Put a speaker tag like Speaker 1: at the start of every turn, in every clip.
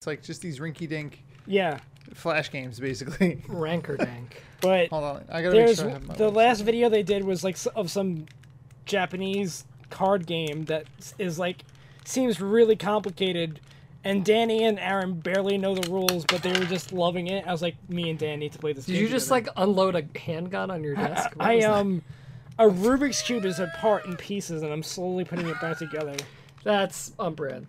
Speaker 1: It's like just these rinky dink
Speaker 2: Yeah,
Speaker 1: flash games, basically.
Speaker 3: Ranker Dank.
Speaker 2: but
Speaker 1: Hold on, I gotta make
Speaker 2: there's
Speaker 1: sure I have my.
Speaker 2: the
Speaker 1: website.
Speaker 2: last video they did was like s- of some Japanese card game that s- is like seems really complicated. And Danny and Aaron barely know the rules, but they were just loving it. I was like, me and Dan need to play this.
Speaker 3: Did
Speaker 2: game
Speaker 3: you just
Speaker 2: together.
Speaker 3: like unload a handgun on your desk? What
Speaker 2: I
Speaker 3: was that?
Speaker 2: um, a Rubik's cube is apart in pieces, and I'm slowly putting it back together.
Speaker 3: That's on brand.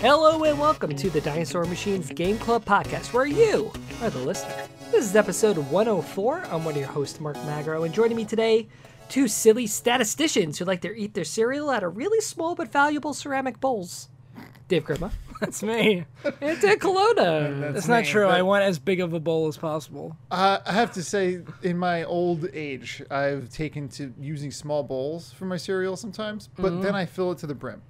Speaker 3: Hello and welcome to the Dinosaur Machines Game Club podcast, where you are the listener. This is episode 104. I'm one of your hosts, Mark Magro, and joining me today, two silly statisticians who like to eat their cereal out of really small but valuable ceramic bowls. Dave Grima
Speaker 2: That's me.
Speaker 3: and Dan Colonna.
Speaker 2: That's
Speaker 1: That's
Speaker 2: not
Speaker 1: me,
Speaker 2: true. I
Speaker 1: but-
Speaker 2: want as big of a bowl as possible.
Speaker 1: Uh, I have to say, in my old age, I've taken to using small bowls for my cereal sometimes, but
Speaker 2: Mm-hmm.
Speaker 1: then I fill it to the brim.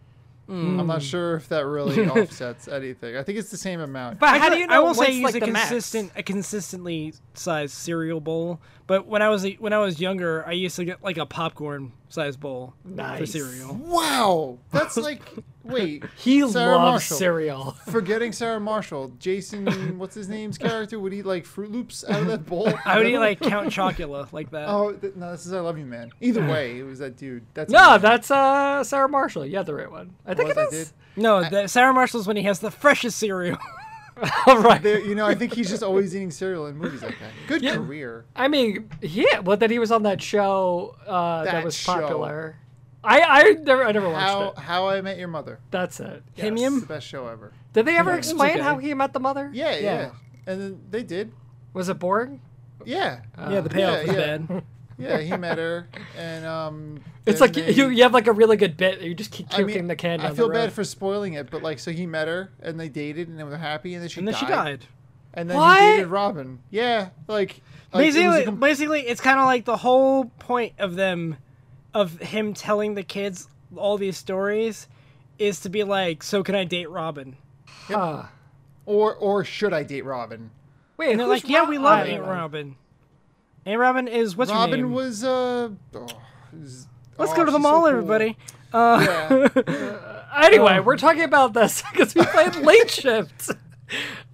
Speaker 2: Mm.
Speaker 1: I'm not sure if that really offsets anything. I think it's the same amount.
Speaker 3: But
Speaker 2: I I will say use a consistent, a consistently sized cereal bowl. But when I was a- when I was younger, I used to get like a popcorn sized bowl for
Speaker 3: Nice.
Speaker 2: cereal.
Speaker 1: wow, that's like wait.
Speaker 3: He
Speaker 1: Sarah
Speaker 3: loves
Speaker 1: Marshall.
Speaker 3: cereal.
Speaker 1: Forgetting Sarah Marshall, Jason, what's his name's character would eat like Fruit Loops out of that bowl.
Speaker 2: I would eat like Count Chocula like that.
Speaker 1: Oh th- no, this is I love you, man. Either way, it was that dude. That's
Speaker 3: No, that's uh Sarah Marshall. You had the right one. I think
Speaker 1: was
Speaker 3: it
Speaker 1: I
Speaker 3: is.
Speaker 1: did.
Speaker 2: No, the, Sarah Marshall's when he has the freshest cereal.
Speaker 3: All right.
Speaker 1: There- you know, I think he's just always eating cereal in movies like that. Good career.
Speaker 3: I mean, yeah. Well, then he was on that show uh, that,
Speaker 1: That
Speaker 3: was
Speaker 1: show.
Speaker 3: popular. I I never I never watched
Speaker 1: How
Speaker 3: it.
Speaker 1: How I Met Your Mother.
Speaker 3: That's it.
Speaker 2: Him,
Speaker 1: It's
Speaker 3: Yes.
Speaker 2: him?
Speaker 1: the best show ever.
Speaker 3: Did they ever
Speaker 2: Yeah, it was
Speaker 3: explain
Speaker 2: okay.
Speaker 3: how he met the mother?
Speaker 1: Yeah, yeah. And then they did.
Speaker 3: Was it boring?
Speaker 1: Yeah.
Speaker 2: yeah, the payoff
Speaker 1: Uh, yeah,
Speaker 2: was
Speaker 1: yeah.
Speaker 2: bad.
Speaker 1: yeah, he met her and um
Speaker 3: It's
Speaker 1: then
Speaker 3: like
Speaker 1: they-
Speaker 3: you you have like a really good bit. You just keep
Speaker 1: I
Speaker 3: puking
Speaker 1: mean,
Speaker 3: the can.
Speaker 1: I
Speaker 3: Down
Speaker 1: feel
Speaker 3: the
Speaker 1: bad
Speaker 3: road.
Speaker 1: for spoiling it, but like so he met her and they dated and they were happy and then she
Speaker 2: And then
Speaker 1: died.
Speaker 2: she died.
Speaker 1: And then
Speaker 3: What?
Speaker 1: he dated Robin. Yeah, like, like, it was a
Speaker 2: basically,
Speaker 1: com-
Speaker 2: basically, it's kind of like the whole point of them, of him telling the kids all these stories, is to be like, so can I date Robin?
Speaker 3: Huh.
Speaker 1: or or should I date Robin?
Speaker 3: Wait,
Speaker 2: And they're
Speaker 3: who's
Speaker 2: like, yeah, we
Speaker 3: Ro-
Speaker 2: love
Speaker 3: I-
Speaker 2: Aunt Robin. Aunt Robin is what's her
Speaker 1: Robin
Speaker 2: name?
Speaker 1: was uh oh, is-
Speaker 2: Let's
Speaker 1: oh,
Speaker 2: go to the
Speaker 1: she's so
Speaker 2: mall,
Speaker 1: cool.
Speaker 2: everybody. Uh,
Speaker 1: Yeah.
Speaker 2: Oh.
Speaker 3: Anyway, we're talking about this because we played Late Shift,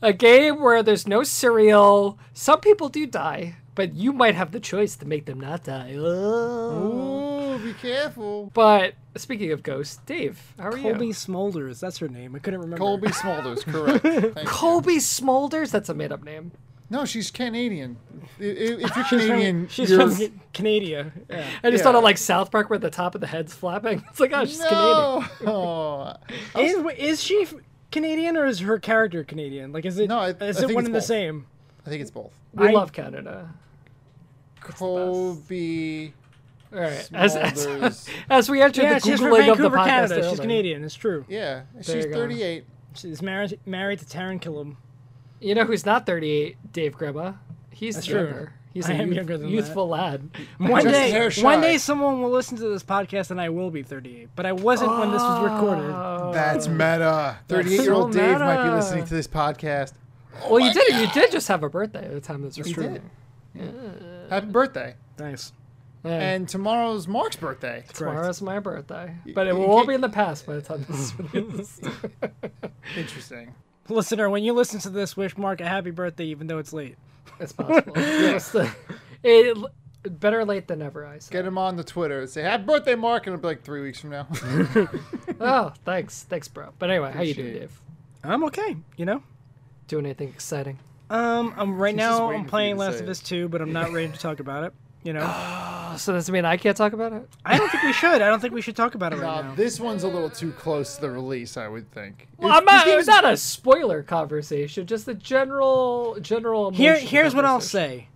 Speaker 3: a game where there's no cereal. Some people do die, but you might have the choice to make them not die.
Speaker 2: Oh.
Speaker 3: Ugh.
Speaker 1: Ooh, be careful.
Speaker 3: But speaking of ghosts, Dave, how are
Speaker 2: Colby
Speaker 3: you?
Speaker 2: Smolders, that's her name. I couldn't remember.
Speaker 1: Colby Smulders, correct. Thank you.
Speaker 3: Colby Smolders. That's a made-up name.
Speaker 1: No, she's Canadian. I- i- If you're
Speaker 2: She's from-
Speaker 1: Canadian,
Speaker 2: She's
Speaker 1: you're-
Speaker 2: from Ca- Canada. Yeah.
Speaker 3: I just
Speaker 1: Yeah.
Speaker 3: thought of like South Park where the top of the head's flapping. It's like, oh, she's Canadian.
Speaker 1: no. Oh,
Speaker 2: Is, is she f- Canadian or is her character Canadian? Like, is it
Speaker 1: No, I- I
Speaker 2: is
Speaker 1: think
Speaker 2: it one
Speaker 1: it's
Speaker 2: and the
Speaker 1: both.
Speaker 2: same?
Speaker 1: I think it's both.
Speaker 3: We
Speaker 2: I-
Speaker 3: love Canada.
Speaker 1: Colby
Speaker 3: All right. As, as,
Speaker 1: Smulders.
Speaker 3: as we enter
Speaker 2: Yeah,
Speaker 3: the
Speaker 2: she's from
Speaker 3: googling of the
Speaker 2: Vancouver,
Speaker 3: podcast,
Speaker 2: Canada. She's
Speaker 3: earlier.
Speaker 2: Canadian. It's true.
Speaker 1: Yeah,
Speaker 3: you
Speaker 1: she's
Speaker 3: go.
Speaker 1: 38.
Speaker 2: She's married married to Taryn Killam.
Speaker 3: You know who's not 38? Dave Greba. He's
Speaker 2: That's
Speaker 3: younger.
Speaker 2: true.
Speaker 3: He's
Speaker 2: I
Speaker 3: a
Speaker 2: am
Speaker 3: youth-
Speaker 2: younger than that.
Speaker 3: youthful lad.
Speaker 2: One
Speaker 1: Just
Speaker 2: day,
Speaker 1: hair shy.
Speaker 2: one day, someone will listen to this podcast, and I will be 38. But I wasn't when this was recorded.
Speaker 1: That's meta. 38 year old
Speaker 3: so
Speaker 1: Dave might be
Speaker 3: meta.
Speaker 1: listening to this podcast.
Speaker 3: well, you did. You did just have a birthday at the time this was
Speaker 1: He
Speaker 3: true.
Speaker 1: did. Happy birthday.
Speaker 2: Nice.
Speaker 3: Yeah.
Speaker 1: And tomorrow's Mark's birthday.
Speaker 2: correct.
Speaker 3: Tomorrow's my birthday, but it
Speaker 1: you
Speaker 3: will all
Speaker 1: can't-
Speaker 3: be in the past by the time this is released.
Speaker 1: Interesting.
Speaker 2: Listener, when you listen to this, wish Mark a happy birthday, even though it's late.
Speaker 3: it's possible. It's the- it, better late than never, I say.
Speaker 1: Get him on the Twitter and say, Happy birthday, Mark. And it'll be like three weeks from now. Uh,
Speaker 3: Oh, thanks, thanks, bro. But anyway, how you doing,
Speaker 1: Appreciate it.
Speaker 3: Dave?
Speaker 2: I'm okay, you know.
Speaker 3: Doing anything exciting?
Speaker 2: Um, I'm right
Speaker 1: He's just
Speaker 2: now.
Speaker 1: waiting
Speaker 2: I'm
Speaker 1: for you
Speaker 2: playing
Speaker 1: to
Speaker 2: Last
Speaker 1: say
Speaker 2: of
Speaker 1: it.
Speaker 2: Us 2, but I'm not ready to talk about it. You know,
Speaker 3: Oh, so does it mean I can't talk about it?
Speaker 2: I don't think we should. I don't think we should talk about it right
Speaker 1: Now,
Speaker 2: now.
Speaker 1: this one's a little too close to the release, I would think.
Speaker 3: Well,
Speaker 1: If-
Speaker 3: I'm
Speaker 1: this
Speaker 3: not. It
Speaker 1: game
Speaker 3: was
Speaker 1: is-
Speaker 3: not a spoiler conversation. Just a general, general.
Speaker 2: Here,
Speaker 3: emotion
Speaker 2: here's what I'll
Speaker 3: conversation.
Speaker 2: say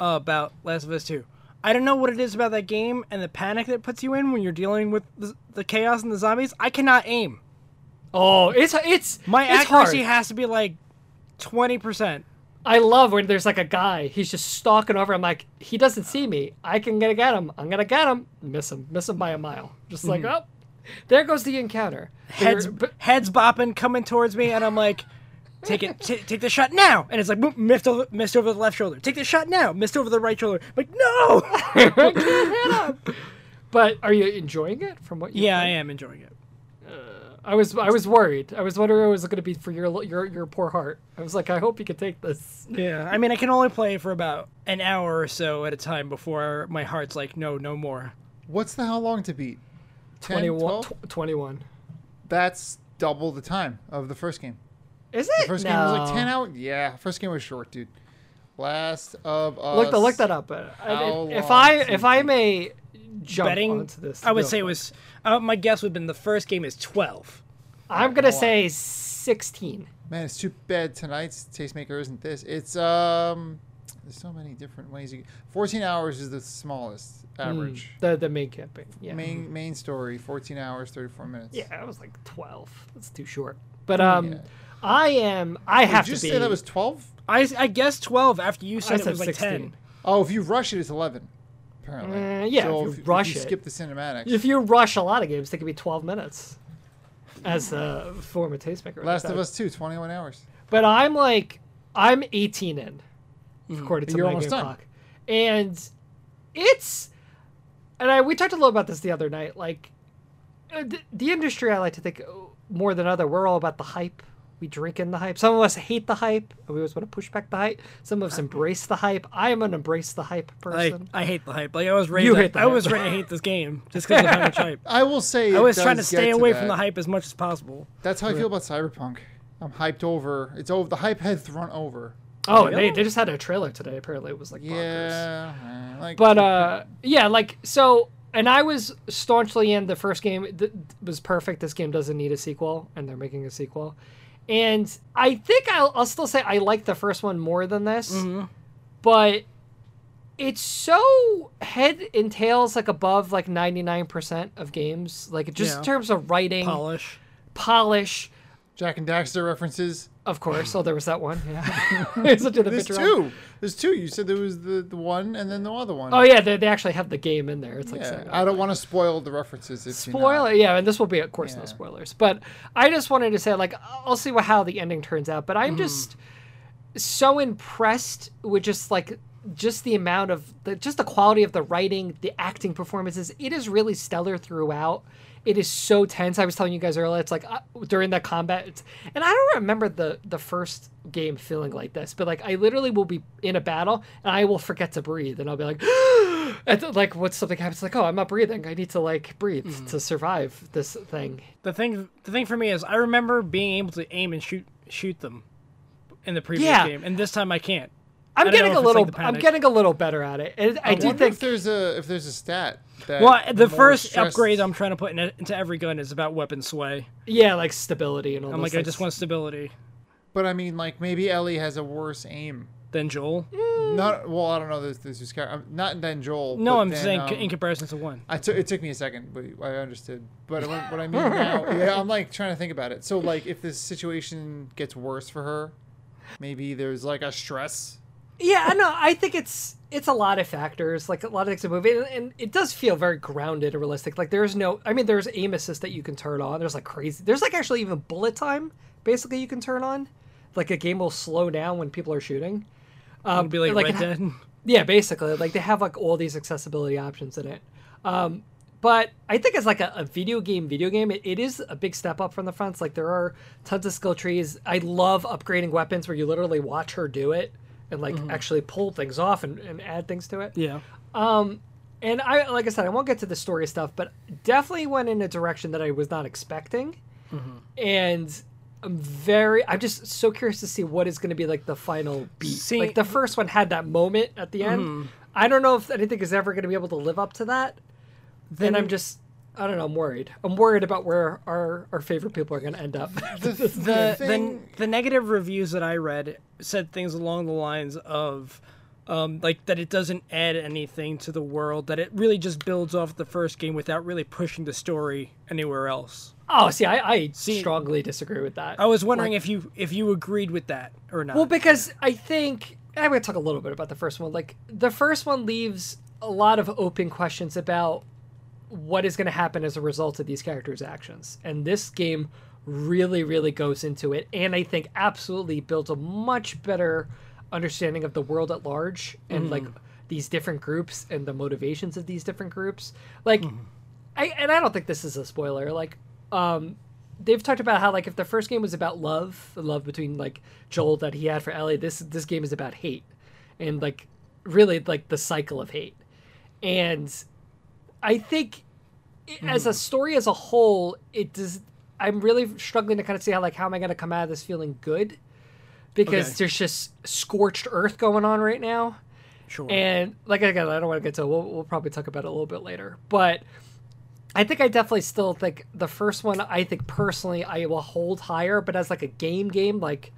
Speaker 2: about Last of Us 2. I don't know what it is about that game and the panic that it puts you in when you're dealing with the, the chaos and the zombies. I cannot aim.
Speaker 3: Oh, it's it's
Speaker 2: My
Speaker 3: it's
Speaker 2: accuracy
Speaker 3: hard.
Speaker 2: has to be like 20%.
Speaker 3: I love when there's like a guy. He's just stalking over. I'm like, he doesn't see me. I can gonna get him. I'm gonna get him. Miss him. Miss him by a mile. Just like oh, there goes the encounter.
Speaker 2: Heads
Speaker 3: There- but-
Speaker 2: heads bopping coming towards me and I'm like Take it. T- take the shot now. And it's like boop, missed over, missed over the left shoulder. Take the shot now. Missed over the right shoulder. like no.
Speaker 3: But are you enjoying it? From what? You
Speaker 2: yeah, I
Speaker 3: think?
Speaker 2: am enjoying it.
Speaker 3: I was. I was worried. I was wondering what it was going to be for your your your poor heart. I was like, I hope you can take this.
Speaker 2: Yeah, I mean, I can only play for about an hour or so at a time before my heart's like, no, no more.
Speaker 1: What's the how long to beat? 10,
Speaker 3: 21,
Speaker 1: 12?
Speaker 3: tw- 21.
Speaker 1: That's double the time of the first game.
Speaker 3: Is
Speaker 1: The
Speaker 3: it?
Speaker 1: first
Speaker 3: no.
Speaker 1: game was like 10 hours. Yeah, first game was short, dude. Last of Us.
Speaker 3: Look, the, look that up. Uh, I-
Speaker 1: How
Speaker 3: if
Speaker 1: long
Speaker 3: I
Speaker 1: do you
Speaker 3: if I may jump
Speaker 2: Betting,
Speaker 3: onto this,
Speaker 2: I would
Speaker 3: real
Speaker 2: say it
Speaker 3: quick.
Speaker 2: was. Uh, my guess would have been the first game is twelve.
Speaker 3: I'm gonna say sixteen.
Speaker 1: Man, it's too bad tonight's Tastemaker isn't this. It's, um, there's so many different ways you 14 hours is the smallest
Speaker 3: Hmm.
Speaker 1: average.
Speaker 3: Mm, The the main campaign. Yeah.
Speaker 1: Main main story, 14 hours, 34 minutes.
Speaker 3: Yeah, I was like twelve. That's too short. But um,
Speaker 1: Yeah.
Speaker 3: I am. I have
Speaker 1: Did you
Speaker 3: to be.
Speaker 1: say that was 12?
Speaker 2: I I guess twelve after you said,
Speaker 3: I
Speaker 2: it
Speaker 3: said
Speaker 2: was like ten.
Speaker 3: sixteen.
Speaker 1: Oh, if you rush it, it's 11, apparently.
Speaker 3: Uh, yeah,
Speaker 1: so
Speaker 3: if you
Speaker 1: if,
Speaker 3: rush
Speaker 1: you
Speaker 3: it.
Speaker 1: skip the cinematics.
Speaker 3: If you rush a lot of games, they could be twelve minutes. As a former tastemaker.
Speaker 1: Last of Us 2, 21 hours.
Speaker 3: But I'm like, I'm 18 in, according to
Speaker 1: Mm-hmm. You're
Speaker 3: my
Speaker 1: almost
Speaker 3: game
Speaker 1: done.
Speaker 3: clock, and it's, and I we talked a little about this the other night. Like, uh, the, the industry I like to think uh, more than other, we're all about the hype. We drink in the hype. Some of us hate the hype, and we always want to push back the hype. Some of us embrace the hype. I am an embrace the hype
Speaker 2: I,
Speaker 3: person.
Speaker 2: I hate the hype. Like I was ready.
Speaker 3: You
Speaker 2: to,
Speaker 3: hate the
Speaker 2: I was
Speaker 3: hype.
Speaker 2: ready to hate this game just because of how much hype.
Speaker 1: I will say
Speaker 2: I
Speaker 1: it
Speaker 2: was trying to
Speaker 1: does
Speaker 2: stay
Speaker 1: get
Speaker 2: away
Speaker 1: that.
Speaker 2: from the hype as much as possible.
Speaker 1: That's how I feel about Cyberpunk. I'm hyped over. It's over. The hype had run over.
Speaker 3: oh, and they, they just had a trailer today. Apparently, it was like bonkers.
Speaker 1: Yeah. man, Like,
Speaker 3: but uh yeah like so and i was staunchly in the first game th- was perfect this game doesn't need a sequel and they're making a sequel and i think i'll, I'll still say i like the first one more than this but it's so head and tails like above like 99% of games like just
Speaker 2: Yeah.
Speaker 3: in terms of writing
Speaker 2: Polish.
Speaker 3: polish
Speaker 1: Jack and Daxter references.
Speaker 3: of course oh there was that one yeah It's such an
Speaker 1: There's
Speaker 3: adventure.
Speaker 1: two. There's two. You said there was the, the one and then the other one.
Speaker 3: Oh yeah, they, they actually have the game in there. It's like
Speaker 1: yeah.
Speaker 3: saying,
Speaker 1: I don't want to spoil the references. If
Speaker 3: spoiler yeah and this will be of course no
Speaker 1: Yeah.
Speaker 3: spoilers but i just wanted to say like i'll see what, how the ending turns out but i'm just so impressed with just like just the amount of the just the quality of the writing the acting performances it is really stellar throughout it is so tense i was telling you guys earlier it's like uh, during the combat it's, and i don't remember the the first game feeling like this but like i literally will be in a battle and i will forget to breathe and i'll be like and th- like what something happens like oh i'm not breathing i need to like breathe
Speaker 2: Mm-hmm.
Speaker 3: to survive this thing
Speaker 2: The thing the thing for me is I remember being able to aim and shoot shoot them in the previous
Speaker 3: Yeah.
Speaker 2: game, and this time I can't. I
Speaker 3: i'm
Speaker 2: don't
Speaker 3: getting
Speaker 2: know
Speaker 3: a
Speaker 2: if it's, like,
Speaker 3: little
Speaker 2: the
Speaker 3: i'm
Speaker 2: panic.
Speaker 3: getting a little better at it and i,
Speaker 1: I,
Speaker 3: do
Speaker 1: wonder
Speaker 3: think
Speaker 1: if there's a if there's a stat. That
Speaker 2: Well, the
Speaker 1: more
Speaker 2: first
Speaker 1: stress-
Speaker 2: upgrade I'm trying to put in, into every gun is about weapon sway.
Speaker 3: yeah like stability and all
Speaker 2: I'm
Speaker 3: those
Speaker 2: like, I
Speaker 3: things.
Speaker 2: just want stability.
Speaker 1: But I mean, like maybe Ellie has a worse aim.
Speaker 2: Then Joel.
Speaker 1: Mm. Not well. I don't know. This this is car- I'm- not then Joel.
Speaker 2: No,
Speaker 1: but
Speaker 2: I'm
Speaker 1: then,
Speaker 2: saying
Speaker 1: um,
Speaker 2: c in comparison to one.
Speaker 1: I took it took me a second, but I understood. But what, what I mean now, yeah, I'm like trying to think about it. So like, if this situation gets worse for her, maybe there's like a stress.
Speaker 3: yeah i know i think it's it's a lot of factors like a lot of things in the movie and, and it does feel very grounded and realistic like there's no i mean there's aim assist that you can turn on there's like crazy there's like actually even bullet time basically you can turn on like a game will slow down when people are shooting
Speaker 1: uh,
Speaker 3: um
Speaker 2: It'd be like, Red
Speaker 3: it ha-
Speaker 2: Dead.
Speaker 3: Yeah, basically, like they have like all these accessibility options in it. Um, but I think it's like a, a video game. Video game, it, it is a big step up from the fronts. Like there are tons of skill trees. I love upgrading weapons where you literally watch her do it and like actually pull things off and, and add things to it.
Speaker 2: Yeah.
Speaker 3: And I, like I said, I won't get to the story stuff, but definitely went in a direction that I was not expecting. And I'm very, I'm just so curious to see what is going to be like the final beat.
Speaker 2: See-
Speaker 3: like the first one had that moment at the end. I don't know if anything is ever going to be able to live up to that. Then I'm just, I don't know, I'm worried. I'm worried about where our, our favorite people are going to end up.
Speaker 1: The,
Speaker 2: the, the,
Speaker 1: thing,
Speaker 2: the negative reviews that I read said things along the lines of um, like that it doesn't add anything to the world, that it really just builds off the first game without really pushing the story anywhere else.
Speaker 3: oh, see, I, I strongly disagree with that.
Speaker 2: I was wondering if you if you agreed with that or not.
Speaker 3: Well, because I think and I'm going to talk a little bit about the first one. Like the first one leaves a lot of open questions about what is going to happen as a result of these characters' actions, and this game really, really goes into it, and I think absolutely builds a much better understanding of the world at large and like these different groups and the motivations of these different groups. Like, I and I don't think this is a spoiler. Like, um, they've talked about how like if the first game was about love, the love between like Joel that he had for Ellie, this this game is about hate, and like really like the cycle of hate, and I think it- as a story as a whole, it does. I'm really struggling to kind of see how like how am I going to come out of this feeling good, because
Speaker 2: Okay.
Speaker 3: there's just scorched earth going on right now.
Speaker 2: Sure.
Speaker 3: And like again, I don't want to get to. We'll, we'll probably talk about it a little bit later, but I think I definitely still think the first one. I think personally, I will hold higher, but as like a game, game like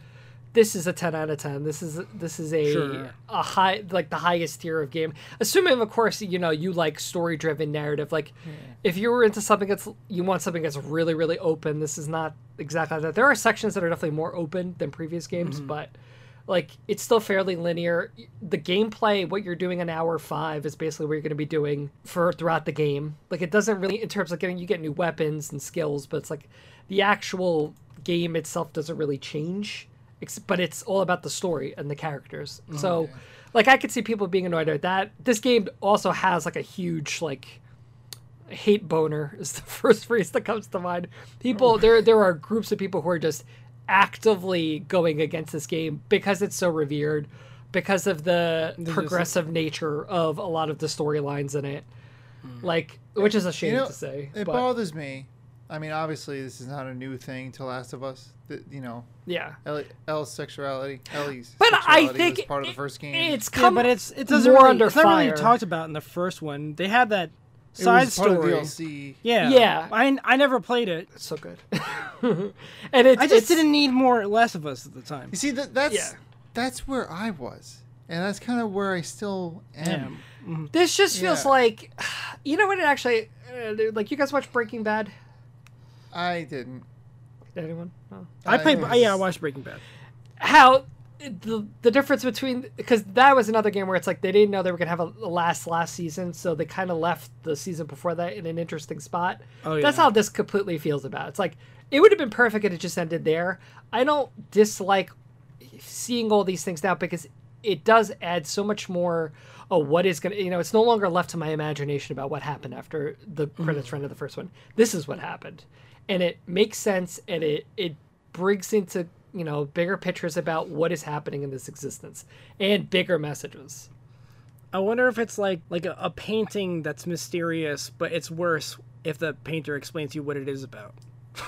Speaker 3: this is a ten out of ten. This is this is a
Speaker 2: Sure.
Speaker 3: a high like the highest tier of game. Assuming, of course, you know you like story driven narrative. Like if you were into something that's you want something that's really really open, this is not exactly that. There are sections that are definitely more open than previous games, but like it's still fairly linear the gameplay what you're doing in hour five is basically what you're going to be doing for throughout the game like it doesn't really in terms of getting you get new weapons and skills but it's like the actual game itself doesn't really change ex- but it's all about the story and the characters
Speaker 1: Oh,
Speaker 3: so like i could see people being annoyed at that this game also has like a huge like hate boner is the first phrase that comes to mind.
Speaker 1: Oh.
Speaker 3: People there there are groups of people who are just actively going against this game because it's so revered, because of the
Speaker 2: just-
Speaker 3: progressive nature of a lot of the storylines in it. Like which is a shame
Speaker 1: Hmm. You know,
Speaker 3: to say.
Speaker 1: it
Speaker 3: but
Speaker 1: bothers me. I mean, obviously, this is not a new thing to Last of Us. That you know,
Speaker 3: yeah.
Speaker 1: Ellie, Elle's sexuality, Ellie's
Speaker 3: But I
Speaker 1: sexuality
Speaker 3: think
Speaker 1: was part of
Speaker 3: it-
Speaker 1: the first game.
Speaker 3: It's
Speaker 2: yeah,
Speaker 3: come
Speaker 2: but it's it doesn't
Speaker 3: more
Speaker 2: really,
Speaker 3: under
Speaker 2: it's not
Speaker 3: fire.
Speaker 2: really talked about in the first one. They had that
Speaker 1: It
Speaker 2: side
Speaker 1: was part
Speaker 2: story.
Speaker 1: of DLC.
Speaker 2: Yeah,
Speaker 3: Yeah.
Speaker 2: I I never played it.
Speaker 3: so good. and it's
Speaker 2: I just
Speaker 3: it's-
Speaker 2: didn't need more or less of us at the time.
Speaker 1: You see, that that's
Speaker 3: Yeah.
Speaker 1: that's where I was, and that's kind of where I still am.
Speaker 3: This just feels
Speaker 1: Yeah.
Speaker 3: like you know what it actually uh, like you guys watch Breaking Bad?
Speaker 1: I didn't.
Speaker 3: Anyone? No.
Speaker 2: I played.
Speaker 1: was-
Speaker 2: Yeah, I watched Breaking Bad.
Speaker 3: how the, the difference between because that was another game where it's like they didn't know they were gonna have a, a last last season, so they kind of left the season before that in an interesting spot.
Speaker 2: Oh,
Speaker 3: That's
Speaker 2: yeah.
Speaker 3: how this completely feels about. it. It's like it would have been perfect if it just ended there. I don't dislike seeing all these things now because it does add so much more of what is gonna you know it's no longer left to my imagination about what happened after the credits run of the first one. This is what happened, and it makes sense and it it brings into you know bigger pictures about what is happening in this existence and bigger messages.
Speaker 2: I wonder if it's like like a, a painting that's mysterious, but it's worse if the painter explains to you what it is about.
Speaker 3: Uh,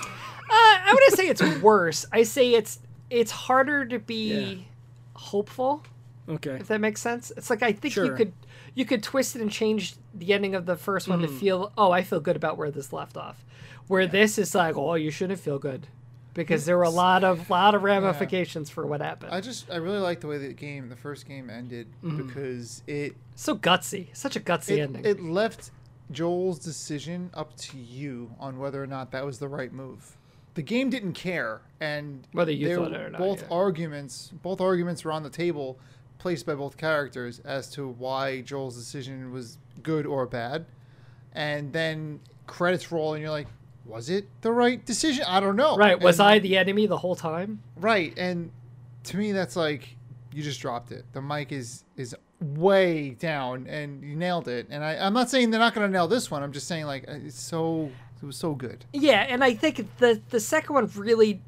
Speaker 3: I wouldn't say it's worse. I say it's it's harder to be hopeful.
Speaker 2: Okay.
Speaker 3: if that makes sense. It's like I think you
Speaker 2: Sure.
Speaker 3: could you could twist it and change the ending of the first one
Speaker 1: Mm-hmm.
Speaker 3: to feel oh I feel good about where this left off, where this is like oh you shouldn't feel good, because there were a lot of lot of ramifications for what happened.
Speaker 1: I just I really like the way the game, the first game, ended because it
Speaker 3: so gutsy, such a gutsy
Speaker 1: it,
Speaker 3: ending.
Speaker 1: it left Joel's decision up to you on whether or not that was the right move. The game didn't care, and
Speaker 3: Whether you
Speaker 1: they
Speaker 3: thought
Speaker 1: were-
Speaker 3: it or not,
Speaker 1: both
Speaker 3: yeah.
Speaker 1: arguments, both arguments were on the table, placed by both characters as to why Joel's decision was good or bad, and then credits roll, and you're like, was it the right decision? I don't know.
Speaker 3: right? Was
Speaker 1: And-
Speaker 3: I the enemy the whole time?
Speaker 1: Right, and to me, that's like you just dropped it. The mic is is way down, and you nailed it. And I, I'm not saying they're not going to nail this one. I'm just saying like uh, it's so it was so good.
Speaker 3: Yeah, and I think the the second one really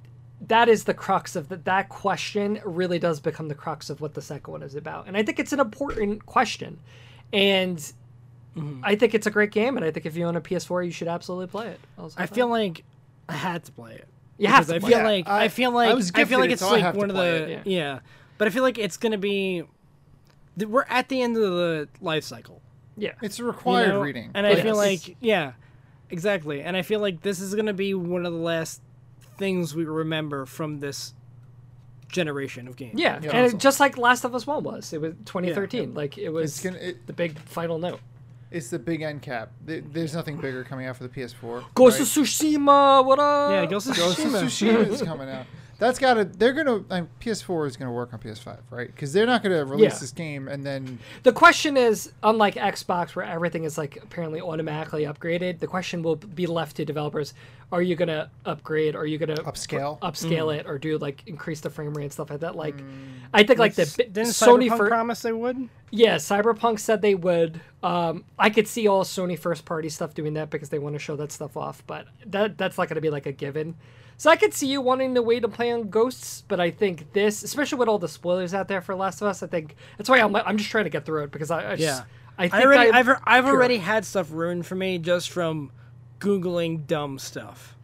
Speaker 3: that is the crux of the, that question really does become the crux of what the second one is about. And I think it's an important question. And I think it's a great game and I think if you own a PS4 you should absolutely play it. was
Speaker 2: I
Speaker 3: like,
Speaker 2: feel like I had to play it.
Speaker 3: You
Speaker 2: Because
Speaker 3: have to
Speaker 2: I
Speaker 3: play
Speaker 2: feel
Speaker 3: it.
Speaker 2: like
Speaker 1: I-
Speaker 2: I, feel like
Speaker 1: I
Speaker 2: I,
Speaker 1: was
Speaker 2: feel like
Speaker 1: gifted it,
Speaker 2: it's
Speaker 1: so I have
Speaker 2: like
Speaker 1: to
Speaker 2: one of
Speaker 1: play
Speaker 2: the
Speaker 3: it.
Speaker 2: yeah. But I feel like it's gonna be. th- We're at the end of the life cycle.
Speaker 3: yeah.
Speaker 1: It's a
Speaker 2: you
Speaker 1: required
Speaker 2: know?
Speaker 1: reading,
Speaker 2: and
Speaker 3: It
Speaker 2: I feel
Speaker 3: is.
Speaker 2: like yeah, exactly. And I feel like this is gonna be one of the last things we remember from this generation of games.
Speaker 3: yeah,
Speaker 1: Yeah.
Speaker 3: and it, just like Last of Us 1 was. It was 2013. Like it was
Speaker 1: it's gonna it,
Speaker 3: the big final note.
Speaker 1: it's the big end cap. There- There's nothing bigger coming out for the PS4.
Speaker 3: Ghost
Speaker 1: right?
Speaker 3: of Tsushima, what up?
Speaker 2: Yeah, Ghost of
Speaker 1: Ghost of
Speaker 2: Tsushima.
Speaker 1: Tsushima is coming out. that's got to. They're gonna. Like, PS4 is gonna work on PS5, right? Because they're not gonna release
Speaker 3: Yeah.
Speaker 1: this game and then
Speaker 3: The question is, unlike Xbox, where everything is like apparently automatically upgraded, the question will be left to developers: Are you gonna upgrade? Are you gonna
Speaker 1: Upscale?
Speaker 3: pr- upscale
Speaker 2: Mm.
Speaker 3: it, or do like increase the frame rate and stuff like that? Like, I think like the bi-
Speaker 2: Didn't
Speaker 3: Sony
Speaker 2: Cyberpunk
Speaker 3: for
Speaker 2: promise they would?
Speaker 3: yeah, Cyberpunk said they would. Um, I could see all Sony first party stuff doing that because they want to show that stuff off, but that that's not gonna be like a given. So I could see you wanting to wait to play on Ghosts, but I think this, especially with all the spoilers out there for Last of Us, I think that's why I'm I'm just trying to get through it because I, I just,
Speaker 2: Yeah.
Speaker 3: I
Speaker 2: I,
Speaker 3: think
Speaker 2: already,
Speaker 3: I,
Speaker 2: I've, I've
Speaker 3: sure.
Speaker 2: already had stuff ruined for me just from Googling dumb stuff.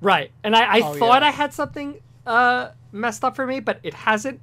Speaker 3: Right. And I, I
Speaker 1: Oh,
Speaker 3: thought
Speaker 1: yeah.
Speaker 3: I had something uh, messed up for me, but it hasn't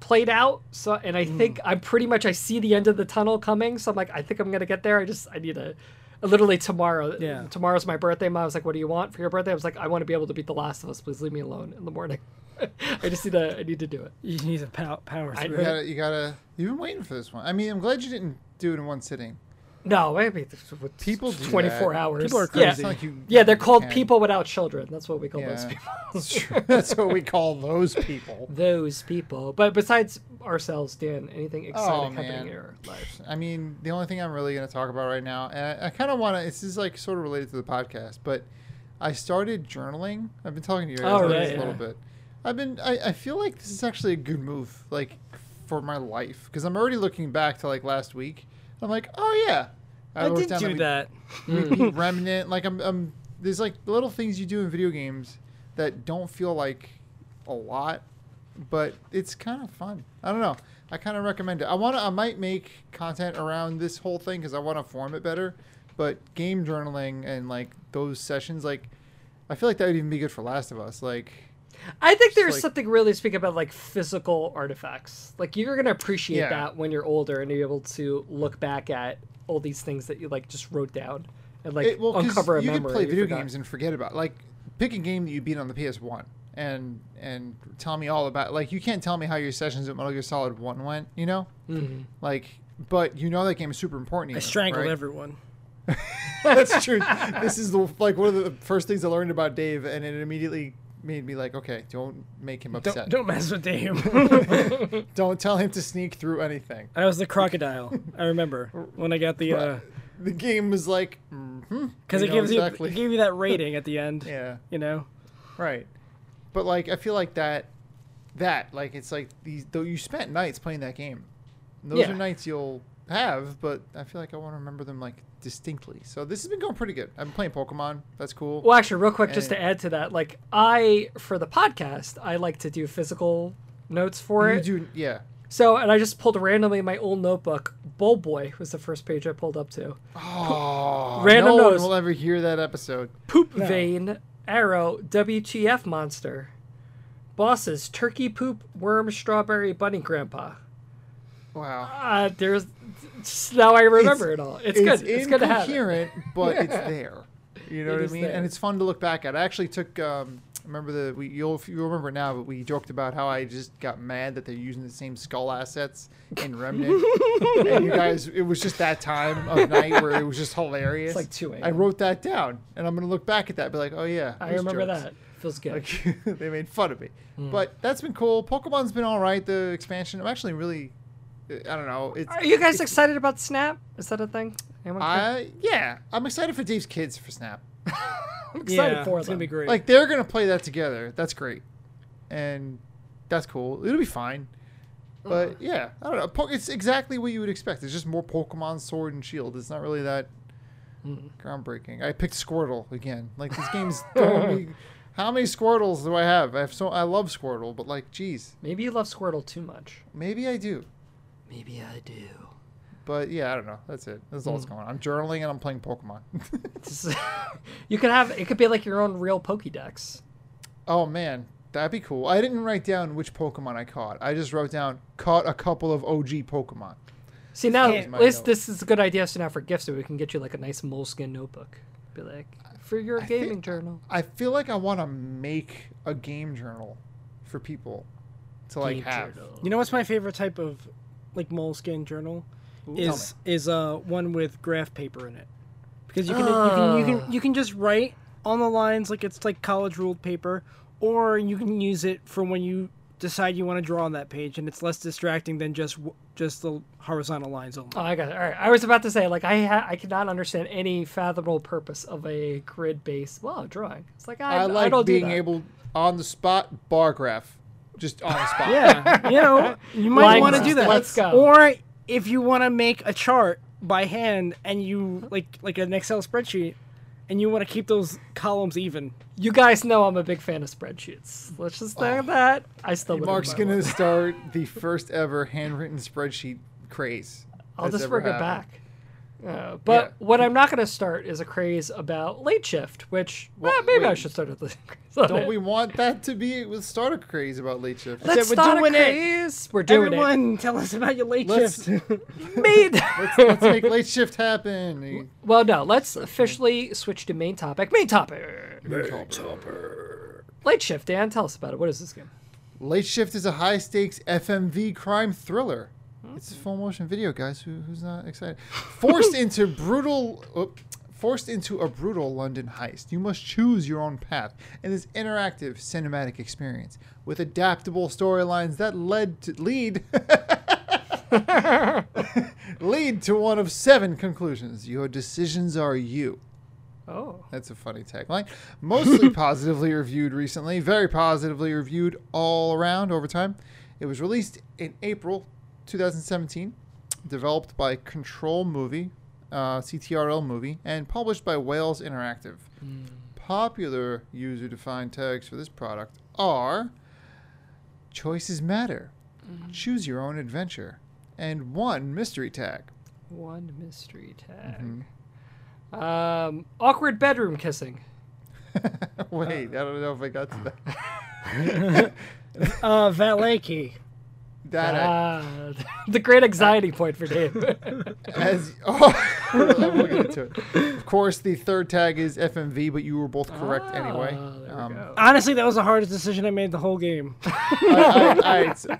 Speaker 3: played out. So, and I think I'm pretty much I see the end of the tunnel coming. So I'm like, I think I'm gonna get there. I just I need a, literally tomorrow.
Speaker 2: Yeah.
Speaker 3: Tomorrow's my birthday. Mom was like, "What do you want for your birthday?" I was like, "I want to be able to beat The Last of Us. Please leave me alone in the morning. I just need to I need to do it."
Speaker 2: You need to pow- power
Speaker 3: I-
Speaker 2: through.
Speaker 1: you
Speaker 2: it.
Speaker 1: gotta you gotta. You've been waiting for this one. I mean, I'm glad you didn't do it in one sitting.
Speaker 3: No, I mean, with
Speaker 1: People do
Speaker 3: 24
Speaker 1: that.
Speaker 3: hours.
Speaker 2: People are
Speaker 3: Yeah.
Speaker 2: crazy.
Speaker 1: It's not like you,
Speaker 3: Yeah, they're called
Speaker 1: can.
Speaker 3: people without children. That's what we call those
Speaker 1: Yeah.
Speaker 3: people.
Speaker 1: That's true. That's what we call those people.
Speaker 3: those people. But besides ourselves, Dan, anything exciting happening
Speaker 1: Oh, man.
Speaker 3: in your life?
Speaker 1: I mean, the only thing I'm really going to talk about right now, and I, I kind of want to, this is like sort of related to the podcast, but I started journaling. I've been talking to you guys
Speaker 3: Oh,
Speaker 1: about
Speaker 3: right,
Speaker 1: this a little
Speaker 2: yeah.
Speaker 1: bit. I've been, I, I feel like this is actually a good move, like for my life, because I'm already looking back to like last week. I'm like, oh yeah.
Speaker 2: I,
Speaker 1: wrote
Speaker 2: did
Speaker 1: down
Speaker 2: do
Speaker 1: we-
Speaker 2: that.
Speaker 1: we beat Remnant. Like I'm, I'm, there's like little things you do in video games that don't feel like a lot, but it's kind of fun. I don't know. I kind of recommend it. I want to. I might make content around this whole thing because I want to form it better. But game journaling and like those sessions, like I feel like that would even be good for Last of Us. Like
Speaker 3: I think there's
Speaker 1: like-
Speaker 3: something really to speak about, like physical artifacts. Like you're gonna appreciate
Speaker 1: Yeah.
Speaker 3: that when you're older and you're able to look back at all these things that you like just wrote down and like
Speaker 1: it, well, 'cause
Speaker 3: uncover a
Speaker 1: you
Speaker 3: memory.
Speaker 1: could play
Speaker 3: you
Speaker 1: video
Speaker 3: forgot.
Speaker 1: games and forget about like pick a game that you beat on the PS One and and tell me all about like you can't tell me how your sessions at Metal Gear Solid One went, you know, mm-hmm. like but you know that game is super important. to
Speaker 2: I
Speaker 1: you,
Speaker 2: strangled
Speaker 1: right?
Speaker 2: everyone.
Speaker 1: That's true. this is the, like one of the first things I learned about Dave, and it immediately made me like, okay, don't make him
Speaker 2: Don't,
Speaker 1: upset.
Speaker 2: don't mess with Dave.
Speaker 1: don't tell him to sneak through anything.
Speaker 2: I was the crocodile. I remember when I got the uh
Speaker 1: The game was like,
Speaker 2: because
Speaker 1: You
Speaker 2: it
Speaker 1: know
Speaker 2: gives
Speaker 1: exactly.
Speaker 2: you it gave you that rating at the end.
Speaker 1: yeah.
Speaker 2: You know,
Speaker 1: Right. But like I feel like that that like it's like these though you spent nights playing that game. Those
Speaker 3: Yeah.
Speaker 1: are nights you'll have, but I feel like I want to remember them like distinctly. So this has been going pretty good. I've been playing Pokemon. That's cool.
Speaker 3: Well, actually, real quick, just
Speaker 1: And-
Speaker 3: to add to that, like I for the podcast, I like to do physical notes for
Speaker 1: you
Speaker 3: it.
Speaker 1: do yeah.
Speaker 3: So, and I just pulled randomly my old notebook. Bull Boy was the first page I pulled up to.
Speaker 1: Oh,
Speaker 3: Random
Speaker 1: no
Speaker 3: notes.
Speaker 1: one will ever hear that episode.
Speaker 3: poop vein, arrow, WTF monster, bosses, turkey poop, worm, strawberry, bunny, grandpa.
Speaker 1: Wow.
Speaker 3: Uh, there's just now I remember
Speaker 1: It's-
Speaker 3: it all. It's, good. It's good to have. it.
Speaker 1: incoherent, but it's there. You know
Speaker 3: It
Speaker 1: what I
Speaker 3: is
Speaker 1: mean?
Speaker 3: there.
Speaker 1: And it's fun to look back at. I actually took um, remember the we you'll if you remember now, but we joked about how I just got mad that they're using the same skull assets in Remnant. and you guys, it was just that time of night where it was just hilarious.
Speaker 3: It's like 2 a.m..
Speaker 1: I wrote that down, and I'm gonna look back at that, and be like, oh yeah,
Speaker 3: I
Speaker 1: those
Speaker 3: remember
Speaker 1: jokes.
Speaker 3: that. Hmm. Feels good.
Speaker 1: Like they made fun of me, but that's been cool. Pokemon's been all right. The expansion, I'm actually really, I don't know. It's
Speaker 3: Are you guys excited about Snap? Is that a thing? Anyone care?
Speaker 1: I yeah, I'm excited for Dave's kids for Snap.
Speaker 3: I'm excited
Speaker 2: yeah,
Speaker 3: for
Speaker 2: it's
Speaker 3: them.
Speaker 2: gonna be great.
Speaker 1: Like they're gonna play that together. That's great, and that's cool. It'll be fine. But yeah, I don't know. Po- It's exactly what you would expect. It's just more Pokemon Sword and Shield. It's not really that groundbreaking. I picked Squirtle again. Like these games. don't be- how many Squirtles do I have? I have so I love Squirtle, but like, geez,
Speaker 3: Maybe you love Squirtle too much.
Speaker 1: maybe I do.
Speaker 3: Maybe I do.
Speaker 1: But yeah, I don't know. That's it. That's all that's going on. I'm journaling and I'm playing Pokemon.
Speaker 3: This is- you could have it could be like your own real Pokédex.
Speaker 1: Oh man, that'd be cool. I didn't write down which Pokemon I caught. I just wrote down caught a couple of OG Pokemon.
Speaker 3: See now,
Speaker 1: Yeah.
Speaker 3: this this is a good idea. So now for gifts, so we can get you like a nice moleskin notebook. Be like for your
Speaker 1: think-
Speaker 3: gaming journal.
Speaker 1: I feel like I want to make a game journal for people to like
Speaker 3: Game
Speaker 1: have.
Speaker 3: journal.
Speaker 2: you know what's my favorite type of like moleskin journal
Speaker 1: Tell
Speaker 2: is is uh one with graph paper in it because you can, you can you
Speaker 3: Ah.
Speaker 2: can you can just write on the lines like it's like college ruled paper or you can use it for when you decide you want to draw on that page, and it's less distracting than just w- just the horizontal lines only.
Speaker 3: Oh, I got it. All right. I was about to say, like, I ha- I cannot understand any fathomable purpose of a grid based wow drawing. It's like I,
Speaker 1: I like
Speaker 3: don't do
Speaker 1: being
Speaker 3: that.
Speaker 1: able on the spot bar graph, just on the spot.
Speaker 2: Yeah, you know, you might
Speaker 3: Lines.
Speaker 2: want to do that.
Speaker 3: Let's go.
Speaker 2: Or if you want to make a chart by hand and you like like an Excel spreadsheet, and you want to keep those columns even.
Speaker 3: You guys know I'm a big fan of spreadsheets. Let's just say that. I still wouldn't
Speaker 1: Mark's
Speaker 3: buy
Speaker 1: gonna
Speaker 3: one.
Speaker 1: start the first ever handwritten spreadsheet craze.
Speaker 3: I'll
Speaker 1: that's
Speaker 3: just
Speaker 1: ever
Speaker 3: bring it
Speaker 1: happened.
Speaker 3: back. Uh, but
Speaker 1: Yeah.
Speaker 3: what I'm not gonna start is a craze about late shift, which
Speaker 1: Well,
Speaker 3: eh, maybe I
Speaker 1: wait.
Speaker 3: should start with the craze. on
Speaker 1: Don't
Speaker 3: it.
Speaker 1: we want that to be with starter craze about late shift?
Speaker 3: Let's
Speaker 2: We're
Speaker 3: start
Speaker 2: doing
Speaker 3: a
Speaker 2: it.
Speaker 3: craze. We're doing
Speaker 2: Everyone, tell us about your late
Speaker 1: Let's-
Speaker 2: shift.
Speaker 3: it. Made.
Speaker 1: Let's make late shift happen.
Speaker 3: well, no. Let's officially switch to main topic. Main topic. Late shift. Dan, tell us about it. What is this game?
Speaker 1: Late Shift is a high stakes FMV crime thriller. It's a full motion video, guys. Who, who's not excited? Forced into brutal, oop, forced into a brutal London heist. You must choose your own path in this interactive cinematic experience with adaptable storylines that led to lead lead to one of seven conclusions. Your decisions are you.
Speaker 3: Oh.
Speaker 1: That's a funny tagline. Mostly positively reviewed recently, very positively reviewed all around over time. It was released in April 2017, developed by Control Movie, uh, CTRL Movie, and published by Wales Interactive. Popular user defined tags for this product are Choices Matter, Choose Your Own Adventure, and One Mystery Tag.
Speaker 3: One mystery tag. Um, awkward bedroom kissing.
Speaker 1: Wait, I don't know if I got to that.
Speaker 2: Uh, valet key.
Speaker 1: That I-
Speaker 3: Ah, the great anxiety point for Dave.
Speaker 1: As oh, we'll get into it. Of course, the third tag is FMV, but you were both correct anyway. Um,
Speaker 3: Ah, there we go.
Speaker 2: Honestly, that was the hardest decision I made the whole game.
Speaker 1: I- I- I- it's- uh,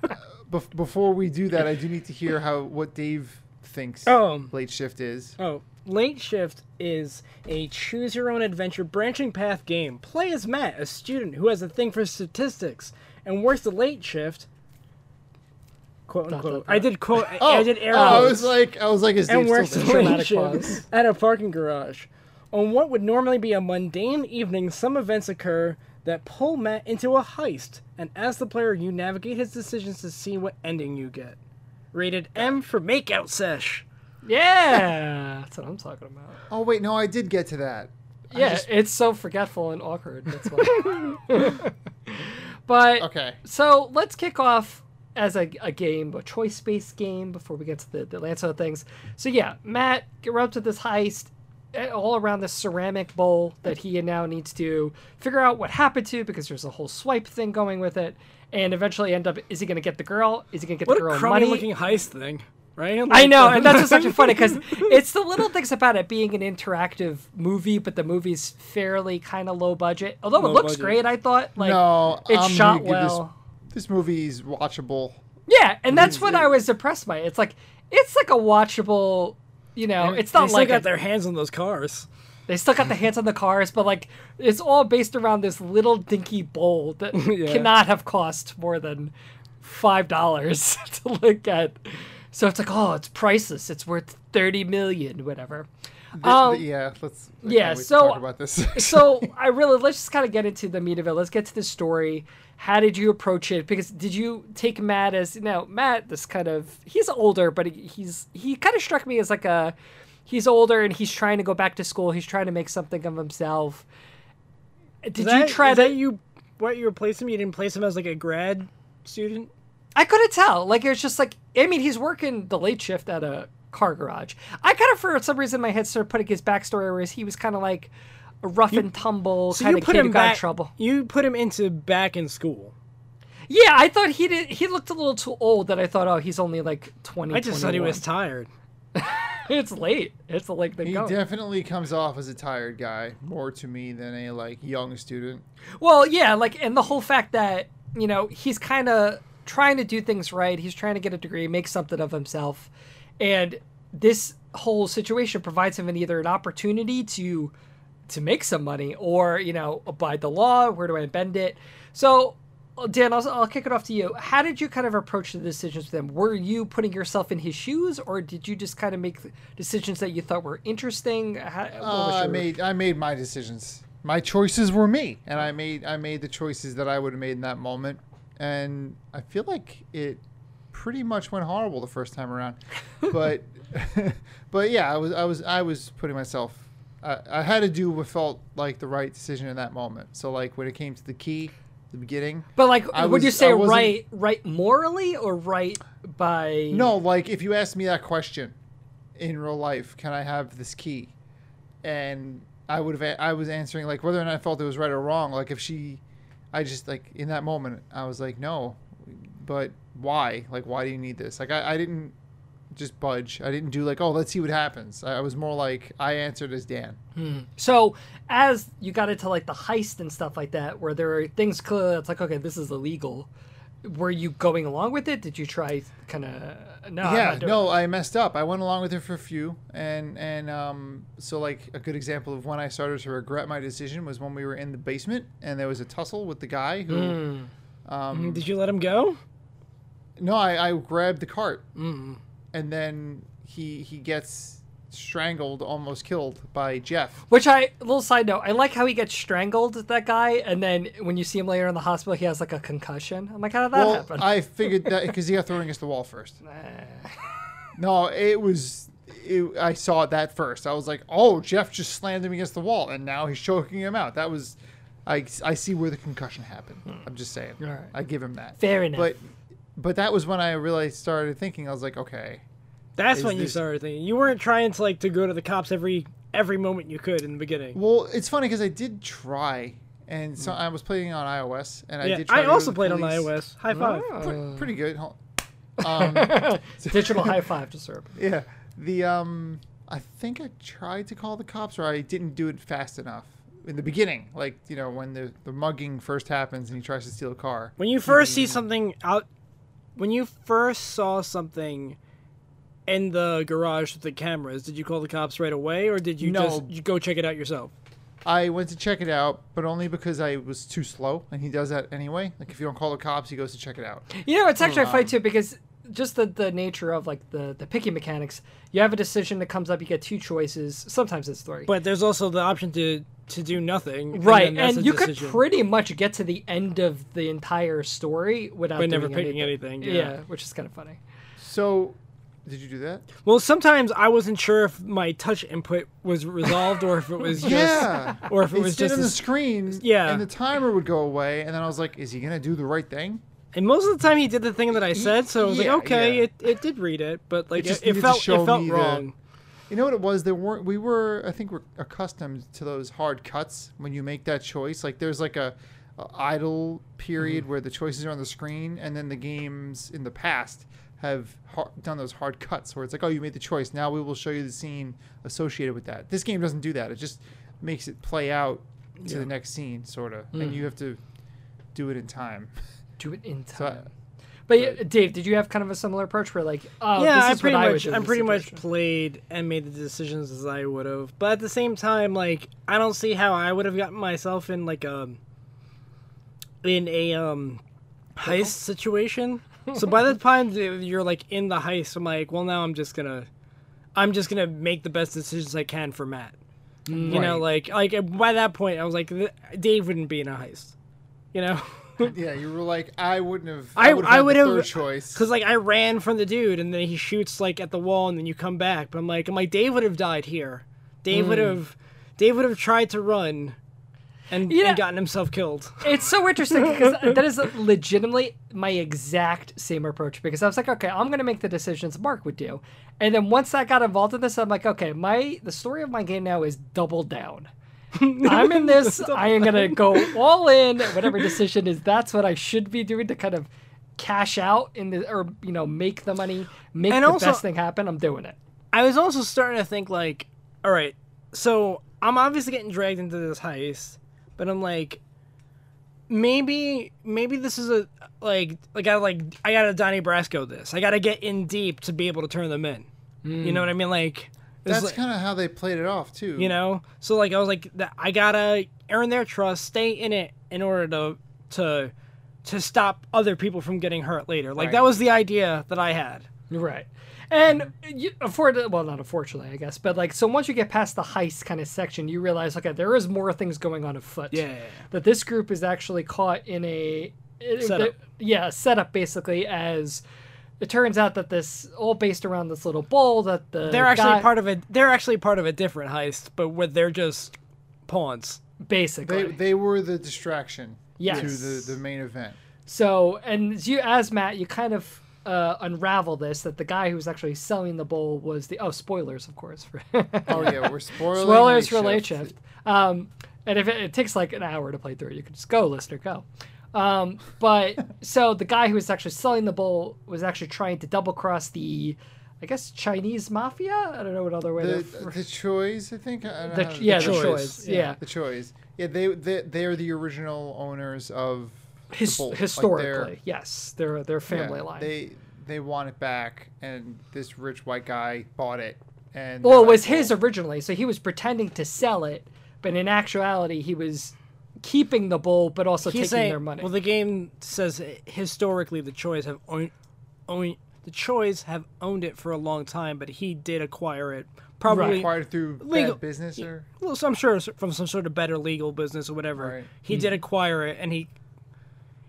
Speaker 1: bef- before we do that, I do need to hear how what Dave thinks
Speaker 2: Oh.
Speaker 1: late shift is.
Speaker 2: Oh, Late Shift is a choose your own adventure branching path game. Play as Matt, a student who has a thing for statistics and works the late shift. Quote unquote.
Speaker 3: dot,
Speaker 2: I did quote. I- Oh, I did arrows.
Speaker 1: Oh, I was like, I was like, is Dave
Speaker 2: and
Speaker 1: still
Speaker 2: works
Speaker 1: there?
Speaker 2: the late
Speaker 3: Dramatic
Speaker 2: shift
Speaker 3: pause.
Speaker 2: at a parking garage. On what would normally be a mundane evening, some events occur that pull Matt into a heist, and as the player, you navigate his decisions to see what ending you get. Rated M for makeout sesh.
Speaker 3: yeah, that's what I'm talking about.
Speaker 1: Oh wait, no, I did get to that.
Speaker 3: Yeah, it's so forgetful and awkward. That's why. but
Speaker 1: Okay,
Speaker 3: so let's kick off as a, a game, a choice-based game, before we get to the, the Lancelot things. So yeah, Matt, get up to this heist eh, all around this ceramic bowl that he now needs to figure out what happened to because there's a whole swipe thing going with it, and eventually end up is he going to get the girl? Is he going to get the girl money?
Speaker 2: heist thing, right?
Speaker 3: I know, and that's what's such a funny because it's the little things about it being an interactive movie, but the movie's fairly kind of low budget. Although
Speaker 2: Low
Speaker 3: it looks
Speaker 2: budget.
Speaker 3: great, I thought like
Speaker 1: no,
Speaker 3: it's
Speaker 1: I'm
Speaker 3: shot
Speaker 1: gonna give this-
Speaker 3: well.
Speaker 1: This, movie is watchable.
Speaker 3: Yeah, and that's what I was impressed by. It's like it's like a watchable. You know, it's not like a-
Speaker 2: their hands on those cars.
Speaker 3: they still got the hands on the cars, but like it's all based around this little dinky bowl that
Speaker 2: Yeah.
Speaker 3: cannot have cost more than five dollars to look at. So it's like, oh, it's priceless. It's worth thirty million, whatever.
Speaker 1: Th-
Speaker 3: Um,
Speaker 1: th- yeah, let's. I
Speaker 3: yeah,
Speaker 1: can't wait to
Speaker 3: so-
Speaker 1: talk about this.
Speaker 3: so I really let's just kind of get into the meat of it. Let's get to the story. How did you approach it? Because did you take Matt as now Matt? This kind of he's older, but he, he's he kind of struck me as like a he's older and he's trying to go back to school. He's trying to make something of himself. Did
Speaker 2: Did
Speaker 3: you try to?
Speaker 2: that? You what? You replaced him? You didn't place him as like a grad student?
Speaker 3: I couldn't tell. Like it's just like I mean he's working the late shift at a car garage. I kind of for some reason in my head started putting his backstory where he was kind of like a rough and tumble
Speaker 2: So
Speaker 3: kind
Speaker 2: you
Speaker 3: of
Speaker 2: put
Speaker 3: kid who
Speaker 2: him
Speaker 3: got in
Speaker 2: back.
Speaker 3: trouble.
Speaker 2: You put him into back in school.
Speaker 3: Yeah, I thought he did. He looked a little too old. That I thought, oh, he's only like twenty.
Speaker 2: I just thought he was tired.
Speaker 3: it's late. It's like the
Speaker 1: He
Speaker 3: go.
Speaker 1: definitely comes off as a tired guy, more to me than a like young student.
Speaker 3: well, yeah, like and the whole fact that you know he's kind of trying to do things right. He's trying to get a degree, make something of himself, and this whole situation provides him an either an opportunity to to make some money or you know abide the law where do i bend it so uh, dan I'll, I'll kick it off to you how did you kind of approach the decisions with him were you putting yourself in his shoes or did you just kind of make decisions that you thought were interesting how, what was
Speaker 1: Uh, I
Speaker 3: your-
Speaker 1: made I made my decisions. My choices were me, and I made I made the choices that I would have made in that moment. And I feel like it pretty much went horrible the first time around, but but yeah, I was I was I was putting myself. I, I had to do what felt like the right decision in that moment. So like when it came to the key, the beginning.
Speaker 3: but like
Speaker 1: I
Speaker 3: would
Speaker 1: was-
Speaker 3: you
Speaker 1: I
Speaker 3: say
Speaker 1: wasn't-
Speaker 3: right right morally or right by
Speaker 1: No, like if you asked me that question in real life, can I have this key? And I would have a- I was answering like whether or not I felt it was right or wrong. Like if she I just like in that moment I was like, No, but why? Like why do you need this? Like I, I didn't just budge. I didn't do like, oh let's see what happens. I, I was more like I answered as Dan.
Speaker 3: So as you got into like the heist and stuff like that, where there are things clearly that's like, okay, this is illegal. Were you going along with it? Did you try kind of no? Ah, I'm
Speaker 1: yeah
Speaker 3: not doing-
Speaker 1: no i messed up i went along with it for a few and and um so like a good example of when i started to regret my decision was when we were in the basement and there was a tussle with the guy who
Speaker 3: Mm.
Speaker 1: um
Speaker 2: Did you let him go?
Speaker 1: no i i grabbed the cart
Speaker 3: Mm-hmm.
Speaker 1: and then he he gets strangled almost killed by jeff
Speaker 3: Which I little side note, I like how he gets strangled that guy, and then when you see him later in the hospital, he has like a concussion. I'm like, how did that
Speaker 1: well
Speaker 3: happen?
Speaker 1: i figured that because he got thrown against the wall first no it was it, i saw that first i was like oh jeff just slammed him against the wall and now he's choking him out that was i, I see where the concussion happened
Speaker 2: Hmm.
Speaker 1: i'm just saying
Speaker 3: Alright.
Speaker 1: i give him that
Speaker 3: Fair enough.
Speaker 1: but but that was when i really started thinking i was like okay
Speaker 2: That's
Speaker 1: Is
Speaker 2: when you
Speaker 1: this-
Speaker 2: started thinking. You weren't trying to like to go to the cops every every moment you could in the beginning.
Speaker 1: well it's funny because i did try and so i was playing on ios and i
Speaker 2: Hmm. yeah,
Speaker 1: did try
Speaker 2: I
Speaker 1: to go to
Speaker 2: also
Speaker 1: the
Speaker 2: played on
Speaker 1: police. Oh.
Speaker 2: iOS. High five.
Speaker 1: Pre- pretty good Um, Hold-
Speaker 3: Digital high five to serve.
Speaker 1: Yeah. The um I think I tried to call the cops or I didn't do it fast enough in the beginning. Like, you know, when the the mugging first happens and he tries to steal a car.
Speaker 2: When you first
Speaker 1: Mm-hmm.
Speaker 2: see something out, when you first saw something in the garage with the cameras, did you call the cops right away, or did you
Speaker 1: No.
Speaker 2: just you go check it out yourself?
Speaker 1: I went to check it out, but only because I was too slow and he does that anyway. Like if you don't call the cops, he goes to check it out.
Speaker 3: You know, it's actually a fight too because just the, the nature of like the the picky mechanics. You have a decision that comes up. You get two choices. Sometimes it's three.
Speaker 2: But there's also the option to to do nothing.
Speaker 3: Right,
Speaker 2: then that's
Speaker 3: and,
Speaker 2: a
Speaker 3: you could
Speaker 2: decision.
Speaker 3: pretty much get to the end of the entire story without
Speaker 2: By never
Speaker 3: doing
Speaker 2: picking anything, yeah.
Speaker 3: which is kind of funny.
Speaker 1: So did you do that?
Speaker 2: Well, sometimes I wasn't sure if my touch input was resolved or if it was just
Speaker 1: Yeah.
Speaker 2: or if it
Speaker 1: It
Speaker 2: was just
Speaker 1: on
Speaker 2: a
Speaker 1: the
Speaker 2: s-
Speaker 1: screen,
Speaker 2: yeah.
Speaker 1: and the timer would go away, and then I was like, "Is he gonna do the right thing?"
Speaker 2: And most of the time he did the thing that I said, so I was
Speaker 1: yeah,
Speaker 2: like, okay,
Speaker 1: yeah.
Speaker 2: it, it did read it, but like
Speaker 1: It
Speaker 2: it,
Speaker 1: just
Speaker 2: it
Speaker 1: needed to
Speaker 2: felt
Speaker 1: show
Speaker 2: it felt
Speaker 1: me that-
Speaker 2: wrong.
Speaker 1: You know what it was? There weren't. We were. I think we're accustomed to those hard cuts when you make that choice. Like there's like a, a idle period where the choices are on the screen, and then the games in the past have har done those hard cuts where it's like, oh, you made the choice. Now we will show you the scene associated with that. This game doesn't do that. It just makes it play out to the next scene, sort of, and you have to do it in time.
Speaker 3: Do it in time.
Speaker 1: So I-
Speaker 3: but yeah, Dave, did you have kind of a similar approach where like, oh,
Speaker 2: yeah,
Speaker 3: this
Speaker 2: I
Speaker 3: is
Speaker 2: pretty
Speaker 3: what I would
Speaker 2: much
Speaker 3: do in
Speaker 2: I'm
Speaker 3: this
Speaker 2: pretty much
Speaker 3: situation.
Speaker 2: played and made the decisions as I would have. But at the same time, like I don't see how I would have gotten myself in like a in a um heist situation. So by the time that you're like in the heist, I'm like, well now I'm just gonna I'm just gonna make the best decisions I can for Matt. You know, like like by that point I was like th- Dave wouldn't be in a heist. You know?
Speaker 1: yeah, you were like, I wouldn't have.
Speaker 2: I-
Speaker 1: would've
Speaker 2: I
Speaker 1: had the
Speaker 2: would've-
Speaker 1: third choice.
Speaker 2: Cause like I ran from the dude, and then he shoots like at the wall, and then you come back. But I'm like, I'm like, Dave would have died here. Dave would have, Dave would have tried to run, and,
Speaker 3: Yeah.
Speaker 2: and gotten himself killed.
Speaker 3: It's so interesting because that is legitimately my exact same approach because I was like, okay, I'm going to make the decisions Mark would do. And then once I got involved in this, I'm like, okay, my the story of my game now is double down. I'm in this, I am going to go all in, whatever decision is that's what I should be doing to kind of cash out in the or you know, make the money, make
Speaker 2: And
Speaker 3: the
Speaker 2: also-
Speaker 3: best thing happen. I'm doing it.
Speaker 2: I was also starting to think like, all right, so I'm obviously getting dragged into this heist, but I'm like, maybe maybe this is a like like I like I gotta Donnie Brasco this. I gotta get in deep to be able to turn them in. You know what I mean? Like
Speaker 1: That's
Speaker 2: like-
Speaker 1: kind of how they played it off too.
Speaker 2: you know so like i was like th- i gotta earn their trust stay in it in order to to to stop other people from getting hurt later like that
Speaker 3: Right.
Speaker 2: was the idea that i had
Speaker 3: Right. And you, afford well, not unfortunately, I guess, but like so once you get past the heist kind of section, you realize okay, there is more things going on afoot.
Speaker 2: Yeah, yeah, yeah.
Speaker 3: That this group is actually caught in a it-
Speaker 2: Setup.
Speaker 3: yeah, a setup basically as it turns out that this all based around this little bowl that the
Speaker 2: they're actually
Speaker 3: guy-
Speaker 2: part of a they're actually part of a different heist but where they're just pawns
Speaker 3: basically
Speaker 1: they they were the distraction
Speaker 3: Yes.
Speaker 1: to the the main event.
Speaker 3: So, and as you, as Matt, you kind of uh, unravel this that the guy who was actually selling the bowl was the oh spoilers, of course, for
Speaker 1: Oh yeah, we're spoiling.
Speaker 3: spoilers for
Speaker 1: Late
Speaker 3: late
Speaker 1: Shift.
Speaker 3: shift. Um, and if it, it takes like an hour to play through, you can just go, listener, go. Um, but so the guy who was actually selling the bowl was actually trying to double cross the, I guess Chinese mafia. I don't know what other way.
Speaker 1: The, uh,
Speaker 3: to-
Speaker 1: the choice, I think. I don't
Speaker 3: The-
Speaker 1: know.
Speaker 3: yeah, the
Speaker 1: Choi's.
Speaker 3: Choi's, yeah.
Speaker 1: the choice. Yeah, they they they are the original owners of the
Speaker 3: His,
Speaker 1: Bolt. Like, they're-
Speaker 3: historically, yes, their their
Speaker 1: yeah,
Speaker 3: family line.
Speaker 1: They they want it back, and this rich white guy bought it. And
Speaker 3: Well,
Speaker 1: they're
Speaker 3: it was
Speaker 1: like,
Speaker 3: his originally, so he was pretending to sell it, but in actuality, he was keeping the bull, but also taking
Speaker 2: saying-
Speaker 3: their money.
Speaker 2: well the game says uh, historically the choice have own, own the choice have owned it for a long time but he did acquire it
Speaker 1: "Oh,
Speaker 2: probably
Speaker 1: acquired through
Speaker 2: legal-
Speaker 1: bad business or
Speaker 2: well, so I'm sure it's from some sort of better legal business or whatever.
Speaker 1: Right.
Speaker 2: He
Speaker 3: Hmm.
Speaker 2: did acquire it, and he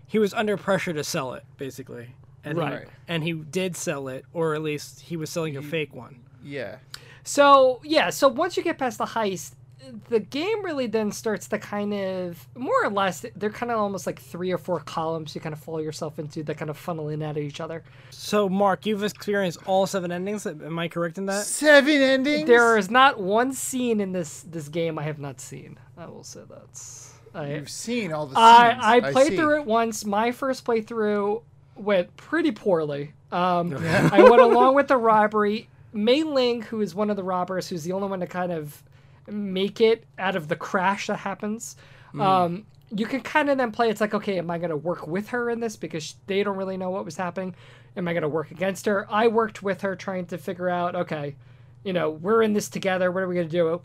Speaker 2: he was under pressure to sell it, basically. And he-
Speaker 3: Right.
Speaker 2: and he did sell it, or at least he was selling a fake one.
Speaker 1: yeah.
Speaker 3: so yeah, so once you get past the heist, the game really then starts to kind of more or less they're kind of almost like three or four columns you kind of fall yourself into that kind of funnel in out of each other.
Speaker 2: So, Mark, you've experienced all seven endings. Am I correct in that?
Speaker 1: Seven endings.
Speaker 3: There is not one scene in this this game I have not seen. I will say that's I,
Speaker 1: You've seen all the.
Speaker 3: I,
Speaker 1: scenes.
Speaker 3: I played
Speaker 1: see.
Speaker 3: through it once. My first playthrough went pretty poorly. Um, I went along with the robbery. Mei Ling, who is one of the robbers, who's the only one to kind of make it out of the crash that happens.
Speaker 1: Hmm.
Speaker 3: Um, you can kind of then play. It's like, okay, am I going to work with her in this because sh- they don't really know what was happening? Am I going to work against her? I worked with her trying to figure out, okay, you know, we're in this together. What are we going to do?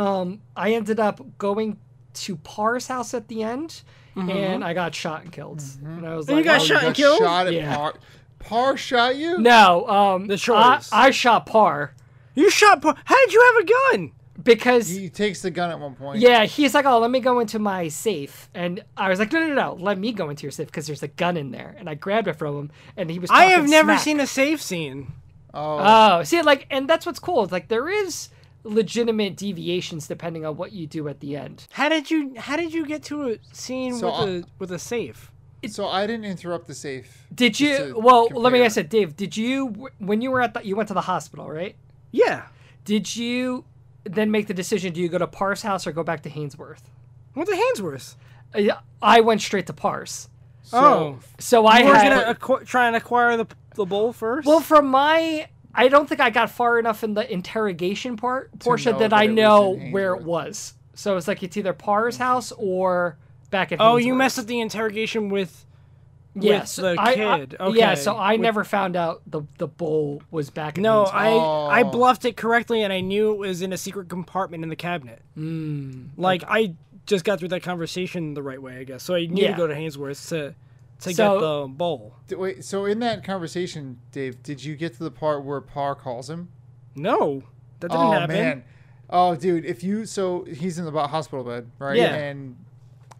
Speaker 3: um, I ended up going to Parr's house at the end, and I got shot and killed. And I was
Speaker 2: And you got
Speaker 3: like, "Oh,
Speaker 2: shot
Speaker 1: You
Speaker 2: and
Speaker 1: got
Speaker 2: killed?
Speaker 1: Shot at
Speaker 3: Yeah.
Speaker 1: Par. Par shot you.
Speaker 3: No, um, the I,
Speaker 2: choice.
Speaker 3: I shot Parr
Speaker 2: You shot. Po- How did you have a gun?
Speaker 3: because
Speaker 1: He takes the gun at one point.
Speaker 3: yeah, he's like, oh, let me go into my safe, and I was like, no, no, no, let me go into your safe because there's a gun in there, and I grabbed it from him, and he was.
Speaker 2: I have
Speaker 3: talking
Speaker 2: never
Speaker 3: smack.
Speaker 2: seen a safe scene.
Speaker 1: Oh,
Speaker 3: Oh, see, like, and that's what's cool. It's like there is legitimate deviations depending on what you do at the end.
Speaker 2: How did you? How did you get to a scene
Speaker 1: So
Speaker 2: with
Speaker 1: I-
Speaker 2: a with a safe?
Speaker 1: so I didn't interrupt the safe.
Speaker 3: Did
Speaker 1: just
Speaker 3: you?
Speaker 1: to
Speaker 3: Well, let me
Speaker 1: compare.
Speaker 3: ask it, Dave. Did you, when you were at the, you went to the hospital, right?
Speaker 2: Yeah,
Speaker 3: Did you then make the decision? Do you go to Parr's house or go back to Hainsworth?
Speaker 2: what the Handsworth?
Speaker 3: I, I went straight to Parr's,
Speaker 1: So,
Speaker 2: oh,
Speaker 3: so I
Speaker 2: I was
Speaker 3: had.
Speaker 2: gonna acqu- try and acquire the the bowl first.
Speaker 3: well, from my, I don't think I got far enough in the interrogation part portion
Speaker 1: know
Speaker 3: that
Speaker 1: that
Speaker 3: I
Speaker 1: it was
Speaker 3: know
Speaker 1: in
Speaker 3: where it
Speaker 1: Hainsworth.
Speaker 3: was. So it's like it's either Parr's house or back at.
Speaker 2: Mm-hmm. Oh, you
Speaker 3: Hainsworth.
Speaker 2: messed up the interrogation with.
Speaker 3: Yeah,
Speaker 2: with
Speaker 3: so
Speaker 2: the
Speaker 3: I- I-
Speaker 2: kid.
Speaker 3: Yeah,
Speaker 2: Okay.
Speaker 3: so I
Speaker 2: With-
Speaker 3: never found out the the bowl was back. At
Speaker 2: No,
Speaker 3: Hainsworth.
Speaker 2: I I
Speaker 1: Oh.
Speaker 2: bluffed it correctly, and I knew it was in a secret compartment in the cabinet.
Speaker 1: Hmm.
Speaker 2: like I just got through that conversation the right way, I guess. So I need
Speaker 3: Yeah.
Speaker 2: to go to Hainsworth to to get
Speaker 3: So-
Speaker 2: the bowl.
Speaker 1: D- Wait, so in that conversation, Dave, did you get to the part where Par calls him?
Speaker 2: No, that didn't
Speaker 1: oh
Speaker 2: happen.
Speaker 1: man, oh dude, if you so he's in the bo- hospital bed, right?
Speaker 2: Yeah.
Speaker 1: And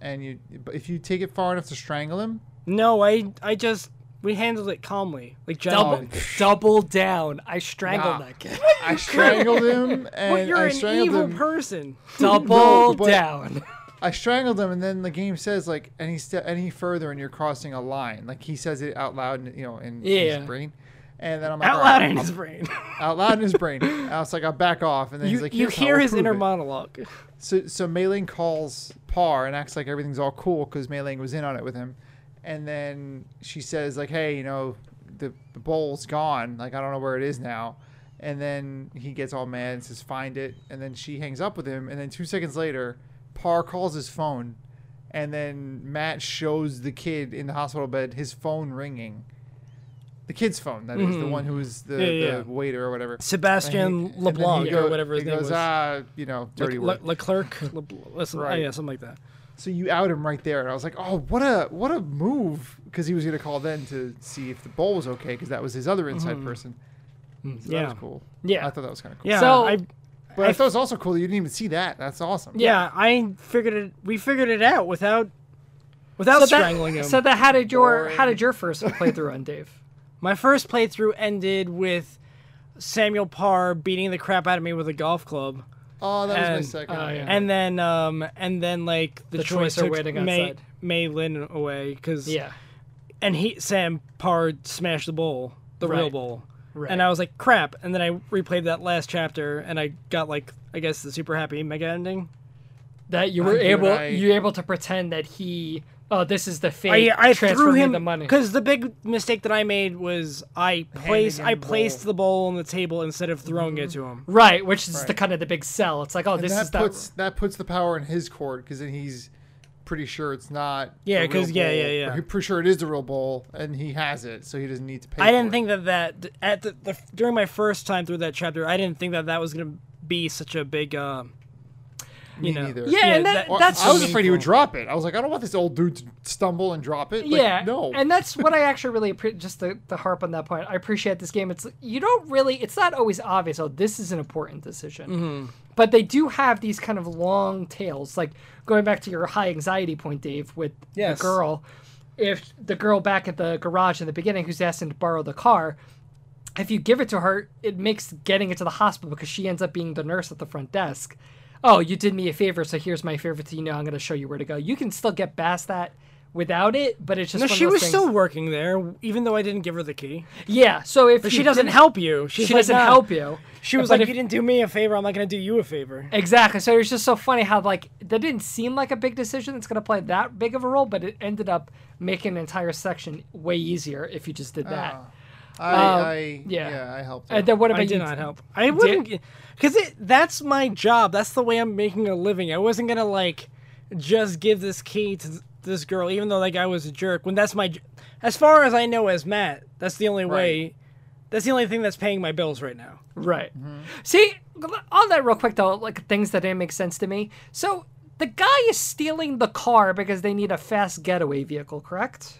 Speaker 1: and you, but if you take it far enough to strangle him,
Speaker 2: No, I I just we handled it calmly, like
Speaker 3: double,
Speaker 2: gentlemen.
Speaker 3: double down. I strangled
Speaker 1: Nah.
Speaker 3: that kid.
Speaker 1: I strangled him and
Speaker 2: But you're
Speaker 1: I
Speaker 2: an
Speaker 1: strangled
Speaker 2: evil
Speaker 1: him.
Speaker 2: person.
Speaker 3: Double
Speaker 1: No, but-
Speaker 3: down.
Speaker 1: I strangled him, and then the game says like any step any further, and you're crossing a line. Like he says it out loud, in, you know, in
Speaker 3: Yeah.
Speaker 1: his brain. And then I'm like,
Speaker 2: Out
Speaker 1: all right,
Speaker 2: loud in
Speaker 1: I'll-
Speaker 2: his brain.
Speaker 1: out loud in his brain. I was like, I'll back off, and then
Speaker 2: you
Speaker 1: he's like,
Speaker 2: you
Speaker 1: "Here's how
Speaker 2: hear
Speaker 1: we'll
Speaker 2: his
Speaker 1: prove
Speaker 2: inner
Speaker 1: it."
Speaker 2: monologue.
Speaker 1: So so Mei Ling calls Par and acts like everything's all cool because Mei Ling was in on it with him, and then she says like, "Hey, you know, the, the bowl's gone. Like I don't know where it is now." And then he gets all mad and says, "Find it." And then she hangs up with him. And then two seconds later, Par calls his phone, and then Matt shows the kid in the hospital bed his phone ringing. the kid's phone. That is the one who was the,
Speaker 2: Mm-hmm. Yeah, yeah, yeah.
Speaker 1: the waiter or whatever. And he-
Speaker 2: Sebastian
Speaker 1: and then he
Speaker 2: LeBlanc
Speaker 1: go-
Speaker 2: or whatever his
Speaker 1: he
Speaker 2: name
Speaker 1: goes,
Speaker 2: was.
Speaker 1: Ah, you know, dirty
Speaker 2: Le-
Speaker 1: word.
Speaker 2: Le- Leclerc, Le- Le- some-
Speaker 1: Right.
Speaker 2: yeah, something like that.
Speaker 1: so you out him right there, and I was like, oh, what a what a move, because he was gonna call then to see if the bowl was okay, because that was his other inside person. So
Speaker 2: Mm-hmm. yeah.
Speaker 1: that was cool.
Speaker 2: Yeah.
Speaker 1: I thought that was kind of cool.
Speaker 2: Yeah,
Speaker 3: So-
Speaker 2: I,
Speaker 1: but I,
Speaker 2: I-
Speaker 1: thought it was also cool. that You didn't even see that. That's awesome.
Speaker 2: yeah, I figured it. We figured it out without, without strangling
Speaker 3: that,
Speaker 2: him.
Speaker 3: So that how did your how
Speaker 1: Boring.
Speaker 3: did your first playthrough run, Dave?
Speaker 2: My first playthrough ended with Samuel Parr beating the crap out of me with a golf club.
Speaker 1: Oh, that
Speaker 2: and, uh,
Speaker 1: was my second.
Speaker 3: oh,
Speaker 1: one.
Speaker 3: yeah.
Speaker 2: And then, um, and then like the,
Speaker 3: The
Speaker 2: choice
Speaker 3: choice are
Speaker 2: took
Speaker 3: waiting
Speaker 2: May,
Speaker 3: outside.
Speaker 2: May Lin away because
Speaker 3: Yeah,
Speaker 2: and he Sam Parr smashed the bowl, the real
Speaker 3: Right.
Speaker 2: bowl.
Speaker 3: right.
Speaker 2: And I was like, crap. And then I replayed that last chapter, and I got like, I guess the super happy mega ending.
Speaker 3: that you were
Speaker 1: dude,
Speaker 3: able
Speaker 1: I-
Speaker 3: you were able to pretend that he oh this is the fake
Speaker 2: I, I
Speaker 3: transfer
Speaker 2: threw
Speaker 3: me
Speaker 2: him
Speaker 3: the money.
Speaker 2: because the big mistake that I made was I placed
Speaker 1: him
Speaker 2: I
Speaker 1: the
Speaker 2: placed
Speaker 1: bowl.
Speaker 2: the bowl on the table instead of throwing it
Speaker 3: Mm-hmm.
Speaker 2: to him.
Speaker 3: Right, which is the
Speaker 1: Right.
Speaker 3: kind of the big sell. It's like oh
Speaker 1: And
Speaker 3: this
Speaker 1: that
Speaker 3: is
Speaker 1: puts
Speaker 3: the
Speaker 1: that puts the power in his court because then he's pretty sure it's not. the
Speaker 2: Yeah,
Speaker 1: real
Speaker 2: 'cause- yeah,
Speaker 1: bowl,
Speaker 2: yeah, yeah.
Speaker 1: or he- pretty sure it is the real bowl, and he has it, so he doesn't need to pay.
Speaker 2: I didn't
Speaker 1: for
Speaker 2: think that that at the, the during my first time through that chapter, I didn't think that that was gonna be such a big. Uh,
Speaker 1: it. Me
Speaker 2: know.
Speaker 1: neither.
Speaker 3: yeah,
Speaker 2: yeah,
Speaker 3: and that,
Speaker 2: that-
Speaker 1: Or-
Speaker 3: that's
Speaker 1: I was afraid he would drop it. I was like, I don't want this old dude to stumble and drop it. Like,
Speaker 3: yeah
Speaker 1: no.
Speaker 3: and that's what i actually really appre- just the, the harp on that point i appreciate this game it's you don't really it's not always obvious oh this is an important decision
Speaker 1: Mm-hmm.
Speaker 3: but they do have these kind of long tails like going back to your high anxiety point dave with
Speaker 2: Yes.
Speaker 3: the girl if the girl back at the garage in the beginning who's asking to borrow the car if you give it to her, it makes getting it to the hospital because she ends up being the nurse at the front desk. Oh, you did me a favor, so here's my favor to you now. I'm going to show you where to go. You can still get past that without it, but it's just
Speaker 2: no,
Speaker 3: one of
Speaker 2: she
Speaker 3: those
Speaker 2: was
Speaker 3: things-
Speaker 2: still working there, even though I didn't give her the key.
Speaker 3: yeah. So if
Speaker 2: But
Speaker 3: you
Speaker 2: she doesn't
Speaker 3: didn't-
Speaker 2: help you. She's
Speaker 3: she
Speaker 2: like,
Speaker 3: doesn't
Speaker 2: "Nah."
Speaker 3: help you.
Speaker 2: She was
Speaker 3: But
Speaker 2: like,
Speaker 3: if-
Speaker 2: "You didn't do me a favor. I'm not gonna do you a favor."
Speaker 3: Exactly. So it was just so funny how like that didn't seem like a big decision that's going to play that big of a role, but it ended up making an entire section way easier if you just did
Speaker 1: I,
Speaker 3: that.
Speaker 2: uh,
Speaker 3: um,
Speaker 1: I,
Speaker 3: yeah.
Speaker 1: yeah. I helped.
Speaker 3: and
Speaker 1: out.
Speaker 3: then what about
Speaker 2: Oh. I did
Speaker 3: you?
Speaker 2: not help. I wouldn't, because that's my job. That's the way I'm making a living. I wasn't gonna like just give this key to this girl, even though like I was a jerk. When that's my, j- as far as I know, as Matt, that's the only way. That's the only thing that's paying my bills right now.
Speaker 3: Right.
Speaker 1: Mm-hmm.
Speaker 3: See, on that real quick though, like things that didn't make sense to me. So the guy is stealing the car because they need a fast getaway vehicle, correct?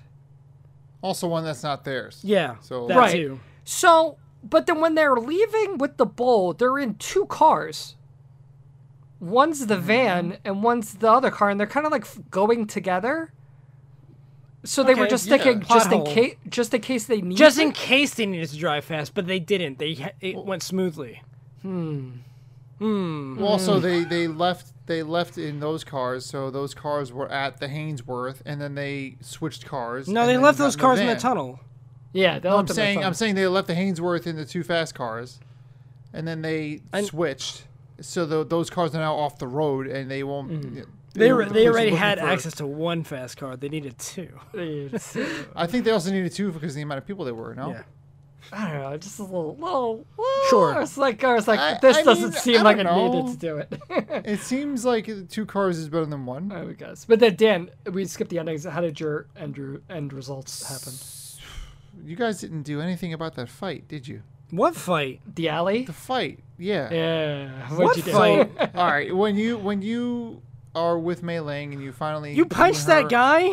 Speaker 1: also one that's not theirs.
Speaker 2: Yeah,
Speaker 1: So-
Speaker 2: that
Speaker 3: Right.
Speaker 2: too.
Speaker 3: So, but then when they're leaving with the bull, they're in two cars. One's
Speaker 1: Mm-hmm.
Speaker 3: the van and one's the other car, and they're kind of like f- going together. So they were
Speaker 2: Okay,
Speaker 3: just
Speaker 1: yeah.
Speaker 3: thinking, just in
Speaker 2: Pothole.
Speaker 3: case, just in case they need.
Speaker 2: Just
Speaker 3: it.
Speaker 2: in case they needed to drive fast, but they didn't. They ha- it went smoothly.
Speaker 1: Well, also
Speaker 2: Mm.
Speaker 1: they they left they left in those cars, so those cars were at the Hainsworth, and then they switched cars.
Speaker 2: No,
Speaker 1: and
Speaker 2: they
Speaker 1: then
Speaker 2: left
Speaker 1: got
Speaker 2: those cars in the
Speaker 1: van.
Speaker 2: tunnel.
Speaker 3: yeah, they'll
Speaker 1: No,
Speaker 3: have
Speaker 1: I'm
Speaker 3: to make
Speaker 1: saying
Speaker 3: fun.
Speaker 1: I'm saying they left the Hainsworth in the two fast cars, and then they
Speaker 2: And-
Speaker 1: switched, so tho- those cars are now off the road, and they won't. yeah,
Speaker 2: They
Speaker 1: the
Speaker 2: were,
Speaker 1: police
Speaker 2: they
Speaker 1: are
Speaker 2: already
Speaker 1: looking
Speaker 2: had
Speaker 1: for-
Speaker 2: access to one fast car. They needed two.
Speaker 1: I think they also needed two because of the amount of people they were. No,
Speaker 2: Yeah.
Speaker 3: I don't know, just a little, little. little
Speaker 2: Sure.
Speaker 3: I was like, I was like,
Speaker 1: I-
Speaker 3: this
Speaker 1: I
Speaker 3: doesn't
Speaker 1: mean,
Speaker 3: seem
Speaker 1: I
Speaker 3: like it
Speaker 1: don't
Speaker 3: needed
Speaker 1: know.
Speaker 3: to do it.
Speaker 1: it seems like two cars is better than one.
Speaker 3: I would guess. But then, Dan, we skipped the endings. How did your end, re- end results happen?
Speaker 1: You guys didn't do anything about that fight, did you?
Speaker 2: What fight?
Speaker 3: The alley?
Speaker 1: The fight, yeah.
Speaker 3: Yeah. What'd
Speaker 2: What
Speaker 3: you do?
Speaker 1: So,
Speaker 2: fight?
Speaker 1: all right, when you when you are with Mei Ling and you finally
Speaker 2: You
Speaker 1: beat
Speaker 2: punched that
Speaker 1: her
Speaker 2: guy?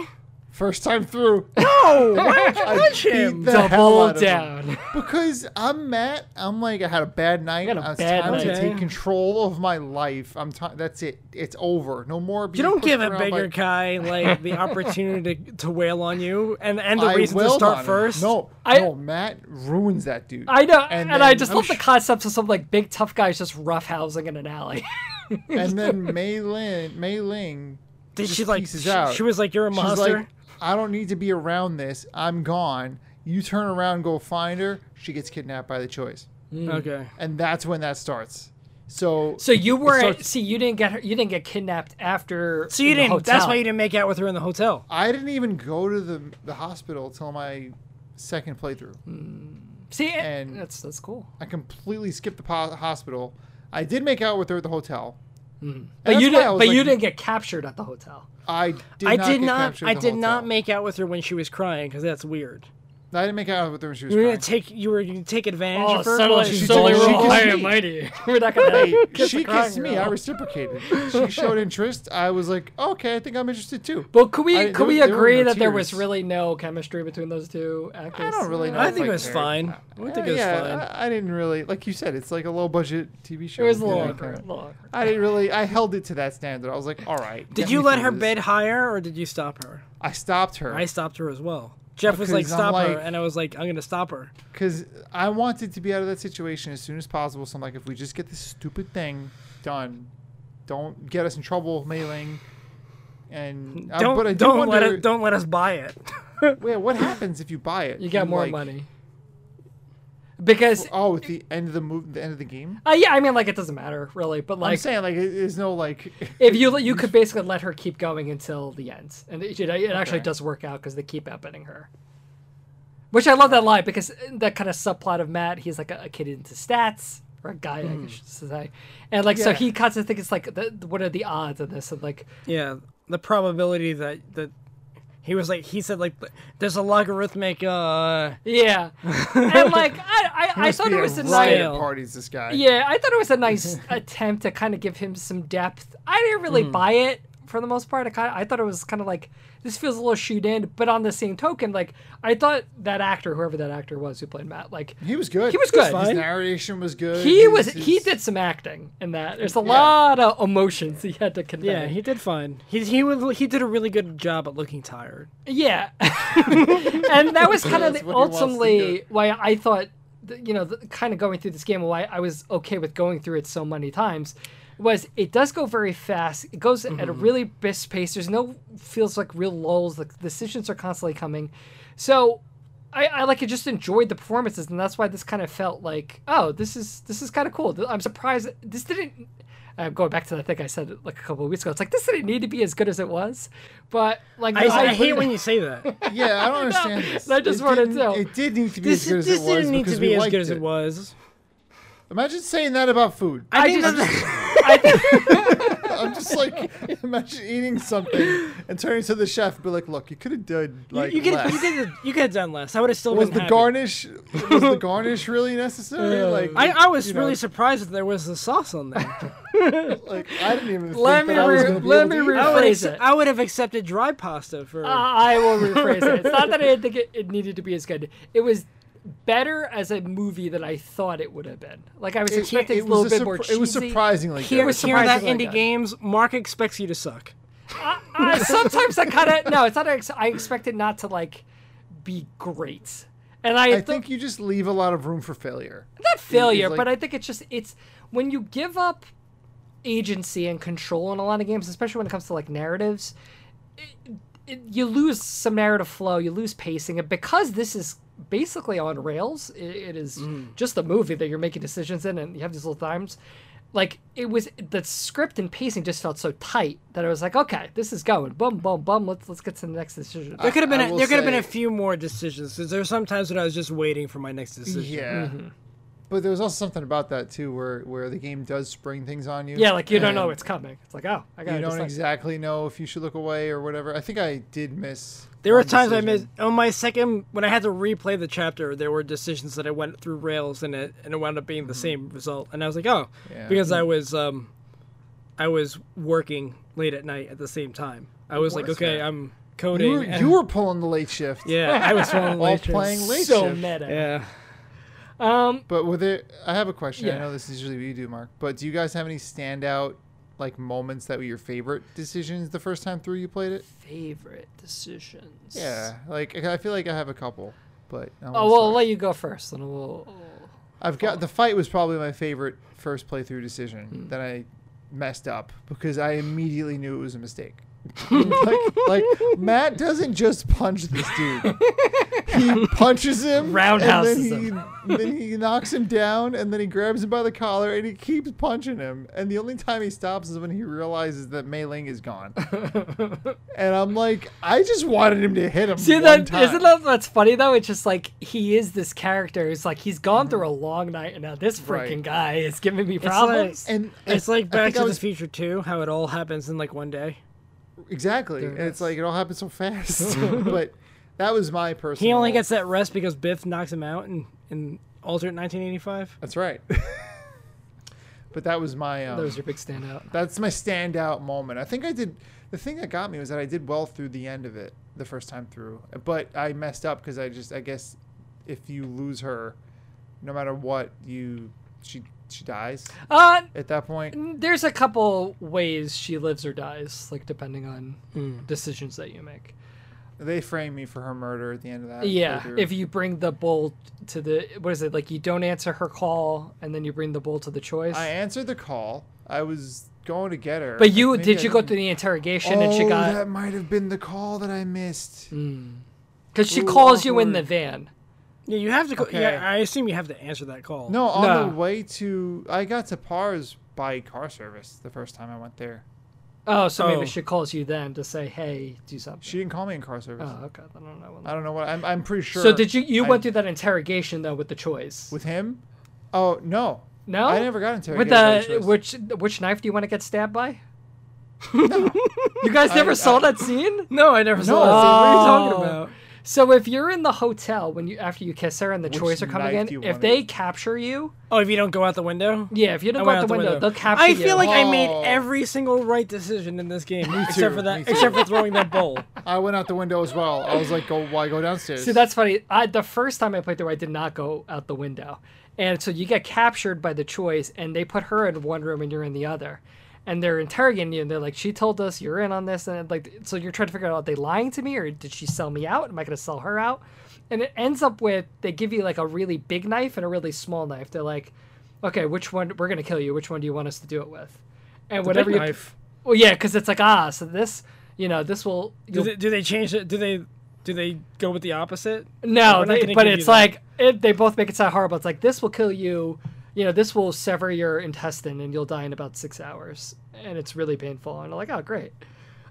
Speaker 1: first time through.
Speaker 2: No! Why would you
Speaker 1: I
Speaker 2: punch
Speaker 1: beat
Speaker 2: him?
Speaker 1: the hell
Speaker 3: Double
Speaker 1: out of him.
Speaker 3: down.
Speaker 1: Because I'm Matt. I'm like I had a bad night.
Speaker 3: had a
Speaker 1: Uh, It's
Speaker 3: bad
Speaker 1: time to
Speaker 2: night.
Speaker 1: take control of my life. I'm. T- that's it. It's over. No more.
Speaker 2: You
Speaker 1: being
Speaker 2: don't
Speaker 1: pushed
Speaker 2: give a
Speaker 1: around
Speaker 2: bigger
Speaker 1: by-
Speaker 2: guy like the opportunity to, to wail on you and and the
Speaker 1: I
Speaker 2: reason to
Speaker 1: wailed
Speaker 2: start
Speaker 1: on him.
Speaker 2: first.
Speaker 1: No,
Speaker 3: I-
Speaker 1: no. Matt ruins that dude.
Speaker 3: I know, and, I
Speaker 1: then-
Speaker 3: just
Speaker 1: I'm
Speaker 3: love the
Speaker 1: sh-
Speaker 3: concept of some like big tough guys just roughhousing in an alley.
Speaker 1: And then Mei Lin, Mei Ling,
Speaker 2: Did she
Speaker 1: just
Speaker 2: like
Speaker 1: pieces
Speaker 2: she,
Speaker 1: out.
Speaker 2: she was like you're a
Speaker 1: she's
Speaker 2: monster?
Speaker 1: like, I don't need to be around this. I'm gone. You turn around, and go find her. She gets kidnapped by the choice,
Speaker 2: Okay.
Speaker 1: and that's when that starts. So,
Speaker 3: So you were
Speaker 1: starts-
Speaker 3: see you didn't get her, you didn't get kidnapped after.
Speaker 2: So you
Speaker 3: in the
Speaker 2: didn't that's
Speaker 3: hotel.
Speaker 2: why you didn't make out with her in the hotel.
Speaker 1: I didn't even go to the the hospital till my second playthrough.
Speaker 3: see and
Speaker 1: and-
Speaker 3: that's that's cool.
Speaker 1: I completely skipped the po- hospital. I did make out with her at the hotel. And
Speaker 3: But
Speaker 1: that's
Speaker 3: you
Speaker 1: why I
Speaker 3: didn't.
Speaker 1: was
Speaker 3: But
Speaker 1: like,
Speaker 3: you didn't get captured at the hotel.
Speaker 1: I did
Speaker 2: I
Speaker 1: not.
Speaker 2: did
Speaker 1: get
Speaker 2: not
Speaker 1: captured at
Speaker 2: I
Speaker 1: the
Speaker 2: did not
Speaker 1: hotel.
Speaker 2: make out with her when she was crying cuz that's weird.
Speaker 1: I didn't make out with her when she was
Speaker 2: You were gonna
Speaker 1: crying.
Speaker 2: take you were gonna take advantage
Speaker 3: Oh,
Speaker 2: of her.
Speaker 3: suddenly,
Speaker 2: but
Speaker 1: she
Speaker 3: suddenly
Speaker 1: told-
Speaker 3: we're
Speaker 1: she
Speaker 3: all
Speaker 1: kissed
Speaker 3: high and
Speaker 1: me.
Speaker 3: mighty. We're not gonna.
Speaker 1: Hey,
Speaker 3: kiss
Speaker 1: she
Speaker 3: the crying
Speaker 1: kissed me.
Speaker 3: girl.
Speaker 1: I reciprocated. She showed interest. I was like, okay, I think I'm interested too.
Speaker 3: Well, could we
Speaker 1: I-
Speaker 3: could
Speaker 1: there
Speaker 3: we
Speaker 1: was- there were
Speaker 3: agree
Speaker 1: no
Speaker 3: that there was
Speaker 1: tears.
Speaker 3: really no chemistry between those two actors?
Speaker 1: I don't really know.
Speaker 2: I
Speaker 1: if
Speaker 2: think
Speaker 1: I
Speaker 2: it was
Speaker 1: cared.
Speaker 2: fine. I think
Speaker 1: Uh,
Speaker 2: it was
Speaker 1: yeah,
Speaker 2: fine.
Speaker 1: I, I didn't really like you said. It's like a low budget TV show.
Speaker 3: It was a
Speaker 1: you know,
Speaker 3: little
Speaker 1: I
Speaker 3: awkward.
Speaker 1: kinda-
Speaker 3: little awkward.
Speaker 1: I didn't really. I held it to that standard. I was like, all right.
Speaker 2: Did
Speaker 1: get
Speaker 2: you
Speaker 1: me
Speaker 2: let
Speaker 1: through
Speaker 2: her
Speaker 1: this.
Speaker 2: bid higher or did you stop her?
Speaker 1: I stopped her
Speaker 2: I stopped her as well. Jeff was like,
Speaker 1: Because I'm
Speaker 2: "Stop her,"
Speaker 1: like-
Speaker 2: and I was like, "I'm gonna stop her."
Speaker 1: because I wanted to be out of that situation as soon as possible. So I'm like, if we just get this stupid thing done, don't get us in trouble mailing. And uh,
Speaker 2: Don't
Speaker 1: but I do
Speaker 2: don't
Speaker 1: wonder,
Speaker 2: let it, don't let us buy it.
Speaker 1: Yeah, what happens if you buy it?
Speaker 3: You got more
Speaker 1: like,
Speaker 3: money. Because
Speaker 1: Oh, at the end of the move, the end of the game.
Speaker 3: uh, yeah, I mean, like it doesn't matter really, but
Speaker 1: I'm
Speaker 3: like
Speaker 1: saying like it- there's no like.
Speaker 3: if you let- you could basically let her keep going until the end, and it, it actually
Speaker 1: Okay.
Speaker 3: does work out because they keep outbidding her. Which I love that line because that kind of subplot of Matt, he's like a, a kid into stats or a guy, I guess to say, and like so
Speaker 1: Hmm. Yeah.
Speaker 3: he constantly thinks like, the, what are the odds of this? And like,
Speaker 2: yeah, the probability that that he was like he said like there's a logarithmic uh
Speaker 3: yeah, and like I I, I
Speaker 1: must
Speaker 3: thought
Speaker 1: be
Speaker 3: it was a
Speaker 1: riot
Speaker 3: nice.
Speaker 2: nice-
Speaker 1: parties. This guy.
Speaker 3: Yeah, I thought it was a nice attempt to kind of give him some depth. I didn't really buy it for the most part. I, kind I thought it was kind of like this feels a little shoot in, but on the same token, like I thought that actor, whoever that actor was who played Matt, like
Speaker 1: He was good.
Speaker 3: He was good.
Speaker 1: His
Speaker 2: Fine.
Speaker 1: narration was good.
Speaker 3: he was he
Speaker 1: his-
Speaker 3: did some acting in that. There's a lot of emotions he had to convey.
Speaker 2: yeah he did fine. He he was, he did a really good job at looking tired.
Speaker 3: Yeah. and that was kind
Speaker 1: That's
Speaker 3: of
Speaker 1: what he wants to
Speaker 3: ultimately why I thought, th- you know, kind of going through this game, why I was okay with going through it so many times, was it does go very fast. It goes at a
Speaker 1: Mm-hmm.
Speaker 3: really brisk pace. There's no feels like real lulls. The decisions are constantly coming. So. I, I like it just enjoyed the performances and that's why this kind of felt like oh this is this is kind of cool i'm surprised this didn't i'm going back to the thing i said like a couple of weeks ago it's like this didn't need to be as good as it was but like
Speaker 2: I, I hate
Speaker 3: when you.
Speaker 2: when you say that.
Speaker 1: Yeah, I don't understand this.
Speaker 3: I just
Speaker 1: it
Speaker 3: wanted to
Speaker 1: didn't-
Speaker 3: know.
Speaker 1: It did need to be
Speaker 2: this
Speaker 1: as good as
Speaker 2: this
Speaker 1: it was.
Speaker 2: didn't need to
Speaker 1: because
Speaker 2: be
Speaker 1: we
Speaker 2: as
Speaker 1: liked
Speaker 2: good as it was.
Speaker 1: Imagine saying that about food.
Speaker 2: I,
Speaker 3: I
Speaker 2: think
Speaker 3: just-
Speaker 2: that's-
Speaker 1: I'm just like, imagine eating something and turning to the chef and be like, look, you could have done like
Speaker 2: you could
Speaker 1: less.
Speaker 2: you could you could have done less. I would have still
Speaker 1: was
Speaker 2: been
Speaker 1: the
Speaker 2: happy.
Speaker 1: garnish was the garnish really necessary? Like
Speaker 2: I, I was
Speaker 1: you know,
Speaker 2: really surprised that there was the sauce on there.
Speaker 1: like I didn't even
Speaker 3: Let
Speaker 1: think
Speaker 3: me
Speaker 1: that I was
Speaker 3: re-
Speaker 1: gonna be
Speaker 3: let
Speaker 1: able
Speaker 3: me
Speaker 1: to eat
Speaker 3: re-
Speaker 1: that.
Speaker 2: I would,
Speaker 3: Rephrase
Speaker 2: accept-
Speaker 3: it.
Speaker 2: I would have accepted dry pasta for.
Speaker 1: Ah,
Speaker 3: I will rephrase it. It's not that I didn't think it, it needed to be as good. It was better as a movie than I thought it would have been. Like I was
Speaker 1: It-
Speaker 3: expecting
Speaker 1: it
Speaker 3: a little
Speaker 1: was a
Speaker 3: bit more
Speaker 1: surpri-
Speaker 3: cheesy.
Speaker 1: it was surprisingly
Speaker 3: Here
Speaker 1: good.
Speaker 3: was
Speaker 2: Hear that,
Speaker 3: surprisingly
Speaker 2: indie
Speaker 3: good.
Speaker 2: games. Mark expects you to suck.
Speaker 3: Uh, sometimes I kind of no. It's not. Ex- I expect it not to like be great. And I,
Speaker 1: I
Speaker 3: thought-
Speaker 1: think you just leave a lot of room for failure.
Speaker 3: not failure,
Speaker 1: like-
Speaker 3: but I think it's just it's when you give up agency and control in a lot of games, especially when it comes to like narratives, it, it, you lose some narrative flow, you lose pacing, and because this is basically on rails, i it is
Speaker 1: Mm.
Speaker 3: just a movie that you're making decisions in, and you have these little times. Like it was the script and pacing just felt so tight that I was like, okay, this is going bum bum bum. Let's let's get to the next decision.
Speaker 2: There could have been
Speaker 1: I
Speaker 2: a,
Speaker 1: will
Speaker 2: there could have been a
Speaker 1: say-
Speaker 2: few more decisions. Because there were some times when I was just waiting for my next decision.
Speaker 1: Yeah.
Speaker 3: Mm-hmm.
Speaker 1: But there's also something about that too, where where the game does spring things on you.
Speaker 3: yeah, like you don't know
Speaker 1: and
Speaker 3: it's coming. It's like oh, I got
Speaker 1: You don't exactly know if you should look away or whatever. I think I did miss.
Speaker 2: There were
Speaker 1: one
Speaker 2: times I
Speaker 1: decision.
Speaker 2: missed on my second when I had to replay the chapter. There were decisions that I went through rails and it and it wound up being the same result. And I was like, oh,
Speaker 1: Mm-hmm. Yeah.
Speaker 2: because I was um, I was working late at night at the same time. I was like,
Speaker 1: was
Speaker 2: okay,
Speaker 1: that?
Speaker 2: I'm
Speaker 1: You
Speaker 2: coding.
Speaker 1: were,
Speaker 2: and-
Speaker 1: you were pulling the late shift.
Speaker 2: yeah, I was falling
Speaker 1: While
Speaker 2: late. to-
Speaker 1: playing late
Speaker 3: so
Speaker 1: shift.
Speaker 3: meta.
Speaker 2: Yeah.
Speaker 1: But were there? I have a question. I
Speaker 2: Yeah.
Speaker 1: know this is usually what you do, Mark. But do you guys have any standout like moments that were your favorite decisions the first time through you played it?
Speaker 3: favorite decisions.
Speaker 1: Yeah, like I I feel like I have a couple, but I
Speaker 3: Oh,
Speaker 1: won't
Speaker 3: well,
Speaker 1: start.
Speaker 3: I'll let you go first, and we'll.
Speaker 1: I've got the fight was probably my favorite first playthrough decision
Speaker 3: Hmm.
Speaker 1: that I messed up because I immediately knew it was a mistake. like, like Matt doesn't just punch this dude. He punches him,
Speaker 3: Roundhouses
Speaker 1: and then he, then he knocks him down, and then he grabs him by the collar, and he keeps punching him. And the only time he stops is when he realizes that Mei Ling is gone. and I'm like, I just wanted him to hit him.
Speaker 3: See
Speaker 1: one
Speaker 3: that?
Speaker 1: time.
Speaker 3: Isn't that what's funny though? It's just like he is this character. It's like he's gone through a long night, and now this freaking
Speaker 1: Mm-hmm. Right. eh.
Speaker 3: guy is giving me problems.
Speaker 1: And
Speaker 2: It's like
Speaker 1: I
Speaker 2: Back
Speaker 1: think I
Speaker 2: to
Speaker 1: was-
Speaker 2: the Future 2, how it all happens in like one day.
Speaker 1: Exactly. And it's like it all happened so fast. but That was my personal.
Speaker 2: He only gets that rest because Biff knocks him out in, in alternate 1985.
Speaker 1: That's right. but that was my. Um,
Speaker 3: That was your big standout.
Speaker 1: That's my standout moment. I think I did. The thing that got me was that I did well through the end of it the first time through, but I messed up because I just I guess if you lose her, no matter what you she she dies
Speaker 3: Uh,
Speaker 1: at that point.
Speaker 3: there's a couple ways she lives or dies, like depending on
Speaker 1: Hmm.
Speaker 3: decisions that you make.
Speaker 1: They frame me for her murder at the end of that.
Speaker 3: Yeah,
Speaker 1: playthrough.
Speaker 3: if you bring the bull to the what is it like? You don't answer her call, and then you bring the bull to the choice.
Speaker 1: I answered the call. I was going to get her.
Speaker 3: but you
Speaker 1: Maybe
Speaker 3: did
Speaker 1: I
Speaker 3: you go
Speaker 1: didn't.
Speaker 3: through the interrogation
Speaker 1: Oh,
Speaker 3: and she got
Speaker 1: that might have been the call that I missed.
Speaker 3: because she
Speaker 1: Ooh,
Speaker 3: calls you in the
Speaker 1: awkward.
Speaker 3: van.
Speaker 2: Yeah, you have to.
Speaker 1: Okay.
Speaker 2: Yeah, I assume you have to answer that call.
Speaker 1: No, on
Speaker 3: Nah.
Speaker 1: the way to I got to Pars by car service the first time I went there.
Speaker 3: Oh, so
Speaker 2: Oh.
Speaker 3: maybe she calls you then to say, "Hey, do something."
Speaker 1: She didn't call me in car service.
Speaker 3: oh, okay. I don't know. What
Speaker 1: I don't know what I'm. I'm pretty sure.
Speaker 3: So did you you
Speaker 1: I-
Speaker 3: went through that interrogation though with the choice?
Speaker 1: with him? Oh no,
Speaker 3: no,
Speaker 1: I never got interrogated.
Speaker 3: With
Speaker 1: by
Speaker 3: the
Speaker 1: choice.
Speaker 3: which which knife do you want to get stabbed by? you guys never
Speaker 1: I-
Speaker 3: saw
Speaker 1: I-
Speaker 3: that scene.
Speaker 2: No, I never
Speaker 1: No.
Speaker 2: saw that. scene. What are you
Speaker 3: Oh.
Speaker 2: talking about?
Speaker 3: So if you're in the hotel when you after you kiss her and the
Speaker 1: Which
Speaker 3: choice are coming
Speaker 1: knife do you
Speaker 3: in, if
Speaker 1: wanna-
Speaker 3: they capture you,
Speaker 2: Oh, if you don't go out the window.
Speaker 3: yeah, if you
Speaker 2: I
Speaker 3: don't go
Speaker 2: went
Speaker 3: out the window, they'll capture
Speaker 2: I
Speaker 3: you.
Speaker 2: feel like I made
Speaker 1: Oh.
Speaker 2: every single right decision in this game,
Speaker 1: too,
Speaker 2: except for
Speaker 1: me
Speaker 2: that,
Speaker 1: too.
Speaker 2: except for throwing that bowl.
Speaker 1: I went out the window as well. I was like, go why go downstairs?
Speaker 3: See, that's funny. I, the first time I played through, I did not go out the window. And so you get captured by the choice, and they put her in one room and you're in the other. And they're interrogating you, and they're like, she told us you're in on this. And like, so you're trying to figure out, are they lying to me, or did she sell me out? Am I going to sell her out? And it ends up with they give you like a really big knife and a really small knife. They're like, okay, which one, we're going to kill you. Which one do you want us to do it with? And
Speaker 2: The
Speaker 3: whatever
Speaker 2: big
Speaker 3: you,
Speaker 2: knife.
Speaker 3: well, yeah, because it's like, ah, so this, you know, this will,
Speaker 2: Do
Speaker 3: you'll
Speaker 2: they, do they change it? Do they do they go with the opposite?
Speaker 3: No,
Speaker 2: We're not
Speaker 3: they-
Speaker 2: gonna
Speaker 3: but
Speaker 2: give you
Speaker 3: it's
Speaker 2: that.
Speaker 3: like it, they both make it sound horrible. It's like this will kill you. You know, this will sever your intestine and you'll die in about six hours, and it's really painful. And I'm like, oh, great.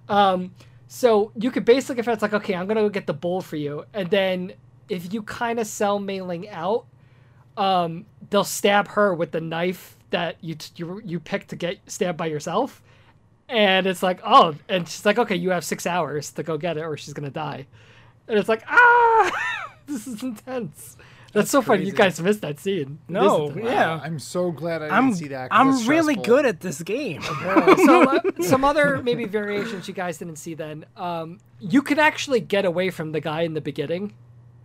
Speaker 3: Um, so you could basically, if it's like, okay, I'm gonna go get the bull for you, and then if you kind of sell mailing out, um, they'll stab her with the knife that you t- you you picked to get stabbed by yourself, and it's like, oh, and she's like, okay, you have six hours to go get it, or she's gonna die, and it's like, ah, this is intense. That's, so funny. You
Speaker 1: crazy.
Speaker 3: guys missed that scene. It is
Speaker 2: No,
Speaker 3: intense.
Speaker 1: Wow,
Speaker 2: yeah.
Speaker 1: I'm so glad I didn't
Speaker 2: I'm
Speaker 1: see that. 'cause
Speaker 2: I'm
Speaker 1: that's
Speaker 2: really
Speaker 1: stressful.
Speaker 2: good at this game.
Speaker 3: so uh, some other maybe variations you guys didn't see then. Um, you can actually get away from the guy in the beginning,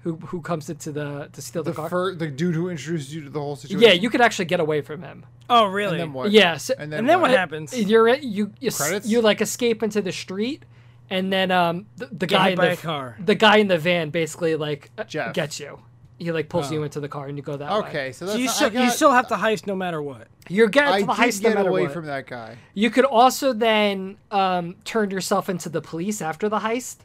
Speaker 3: who who comes into the to steal the,
Speaker 1: The
Speaker 3: car.
Speaker 1: fir- the dude who introduced you to the whole situation.
Speaker 3: yeah, you could actually get away from him.
Speaker 2: Oh, really?
Speaker 1: And then what?
Speaker 3: Yes.
Speaker 1: And then,
Speaker 2: And then
Speaker 1: what?
Speaker 2: what happens?
Speaker 3: You're at- you you, s-
Speaker 1: Credits?
Speaker 3: you like escape into the street, and then um the, the
Speaker 2: hit
Speaker 3: guy in
Speaker 2: by
Speaker 3: the
Speaker 2: a
Speaker 3: f-
Speaker 2: car.
Speaker 3: the guy in the van basically like uh,
Speaker 1: Jeff.
Speaker 3: gets you. He like pulls
Speaker 2: Oh.
Speaker 3: you into the car and you go that way.
Speaker 1: Okay, so that's
Speaker 2: you,
Speaker 1: not-
Speaker 2: still,
Speaker 1: I got,
Speaker 2: you still have to heist no matter what.
Speaker 3: You're getting
Speaker 1: I
Speaker 3: to the
Speaker 1: did
Speaker 3: heist no
Speaker 1: get
Speaker 3: matter
Speaker 1: away
Speaker 3: what.
Speaker 1: from that guy.
Speaker 3: You could also then um, turn yourself into the police after the heist,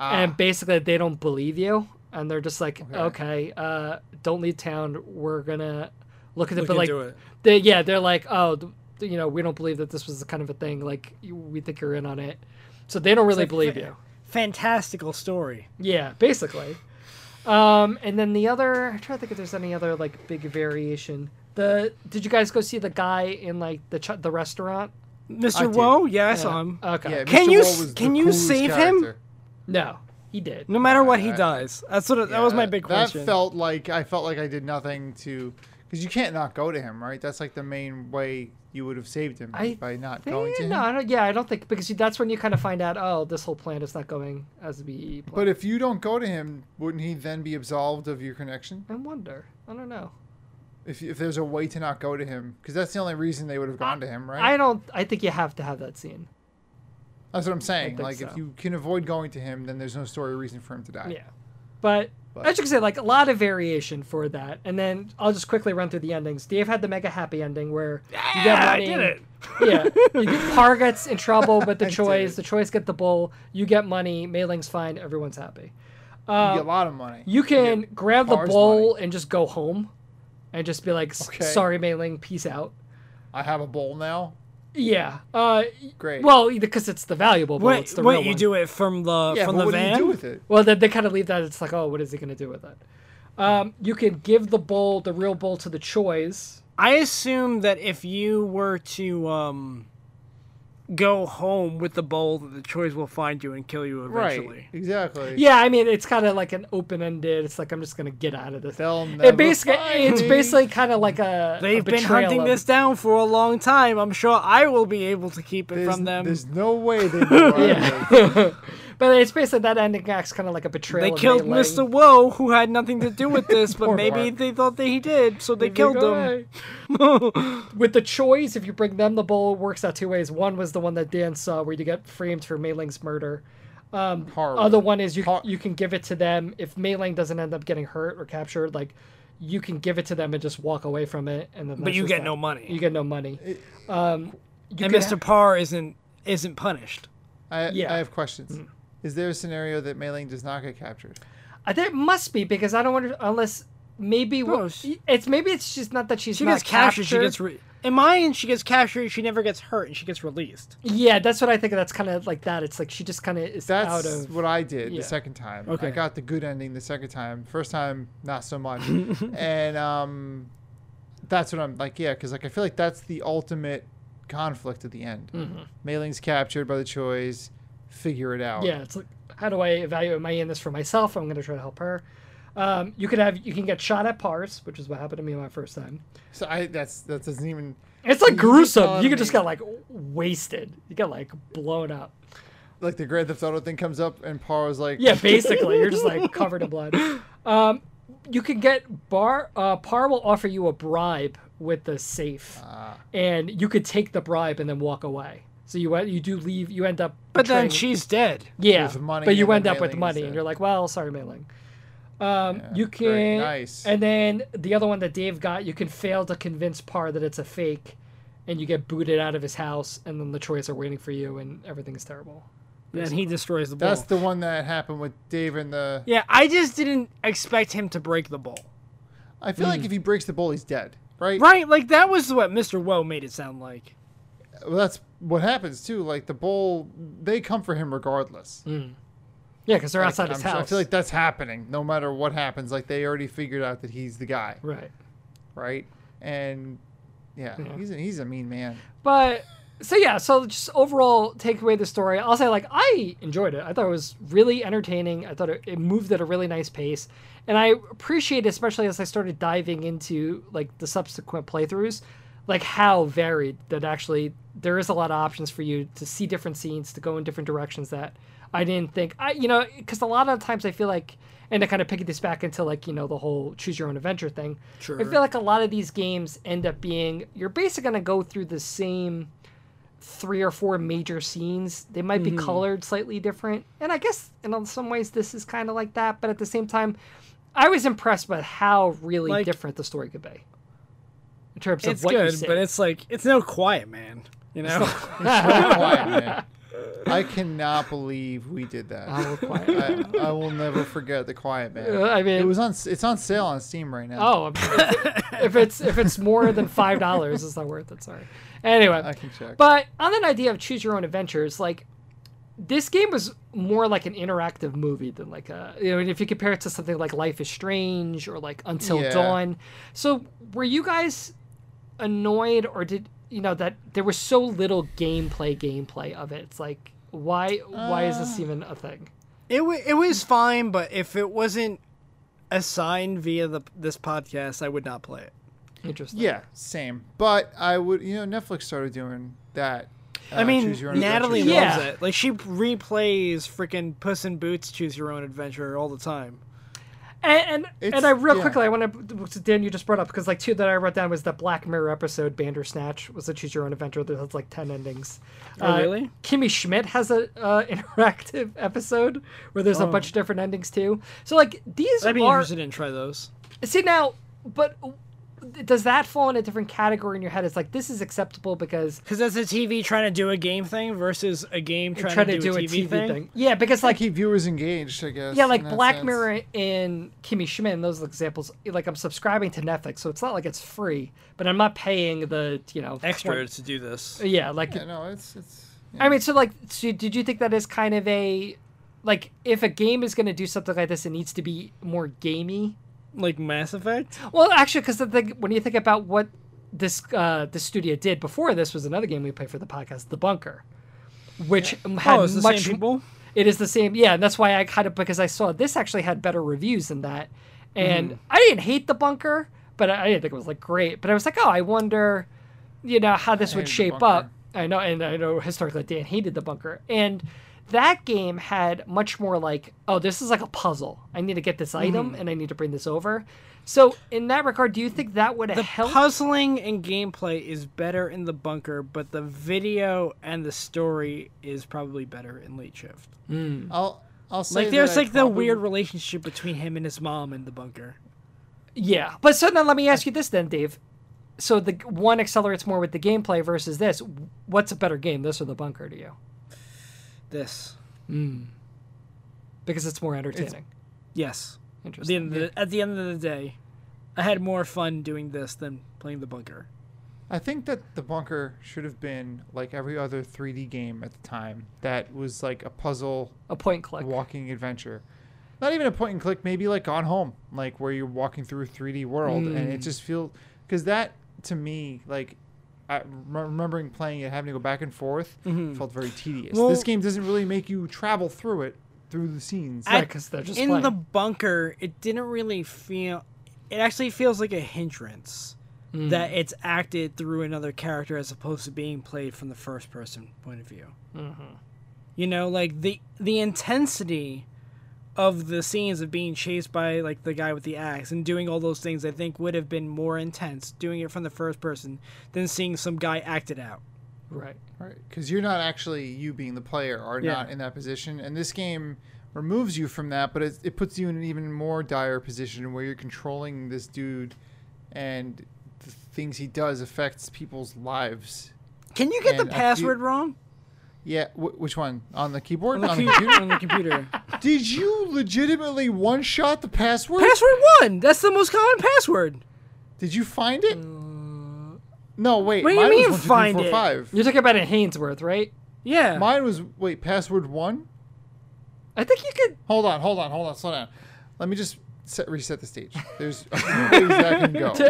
Speaker 3: and basically they don't believe you, and they're just like, okay, uh, don't leave town. We're gonna look at it,
Speaker 2: Look
Speaker 3: but like,
Speaker 2: into it.
Speaker 3: they yeah, they're like, oh, th- th- you know, we don't believe that this was the kind of a thing. Like, you, we think you're in on it, so they don't really
Speaker 2: like,
Speaker 3: believe
Speaker 2: fa-
Speaker 3: you.
Speaker 2: Fantastical story.
Speaker 3: Yeah, basically. Um, and then the other, I'm trying to think if there's any other like big variation. The did you guys go see the guy in like the ch- the restaurant?
Speaker 1: I
Speaker 2: Mr.
Speaker 1: did.
Speaker 2: Woe, um, yeah, I saw him.
Speaker 3: Okay.
Speaker 1: Yeah, Uh,
Speaker 2: Can
Speaker 1: Mr.
Speaker 2: you
Speaker 1: Wall
Speaker 2: s-
Speaker 1: was the
Speaker 2: can you
Speaker 1: coolest
Speaker 2: save him?
Speaker 1: character.
Speaker 3: No, he did.
Speaker 2: No matter what, he
Speaker 1: Alright.
Speaker 2: dies. That's what. that was my
Speaker 1: uh, Yeah,
Speaker 2: big
Speaker 1: that
Speaker 2: question.
Speaker 1: felt like I felt like I did nothing to, because you can't not go to him, right? That's like the main way you would have saved him
Speaker 3: I
Speaker 1: by not
Speaker 3: Think-
Speaker 1: going to him.
Speaker 3: Eh, no, I don't, yeah, I don't think because you- that's when you kind of find out. Oh, this whole plan is not going as we.
Speaker 1: But
Speaker 3: planned.
Speaker 1: if you don't go to him, wouldn't he then be absolved of your connection?
Speaker 3: I wonder. I don't know.
Speaker 1: If, if there's a way to not go to him, because that's the only reason they would have gone to him, right?
Speaker 3: I don't. I think you have to have that scene.
Speaker 1: that's what I'm saying.
Speaker 3: think
Speaker 1: Like if
Speaker 3: so.
Speaker 1: you can avoid going to him, then there's no story reason for him to die.
Speaker 3: Yeah, but,
Speaker 1: But-
Speaker 3: as you can say, like a lot of variation for that. And then I'll just quickly run through the endings. Dave had the mega happy ending where you get
Speaker 2: Yeah, I
Speaker 3: money.
Speaker 2: did it.
Speaker 3: yeah, you get, Par gets in trouble with the
Speaker 1: I did
Speaker 3: choice.
Speaker 1: it.
Speaker 3: The choice get the bull. You get money. Mailing's fine. Everyone's happy.
Speaker 1: You get a lot of money.
Speaker 3: Uh, You can grab the
Speaker 1: Bars
Speaker 3: bowl and just go home, and just be like, "S-
Speaker 1: Okay.
Speaker 3: "Sorry, Mailing, peace out."
Speaker 1: I have a bowl now.
Speaker 3: Yeah. Uh, y-
Speaker 1: Great.
Speaker 3: well, because it's the valuable bowl.
Speaker 2: Wait,
Speaker 3: it's the
Speaker 2: wait,
Speaker 3: real
Speaker 2: you
Speaker 3: one.
Speaker 2: do it from the
Speaker 1: yeah,
Speaker 2: from
Speaker 1: but
Speaker 2: the
Speaker 1: what
Speaker 2: van?
Speaker 1: do you do with it?
Speaker 3: Well, then they kind of leave that. It's like, oh, what is he gonna do with it? Um, you can give the bowl, the real bowl, to the choice.
Speaker 2: I assume that if you were to um go home with the bowl that the choice will find you and kill you eventually.
Speaker 1: Right. Exactly.
Speaker 3: Yeah, I mean it's kind of like an open ended. It's like I'm just gonna get out of this.
Speaker 1: They'll never
Speaker 3: It basically
Speaker 1: find
Speaker 3: it's
Speaker 1: me.
Speaker 3: basically kind of like a a
Speaker 2: They've been
Speaker 3: betrayal
Speaker 2: hunting
Speaker 3: of-
Speaker 2: this down for a long time. I'm sure I will be able to keep it
Speaker 1: there's,
Speaker 2: from them.
Speaker 1: There's no way they knew where I
Speaker 3: Yeah.
Speaker 1: lived.
Speaker 3: But it's basically that ending act's kind of like a betrayal.
Speaker 2: They
Speaker 3: of
Speaker 2: killed
Speaker 3: Melee.
Speaker 2: Mr. Woe, who had nothing to do with this, but
Speaker 1: Poor
Speaker 2: maybe
Speaker 1: Bart.
Speaker 2: they thought that he did, so they killed him.
Speaker 3: With the choice, if you bring them the bowl, it works out two ways. One was the one that Dan saw, where you get framed for Mei Ling's murder.
Speaker 1: Horrible.
Speaker 3: Other one is you
Speaker 1: Har-
Speaker 3: you can give it to them if Mei Ling doesn't end up getting hurt or captured. Like you can give it to them and just walk away from it, and then
Speaker 2: But
Speaker 3: that's
Speaker 2: you
Speaker 3: just
Speaker 2: get
Speaker 3: that.
Speaker 2: no money.
Speaker 3: You get no money. Um,
Speaker 2: and
Speaker 3: could
Speaker 2: Mr.
Speaker 3: ha-
Speaker 2: Parr isn't isn't punished.
Speaker 1: I,
Speaker 3: Yeah. Mm.
Speaker 1: I have questions. Is there a scenario that Mei Ling does not get captured?
Speaker 3: I think it must be because I don't want to unless maybe
Speaker 2: No,
Speaker 3: what-
Speaker 2: she-
Speaker 3: it's maybe it's just not that she's
Speaker 2: She
Speaker 3: not
Speaker 2: gets captured.
Speaker 3: captured.
Speaker 2: She gets re- in mine. She gets captured. She never gets hurt, and she gets released.
Speaker 3: yeah, that's what I think. That's kind of like that. It's like she just kind of is out
Speaker 1: That's
Speaker 3: of
Speaker 1: what I did
Speaker 3: yeah.
Speaker 1: the second time.
Speaker 2: Okay.
Speaker 1: I got the good ending the second time. First time, not so much. and um, that's what I'm like, yeah, because like I feel like that's the ultimate conflict at the end.
Speaker 3: Mm-hmm.
Speaker 1: Mei Ling's captured by the choice. Figure it out.
Speaker 3: Yeah, it's like how do I evaluate? Am I in this for myself? I'm going to try to help her. Um, you could have you can get shot at pars, which is what happened to me my first time.
Speaker 1: So I that's that doesn't even
Speaker 3: It's like
Speaker 1: You
Speaker 3: gruesome.
Speaker 1: got
Speaker 3: You could just
Speaker 1: me.
Speaker 3: got like wasted. You got like blown up.
Speaker 1: like the Grand Theft Auto thing comes up and Par was like,
Speaker 3: Yeah, basically, you're just like covered in blood. Um, you can get bar. Uh, par will offer you a bribe with the safe,
Speaker 1: Ah.
Speaker 3: and you could take the bribe and then walk away. So you you do leave. You end up.
Speaker 2: But then
Speaker 3: betraying-
Speaker 2: she's dead.
Speaker 3: Yeah,
Speaker 1: with money
Speaker 3: but you
Speaker 1: and then
Speaker 3: end up with
Speaker 1: mailing
Speaker 3: money, and
Speaker 1: instead.
Speaker 3: you're like, well, sorry, mailing. Um, you can,
Speaker 1: very nice.
Speaker 3: and then the other one that Dave got, you can fail to convince Parr that it's a fake, and you get booted out of his house, and then the choice are waiting for you, and everything is terrible.
Speaker 2: Then he destroys the ball.
Speaker 1: that's the one that happened with Dave and the
Speaker 2: yeah, I just didn't expect him to break the ball.
Speaker 1: I feel
Speaker 3: Mm.
Speaker 1: like if he breaks the bowl he's dead. Right?
Speaker 2: Right? Like that was what Mr. Woe made it sound like.
Speaker 1: Well, that's what happens too. Like the bowl, they come for him regardless.
Speaker 3: Yeah, because they're
Speaker 1: Like,
Speaker 3: Mm. outside his
Speaker 1: I'm sure-
Speaker 3: house.
Speaker 1: I feel like that's happening no matter what happens. Like they already figured out that he's the guy,
Speaker 3: right,
Speaker 1: right? And yeah, he's a, he's a mean man.
Speaker 3: but so yeah, so just overall take away the story. I'll say like I enjoyed it. I thought it was really entertaining. I thought it, it moved at a really nice pace, and I appreciate, especially as I started diving into like the subsequent playthroughs, like how varied that actually there is a lot of options for you to see different scenes, to go in different directions that I didn't think I you know because a lot of times I feel like and to kind of pick this back into like you know the whole choose your own adventure thing.
Speaker 2: Sure.
Speaker 3: I feel like a lot of these games end up being you're basically gonna go through the same three or four major scenes. They might be colored slightly different. And I guess in some ways this is kind of like that, but at the same time, I was impressed by how really
Speaker 2: Like-
Speaker 3: different the story could be. In terms
Speaker 2: It's
Speaker 3: of what you
Speaker 2: good,
Speaker 3: see.
Speaker 2: but it's like it's no quiet man. You know?
Speaker 1: Quiet man. I cannot believe we did that.
Speaker 3: Oh, quiet.
Speaker 1: I, I will never forget the Quiet Man.
Speaker 3: Uh, I mean-
Speaker 1: it was on. s- It's on sale on Steam right now.
Speaker 3: Oh, if- if it's if it's more than five dollars, it's not worth it. Sorry. Anyway,
Speaker 1: I can check.
Speaker 3: But on that idea of choose your own adventures, like this game was more like an interactive movie than like a you know if you compare it to something like Life is Strange or like Until
Speaker 1: Yeah.
Speaker 3: Dawn. So were you guys annoyed or did you know that there was so little gameplay gameplay of it? It's like why why is
Speaker 1: Uh,
Speaker 3: this even a thing?
Speaker 2: It w- it was fine, but if it wasn't assigned via the this podcast, I would not play it.
Speaker 3: Interesting.
Speaker 1: yeah, same. But I would. You know, Netflix started doing that. uh,
Speaker 2: I mean, Natalie
Speaker 3: adventure.
Speaker 2: loves
Speaker 3: Yeah.
Speaker 2: it. Like she replays freaking Puss in Boots Choose Your Own Adventure all the time.
Speaker 3: And and, and
Speaker 1: It's-
Speaker 3: I real
Speaker 1: yeah.
Speaker 3: quickly I want to Dan you just brought up because like two that I wrote down was that Black Mirror episode Bandersnatch was a choose your own adventure that has like ten endings. Uh,
Speaker 2: Oh, really?
Speaker 3: Kimmy Schmidt has a uh, interactive episode where there's a bunch of different endings too. So like these
Speaker 2: I'd Oh. be
Speaker 3: are
Speaker 2: interested in try those.
Speaker 3: see now, but does that fall in a different category in your head? It's like this is acceptable because
Speaker 2: Because that's a TV trying to do a game thing versus a game
Speaker 3: you're
Speaker 2: trying,
Speaker 3: trying
Speaker 2: to, do, a TV, thing.
Speaker 3: Yeah, because
Speaker 1: Like
Speaker 3: like
Speaker 1: keep viewers engaged, I guess.
Speaker 3: Yeah,
Speaker 1: in
Speaker 3: like
Speaker 1: that
Speaker 3: Black
Speaker 1: sense.
Speaker 3: Mirror and Kimmy Schmidt, and those are examples. Like I'm subscribing to Netflix, so it's not like it's free, but I'm not paying the you know
Speaker 2: Extra to do this.
Speaker 3: twen- yeah, like
Speaker 1: Yeah, no, it's it's.
Speaker 3: I mean, so like, so did you think that is kind of a like if a game is going to do something like this, it needs to be more gamey?
Speaker 2: Like Mass Effect?
Speaker 3: Well, actually, because the thing, when you think about what this uh, this studio did before this was another game we played for the podcast, The Bunker, which had
Speaker 2: Oh, it's the
Speaker 3: much.
Speaker 2: same people.
Speaker 3: It is the same, yeah. And that's why I kind of because I saw this actually had better reviews than that, and
Speaker 1: Mm-hmm.
Speaker 3: I didn't hate The Bunker, but I I didn't think it was like great. But I was like, oh, I wonder, you know, how this would
Speaker 1: hated The
Speaker 3: shape
Speaker 1: Bunker.
Speaker 3: up. I know, and I know historically Dan hated The Bunker, and that game had much more like, oh, this is like a puzzle. I need to get this item,
Speaker 1: Mm-hmm.
Speaker 3: and I need to bring this over. So in that regard, do you think that would have
Speaker 2: The
Speaker 3: helped?
Speaker 2: puzzling and gameplay is better in the bunker, but the video and the story is probably better in late shift.
Speaker 1: I'll I'll say
Speaker 2: Mm. Like there's
Speaker 1: that I
Speaker 2: like the
Speaker 1: probably-
Speaker 2: weird relationship between him and his mom in the bunker.
Speaker 3: Yeah, but so now let me ask you this then, Dave. So the one accelerates more with the gameplay versus this. What's a better game, this or the bunker to you?
Speaker 2: This.
Speaker 1: Hmm.
Speaker 3: Because it's more entertaining.
Speaker 2: Yes. At the
Speaker 3: Interesting.
Speaker 2: end of the, at the end of the day, I had more fun doing this than playing the bunker.
Speaker 1: I think that the bunker should have been like every other 3D game at the time that was like a puzzle
Speaker 3: a point click.
Speaker 1: walking adventure. Not even a point and click, maybe like Gone Home, like where you're walking through a 3D world, and
Speaker 2: Mm.
Speaker 1: it just feels because that to me, like I, rem- remembering playing it, having to go back and forth, felt very tedious.
Speaker 2: Mm-hmm. Well-
Speaker 1: this game doesn't really make you travel through it through the scenes.
Speaker 3: Right,
Speaker 2: I-
Speaker 3: 'cause they're just
Speaker 2: in
Speaker 3: playing.
Speaker 2: the bunker. It didn't really feel. It actually feels like a hindrance that it's acted through another character as opposed to being played from the first person point of view. Mm-hmm. You know, like the the intensity of the scenes of being chased by like the guy with the axe and doing all those things. I think would have been more intense doing it from the first person than seeing some guy act it out.
Speaker 3: Right.
Speaker 1: Right, because you're not actually you being the player are
Speaker 2: Yeah.
Speaker 1: not in that position, and this game removes you from that, but it, it puts you in an even more dire position where you're controlling this dude, and the things he does affects people's lives.
Speaker 2: Can you get
Speaker 1: And
Speaker 2: the
Speaker 1: a few-
Speaker 2: password wrong?
Speaker 1: Yeah, wh- which one on the keyboard?
Speaker 2: On the,
Speaker 1: On the
Speaker 2: cu-
Speaker 1: computer?
Speaker 2: on the computer.
Speaker 1: Did you legitimately one shot the password?
Speaker 2: password one. That's the most common password.
Speaker 1: Did you find it? No, wait.
Speaker 2: Mm. What do you
Speaker 1: mine was
Speaker 2: mean
Speaker 1: one, two, three,
Speaker 2: find
Speaker 1: four,
Speaker 2: it?
Speaker 1: Five.
Speaker 3: You're talking about in Hainsworth, right?
Speaker 2: Yeah.
Speaker 1: Mine was wait password one.
Speaker 3: I think you could.
Speaker 1: Hold on, hold on, hold on, slow down. Let me just set, reset the stage. There's a few ways that can go.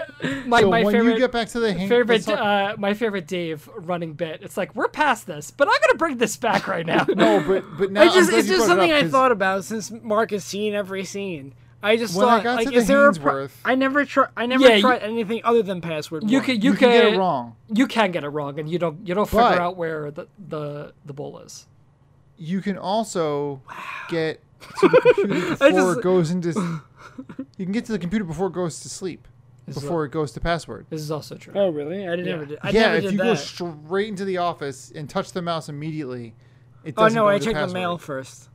Speaker 3: My,
Speaker 1: so
Speaker 3: my
Speaker 1: when
Speaker 3: favorite,
Speaker 1: you get back to the hang- let's
Speaker 3: favorite,
Speaker 1: talk-
Speaker 3: uh, my favorite Dave running bit. It's like we're past this, but I'm gonna bring this back right now.
Speaker 1: no, but but now
Speaker 2: I
Speaker 1: I'm
Speaker 2: just
Speaker 1: glad
Speaker 2: it's
Speaker 1: you
Speaker 2: just
Speaker 1: brought it
Speaker 2: something
Speaker 1: up,
Speaker 2: I
Speaker 1: 'cause
Speaker 2: thought about since Mark has seen every scene. I just
Speaker 1: When I
Speaker 2: thought
Speaker 1: got to
Speaker 2: like
Speaker 1: the
Speaker 2: is there a pro-
Speaker 1: Hainsworth-
Speaker 2: I never try I never
Speaker 3: Yeah, you-
Speaker 2: tried anything other than password.
Speaker 3: You
Speaker 2: one.
Speaker 3: can, you,
Speaker 1: You, can get it wrong.
Speaker 3: You can get it wrong, and you don't, you don't figure
Speaker 1: But-
Speaker 3: out where the the the bowl is.
Speaker 1: You can also get to the computer before
Speaker 2: just-
Speaker 1: it goes into. s- you can get to the computer before it goes to sleep, before it goes to password.
Speaker 3: This is also true.
Speaker 2: Oh really? I didn't
Speaker 3: Yeah.
Speaker 2: ever did. I
Speaker 1: yeah,
Speaker 2: never
Speaker 1: if
Speaker 2: did
Speaker 1: you
Speaker 2: that.
Speaker 1: go straight into the office and touch the mouse immediately, it
Speaker 2: oh
Speaker 1: doesn't.
Speaker 2: no,
Speaker 1: go
Speaker 2: I
Speaker 1: to
Speaker 2: checked the
Speaker 1: password.
Speaker 2: mail first.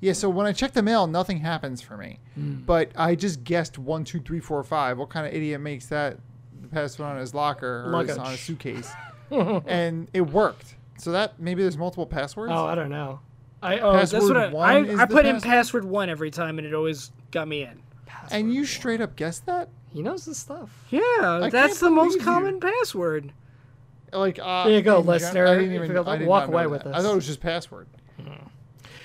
Speaker 1: Yeah, so when I check the mail, nothing happens for me.
Speaker 3: Hmm.
Speaker 1: But I just guessed one, two, three, four, five. What kind of idiot makes that the password on his locker or his,
Speaker 3: Luggage.
Speaker 1: on his suitcase? and it worked. So that maybe there's multiple passwords.
Speaker 3: Oh, I don't know. I oh,
Speaker 1: Pass-
Speaker 2: That's what I
Speaker 1: Password one
Speaker 2: I,
Speaker 1: is
Speaker 2: I
Speaker 1: the
Speaker 2: put in
Speaker 1: pass-
Speaker 2: password one every time and it always got me in.
Speaker 1: and you straight up guessed that?
Speaker 3: he knows this stuff.
Speaker 2: Yeah,
Speaker 1: can't
Speaker 2: that's the most
Speaker 1: believe you.
Speaker 2: common password.
Speaker 1: Like uh,
Speaker 3: There you go,
Speaker 1: in gen-
Speaker 3: listener.
Speaker 1: I didn't
Speaker 3: You
Speaker 1: even
Speaker 3: forgot to
Speaker 1: I did
Speaker 3: walk
Speaker 1: not
Speaker 3: away
Speaker 1: know
Speaker 3: with
Speaker 1: that. I
Speaker 3: this. Oh,
Speaker 1: thought it was just password.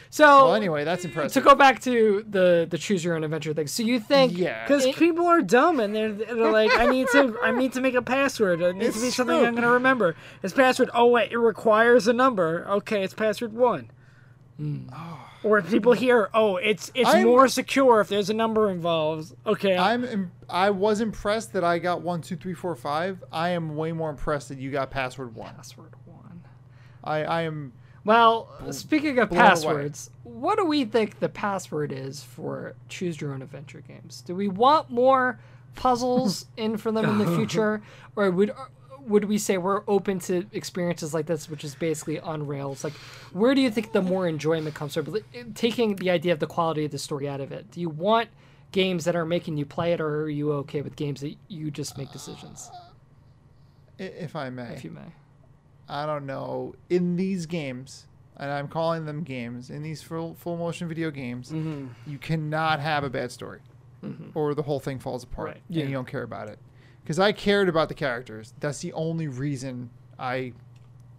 Speaker 3: So
Speaker 1: Well, anyway, that's
Speaker 3: to
Speaker 1: impressive.
Speaker 3: go back to the the choose your own adventure thing. So you think
Speaker 1: Yeah.
Speaker 2: Because
Speaker 3: It-
Speaker 2: people are dumb and they're, they're like, I need to, I need to make a password. It needs to be
Speaker 1: It's
Speaker 2: something
Speaker 1: true.
Speaker 2: I'm gonna remember. It's password. Oh wait, it requires a number. Okay, it's password one.
Speaker 3: Hmm.
Speaker 2: Or if people hear, oh, it's it's
Speaker 1: I'm-
Speaker 2: more secure if there's a number involved. Okay,
Speaker 1: I'm Im- I was impressed that I got one, two, three, four, five. I am way more impressed that you got password one.
Speaker 3: password one.
Speaker 1: I, I am
Speaker 3: Well, speaking of
Speaker 1: blown away.
Speaker 3: passwords, what do we think the password is for choose your own adventure games? Do we want more puzzles in for them in the future, or would would we say we're open to experiences like this, which is basically on rails? Like, where do you think the more enjoyment comes from? Taking the idea of the quality of the story out of it, do you want games that are making you play it, or are you okay with games that you just make decisions,
Speaker 1: i- if I may.
Speaker 3: if you may?
Speaker 1: I don't know, in these games, and I'm calling them games, in these full, full motion video games, you cannot have a bad story or the whole thing falls apart
Speaker 3: Right.
Speaker 1: and you don't care about it. Because I cared about the characters. That's the only reason I,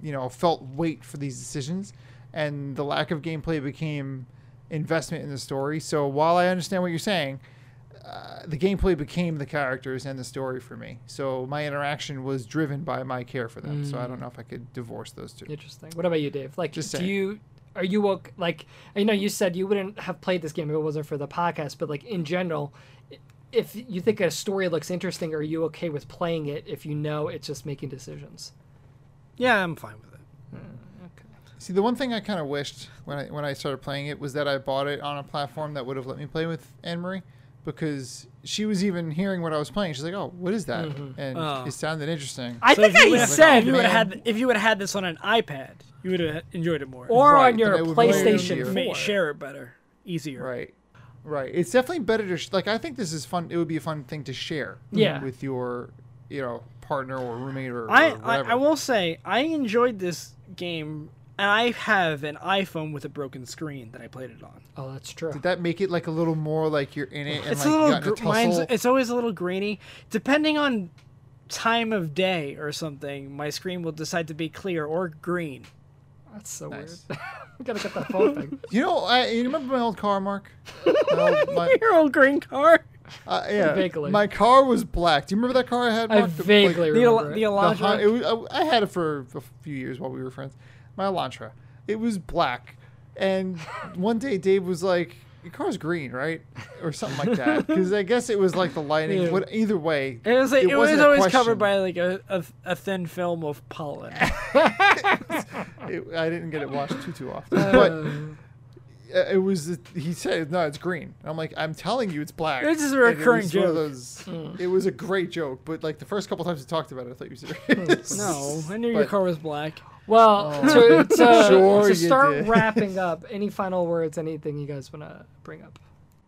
Speaker 1: you know, felt weight for these decisions. And the lack of gameplay became investment in the story. So while I understand what you're saying, uh, the gameplay became the characters and the story for me. So my interaction was driven by my care for them. So I
Speaker 2: Mm.
Speaker 1: don't know if I could divorce those two.
Speaker 3: Interesting. What about you, Dave? Like,
Speaker 1: Just
Speaker 3: do
Speaker 1: saying.
Speaker 3: you are you ok- like? I know you said you wouldn't have played this game if it wasn't for the podcast, but like in general, i- if you think a story looks interesting, are you okay with playing it if you know it's just making decisions?
Speaker 2: Yeah, I'm fine with it.
Speaker 1: See, the one thing I kind of wished when I when I started playing it was that I bought it on a platform that would have let me play with Anne Marie, because she was even hearing what I was playing. She's like, "Oh, what is that?" And
Speaker 2: Oh.
Speaker 1: it sounded interesting.
Speaker 3: I
Speaker 2: So
Speaker 3: think
Speaker 2: if you
Speaker 3: I
Speaker 2: would've-
Speaker 3: said
Speaker 2: if you would have
Speaker 1: man.
Speaker 2: had if you would have had this on an iPad, you would have enjoyed it more.
Speaker 3: or
Speaker 1: Right,
Speaker 3: on your
Speaker 1: then it would be
Speaker 3: PlayStation
Speaker 1: easier.
Speaker 2: Ma-
Speaker 3: 4.
Speaker 2: share it better, easier.
Speaker 1: right, right. It's definitely better to sh- like. I think this is fun. It would be a fun thing to share.
Speaker 3: Yeah.
Speaker 1: With your, you know, partner or roommate or, or
Speaker 2: I, I
Speaker 1: whatever.
Speaker 2: I will say I enjoyed this game, and I have an iPhone with a broken screen that I played it on.
Speaker 3: Oh, that's true.
Speaker 1: Did that make it like a little more like you're in it and
Speaker 2: it's
Speaker 1: like
Speaker 2: a
Speaker 1: you
Speaker 2: little
Speaker 1: got in a
Speaker 2: gr- mine's,
Speaker 1: tussle?
Speaker 2: it's always a little grainy depending on time of day or something my screen will decide to be clear or green
Speaker 3: That's so
Speaker 1: Nice.
Speaker 3: weird. I'm gonna get that phone thing.
Speaker 1: You know, I, you remember my old car, Mark? My old- my-
Speaker 2: your old green car
Speaker 1: uh, yeah,
Speaker 3: Vaguely.
Speaker 1: my car was black. Do you remember that car I had?
Speaker 3: I
Speaker 1: Mark? The- like,
Speaker 3: vaguely
Speaker 2: the, Al-
Speaker 3: remember. it.
Speaker 2: the
Speaker 1: the Hon- it
Speaker 2: Elantra.
Speaker 1: was, uh, I, I had it for a few years while we were friends. My Elantra. It was black. And one day Dave was like, your car's green, right? Or something like that. Because I guess it was like the lighting.
Speaker 3: Yeah.
Speaker 1: What, either way,
Speaker 2: it was, like, it was
Speaker 1: wasn't a
Speaker 2: always
Speaker 1: question.
Speaker 2: covered by like a, a, a thin film of pollen
Speaker 1: It, I didn't get it washed too too often,
Speaker 2: Oh.
Speaker 1: but uh, it was. He said, "No, it's green." And I'm like, "I'm telling you, it's black."
Speaker 2: This is a
Speaker 1: And
Speaker 2: recurring
Speaker 1: it was one of
Speaker 2: joke.
Speaker 1: those-
Speaker 2: Hmm.
Speaker 1: It was a great joke, but like the first couple times we talked about it, I thought you were serious.
Speaker 2: Hmm. no i knew your
Speaker 1: But-
Speaker 2: car was black
Speaker 3: Well,
Speaker 1: Oh.
Speaker 3: to, to,
Speaker 1: Sure
Speaker 3: to
Speaker 1: you
Speaker 3: start
Speaker 1: did.
Speaker 3: wrapping up, any final words, anything you guys want to bring up?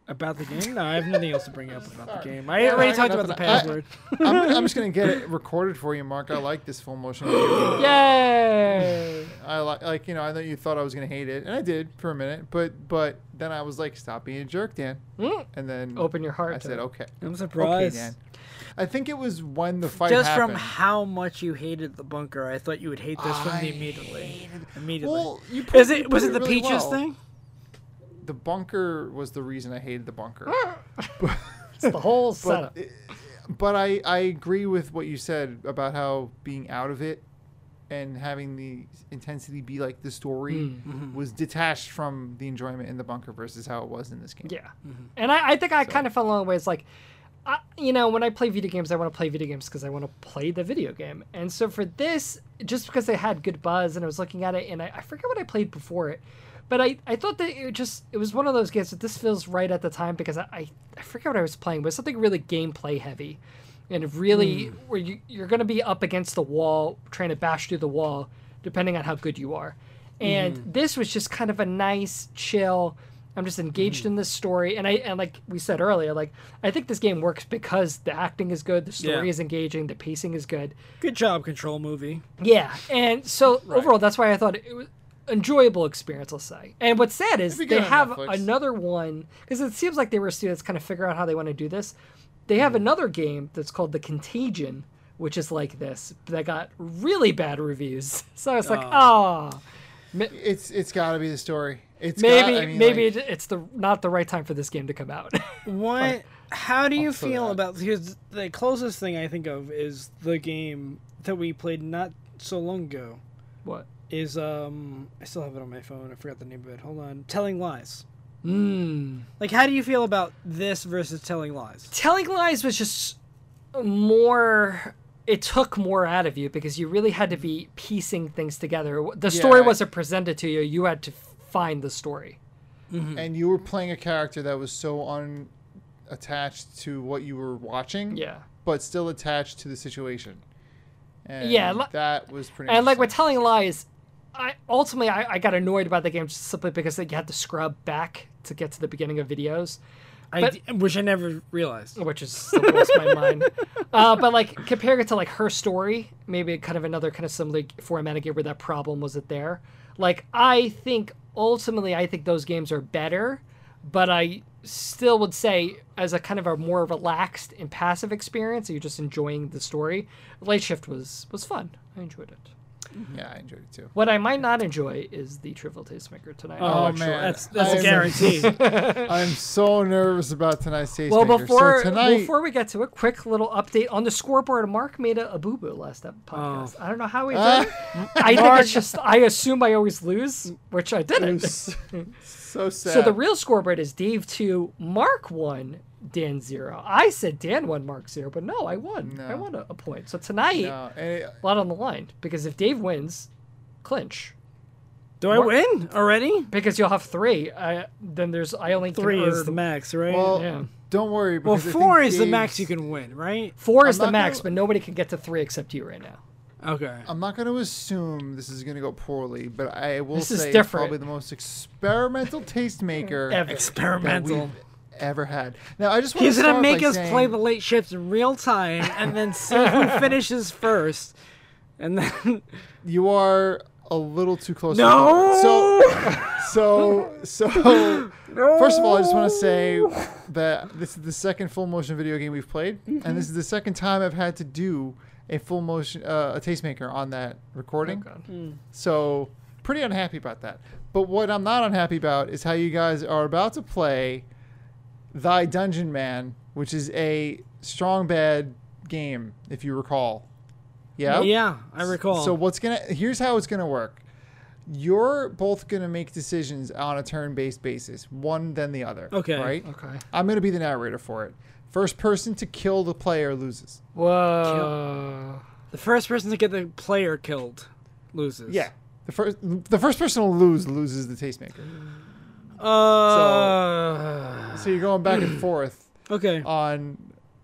Speaker 2: about the game no i have nothing else to bring up about the game i
Speaker 1: Yeah, I
Speaker 2: already
Speaker 1: got
Speaker 2: talked about the
Speaker 1: nothing. I-
Speaker 2: password
Speaker 1: I'm, I'm just gonna get it recorded for you, Mark. I like this full motion. Video.
Speaker 3: Yay!
Speaker 1: I like, like you know, I know you thought I was gonna hate it, and I did for a minute, but but then I was like, "Stop being a jerk, Dan,"
Speaker 2: Hmm.
Speaker 1: and then
Speaker 3: Open your heart.
Speaker 1: I
Speaker 3: to
Speaker 1: said,
Speaker 3: it.
Speaker 1: "Okay,
Speaker 2: i'm
Speaker 1: okay,
Speaker 2: surprised
Speaker 1: Dan." I think it was when the fight
Speaker 2: just
Speaker 1: happened.
Speaker 2: from how much you hated the bunker i thought you would hate this
Speaker 1: I
Speaker 2: one immediately immediately
Speaker 1: well, you put,
Speaker 2: is
Speaker 1: you
Speaker 2: it
Speaker 1: put
Speaker 2: was it the
Speaker 1: really
Speaker 2: peaches
Speaker 1: well.
Speaker 2: thing
Speaker 1: the bunker was the reason I hated the bunker.
Speaker 3: It's the whole
Speaker 1: but
Speaker 3: setup.
Speaker 1: but I, I agree with what you said about how being out of it and having the intensity be like the story
Speaker 2: Mm-hmm.
Speaker 1: was detached from the enjoyment in the bunker versus how it was in this game.
Speaker 3: Yeah. And I, I think I kind of fell along the way. It's like, I, you know, when I play video games, I want to play video games because I want to play the video game. And so for this, just because they had good buzz and I was looking at it and I, I forget what I played before it, but I, I thought that it just, it was one of those games that this feels right at the time because I, I, I forget what I was playing, but it was something really gameplay heavy. And
Speaker 1: Mm.
Speaker 3: really, where you, you're going to be up against the wall, trying to bash through the wall, depending on how good you are. And this was just kind of a nice, chill, I'm just engaged in this story, and I and like we said earlier, like I think this game works because the acting is good, the story
Speaker 2: Yeah.
Speaker 3: is engaging, the pacing is good.
Speaker 2: Good job, Control Movie.
Speaker 3: Yeah, and so overall, that's why I thought it was enjoyable experience. I'll say. And what's sad is
Speaker 1: It'd be
Speaker 3: they
Speaker 1: good on
Speaker 3: have
Speaker 1: Netflix.
Speaker 3: another one because it seems like they were students kind of figure out how they want to do this. They have another game that's called The Contagion, which is like this that got really bad reviews. So I was like, oh,
Speaker 1: It's it's got to be the story. It's
Speaker 3: maybe
Speaker 1: got, I mean,
Speaker 3: maybe
Speaker 1: like,
Speaker 3: it it's the not the right time for this game to come out.
Speaker 2: What? How do you
Speaker 1: for
Speaker 2: feel
Speaker 1: that.
Speaker 2: about? Because the closest thing I think of is the game that we played not so long ago.
Speaker 3: what?
Speaker 2: Is um, I still have it on my phone. I forgot the name of it. Hold on. Telling lies.
Speaker 3: Mm.
Speaker 2: Like, how do you feel about this versus telling lies?
Speaker 3: Telling lies was just more. It took more out of you because you really had to be piecing things together. The story
Speaker 1: I-
Speaker 3: wasn't presented to you; you had to find the story.
Speaker 1: and you were playing a character that was so unattached to what you were watching,
Speaker 3: Yeah,
Speaker 1: but still attached to the situation. And
Speaker 3: Yeah, li-
Speaker 1: that was pretty.
Speaker 3: and like
Speaker 1: interesting.
Speaker 3: with telling lies, I ultimately I, I got annoyed about the game just simply because like, you had to scrub back to get to the beginning of videos.
Speaker 2: I
Speaker 3: But-
Speaker 2: d- which I never realized.
Speaker 3: which is still blows my mind. Uh, but like comparing it to like her story, maybe kind of another kind of similar formatted game where that problem wasn't there. Like I think ultimately, I think those games are better, but I still would say as a kind of a more relaxed and passive experience, you're just enjoying the story. Late Shift was was fun. I enjoyed it.
Speaker 1: Yeah, I enjoyed it too.
Speaker 3: What I might not enjoy is the Trivial Tastemaker tonight.
Speaker 1: Oh,
Speaker 2: Oh,
Speaker 1: man.
Speaker 2: That's that's
Speaker 1: I'm-
Speaker 2: guaranteed.
Speaker 1: I'm so nervous about tonight's taste.
Speaker 3: Well,
Speaker 1: maker.
Speaker 3: before
Speaker 1: so tonight,
Speaker 3: before we get to a quick little update on the scoreboard, Mark made a, a boo boo last ep- podcast. I don't know how he did.
Speaker 1: Oh. Ah.
Speaker 3: it. I think it's just I assume I always lose, which I
Speaker 1: it
Speaker 3: didn't.
Speaker 1: was so sad.
Speaker 3: So the real scoreboard is Dave two, Mark one, Dan zero. I said Dan one, Mark zero, but no, I won. I
Speaker 1: No.
Speaker 3: won a, a point. So tonight,
Speaker 1: no, and it-
Speaker 3: a lot on the line because if Dave wins, clinch.
Speaker 2: Do I win already?
Speaker 3: Because you'll have three. I, then there's I only can
Speaker 2: Three is
Speaker 3: earn-
Speaker 2: the max, right?
Speaker 1: well,
Speaker 3: yeah.
Speaker 1: don't worry.
Speaker 2: Well,
Speaker 1: because I
Speaker 2: four
Speaker 1: think
Speaker 2: is the
Speaker 1: Dave's-
Speaker 2: max you can win, right?
Speaker 3: 4 is
Speaker 1: I'm
Speaker 3: the
Speaker 1: not
Speaker 3: max,
Speaker 1: gonna-
Speaker 3: but nobody can get to three except you right now.
Speaker 2: Okay.
Speaker 1: I'm not going to assume this is going to go poorly, but I will
Speaker 3: This is
Speaker 1: say it's
Speaker 3: different.
Speaker 1: probably the most experimental tastemaker
Speaker 3: Ever.
Speaker 1: that
Speaker 2: Experimental.
Speaker 1: we've ever had. Now, I just want
Speaker 2: He's
Speaker 1: to
Speaker 2: gonna
Speaker 1: start
Speaker 2: make
Speaker 1: by
Speaker 2: us
Speaker 1: saying,
Speaker 2: play the late shifts in real time, and then see who finishes first, and then
Speaker 1: You are a little too close. to
Speaker 2: No!
Speaker 1: the mic. So, so, so. First of all, I just want to say that this is the second full motion video game we've played, and this is the second time I've had to do a full motion, uh, a tastemaker on that recording.
Speaker 3: God.
Speaker 1: So, pretty unhappy about that. But what I'm not unhappy about is how you guys are about to play Thy Dungeon Man, which is a strong bad game, if you recall. Yeah.
Speaker 2: yeah, I recall.
Speaker 1: So what's gonna here's how it's gonna work. You're both gonna make decisions on a turn-based basis, one then the other.
Speaker 2: Okay.
Speaker 1: Right.
Speaker 3: Okay.
Speaker 1: I'm gonna be the narrator for it. First person to kill the player loses.
Speaker 3: Whoa.
Speaker 2: the first person to get the player killed loses.
Speaker 1: The first the first person to lose loses the tastemaker.
Speaker 2: Uh,
Speaker 1: So you're going back and forth
Speaker 2: okay.
Speaker 1: uh, on.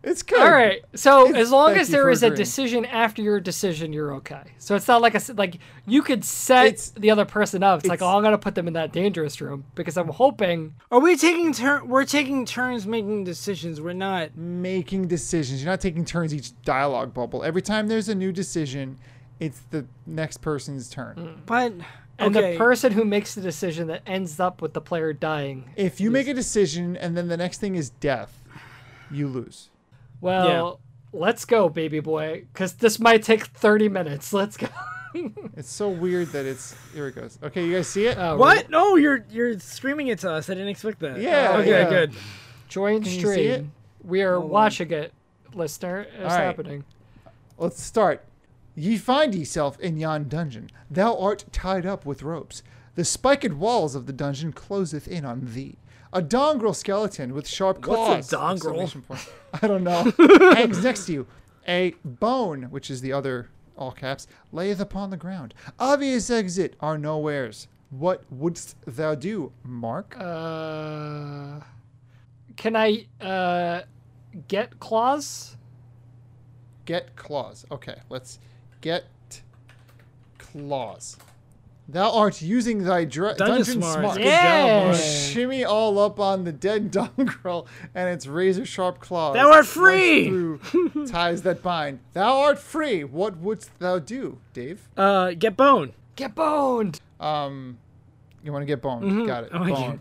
Speaker 1: It's good.
Speaker 3: All right. So
Speaker 1: It's-
Speaker 3: as long
Speaker 1: thank
Speaker 3: as
Speaker 1: you
Speaker 3: there
Speaker 1: for
Speaker 3: is a
Speaker 1: agreeing.
Speaker 3: decision after your decision, you're okay. So it's not like a s- like you could set
Speaker 1: It's-
Speaker 3: the other person up. It's, like,
Speaker 1: it's-
Speaker 3: oh, I'm gonna put them in that dangerous room because I'm hoping.
Speaker 2: Are we taking turn? We're taking turns making decisions. We're not.
Speaker 1: Making decisions. You're not taking turns each dialogue bubble. Every time there's a new decision, it's the next person's turn.
Speaker 3: Mm.
Speaker 2: But
Speaker 3: And
Speaker 2: okay.
Speaker 3: the person who makes the decision that ends up with the player dying.
Speaker 1: If you make a decision and then the next thing is death, you lose.
Speaker 3: Well, let's go, baby boy, because this might take 30 minutes. Let's go.
Speaker 1: It's so weird that it's here it goes. Okay, you guys see it?
Speaker 3: Oh,
Speaker 2: what? No, you're you're streaming it to us. I didn't expect that. Oh,
Speaker 1: Yeah,
Speaker 2: Okay.
Speaker 1: yeah.
Speaker 2: Good.
Speaker 3: Join
Speaker 1: you see it?
Speaker 3: stream. We are watching it, listener. It's
Speaker 1: right.
Speaker 3: happening.
Speaker 1: Let's start. Ye find yourself in yon dungeon. Thou art tied up with ropes. The spiked walls of the dungeon closeth in on thee. A dongrel skeleton with sharp claws.
Speaker 2: What's a dongrel?
Speaker 1: Exclamation point. I don't know. hangs next to you. A bone, which is the other all caps, layeth upon the ground. Obvious exit are nowheres. What wouldst thou do, Mark?
Speaker 3: Uh, can I uh, get claws?
Speaker 1: get claws. Okay, let's get claws. Thou art using thy dr-
Speaker 2: Dungeon
Speaker 1: dungeon,
Speaker 2: smarts.
Speaker 1: smart.
Speaker 2: Good job, Mark.
Speaker 3: Yeah.
Speaker 1: Shimmy all up on the dead dongrel and its razor sharp claws.
Speaker 2: Thou art
Speaker 1: slice
Speaker 2: free!
Speaker 1: Through ties that bind. Thou art free. What wouldst thou do, Dave?
Speaker 2: Uh, get bone.
Speaker 3: Get boned.
Speaker 1: Um, you want to get boned? Got it.
Speaker 2: Oh, yeah.
Speaker 1: bone.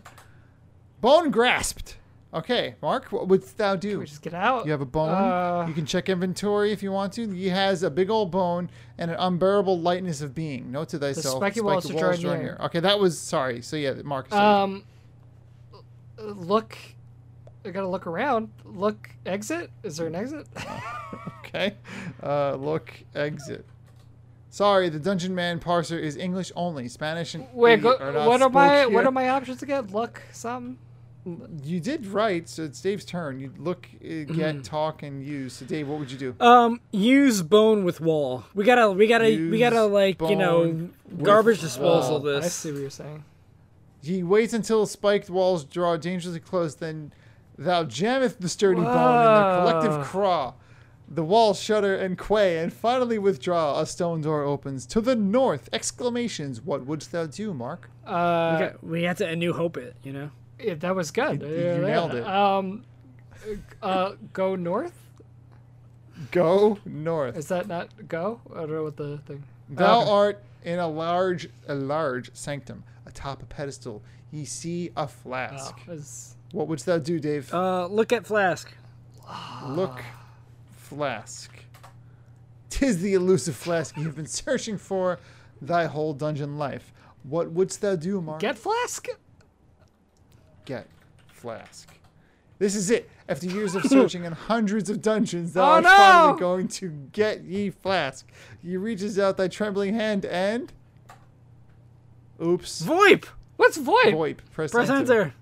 Speaker 1: Bone grasped. Okay, Mark, what wouldst thou do?
Speaker 3: We just get out.
Speaker 1: You have a bone.
Speaker 3: Uh,
Speaker 1: you can check inventory if you want to. He has a big old bone and an unbearable lightness of being. Note to thyself.
Speaker 3: spiky walls are drawn near.
Speaker 1: Okay, that was sorry. So yeah, Marcus.
Speaker 3: um, look. I gotta look around. Look, exit. Is there an exit?
Speaker 1: okay. Uh, look, exit. Sorry, the dungeon man parser is English only. Spanish and
Speaker 3: Wait,
Speaker 1: E
Speaker 3: go,
Speaker 1: are not
Speaker 3: what are my
Speaker 1: spoke
Speaker 3: what
Speaker 1: here.
Speaker 3: are my options again? Look, something.
Speaker 1: You did right, so it's Dave's turn. You look, uh, get, talk, and use. So Dave, what would you do?
Speaker 2: Um, use bone with wall. We gotta, we gotta, we
Speaker 1: Use
Speaker 2: gotta like you know,
Speaker 1: bone
Speaker 2: garbage
Speaker 1: with
Speaker 2: disposal
Speaker 1: wall.
Speaker 3: I
Speaker 2: this.
Speaker 3: see what you're saying.
Speaker 1: He waits until spiked walls draw dangerously close, then thou jammeth the sturdy bone in their
Speaker 3: Whoa.
Speaker 1: collective craw. The walls shudder and quay, and finally withdraw. A stone door opens to the north. Exclamations! What wouldst thou do, Mark?
Speaker 3: Uh,
Speaker 2: Okay, we have to a new hope it. You know.
Speaker 3: yeah, that was good.
Speaker 1: you
Speaker 3: Yeah,
Speaker 1: nailed
Speaker 3: yeah.
Speaker 1: it.
Speaker 3: Um, uh, go north.
Speaker 1: Go north.
Speaker 3: Is that not go? I don't know what the thing.
Speaker 1: Thou
Speaker 3: Okay.
Speaker 1: art in a large, a large sanctum. Atop a pedestal, ye see a flask.
Speaker 3: Oh, is-
Speaker 1: What wouldst thou do, Dave?
Speaker 2: Uh, look at flask.
Speaker 1: Look, flask. Ah. Tis the elusive flask you've been searching for thy whole dungeon life. What wouldst thou do, Mark?
Speaker 3: Get flask.
Speaker 1: Get flask. This is it. After years of searching and hundreds of dungeons, thou
Speaker 3: Oh,
Speaker 1: art
Speaker 3: no!
Speaker 1: finally going to get ye flask. He reaches out thy trembling hand and. Oops.
Speaker 2: VoIP!
Speaker 3: What's VoIP?
Speaker 1: Voip. Press,
Speaker 2: Press
Speaker 1: enter.
Speaker 2: enter.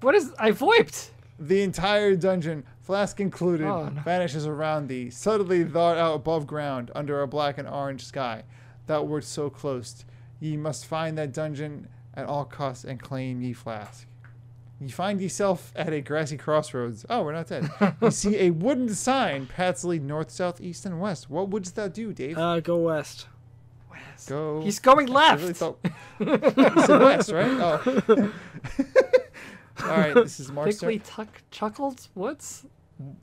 Speaker 3: What is I VoIPed?
Speaker 1: The entire dungeon, flask included,
Speaker 3: Oh, no.
Speaker 1: vanishes around thee. Suddenly thou art out above ground, under a black and orange sky. Thou wert so close. Ye must find that dungeon at all costs and claim ye flask. You find yourself at a grassy crossroads. Oh, we're not dead. you see a wooden sign, paths lead north, south, east, and west. What wouldst thou do, Dave?
Speaker 2: Uh, go west.
Speaker 1: Go.
Speaker 3: He's going
Speaker 1: I
Speaker 3: left.
Speaker 1: really thought. you said west, right? Oh. all right, this is Mark's turn.
Speaker 3: Thickly tuck chuckled. What's?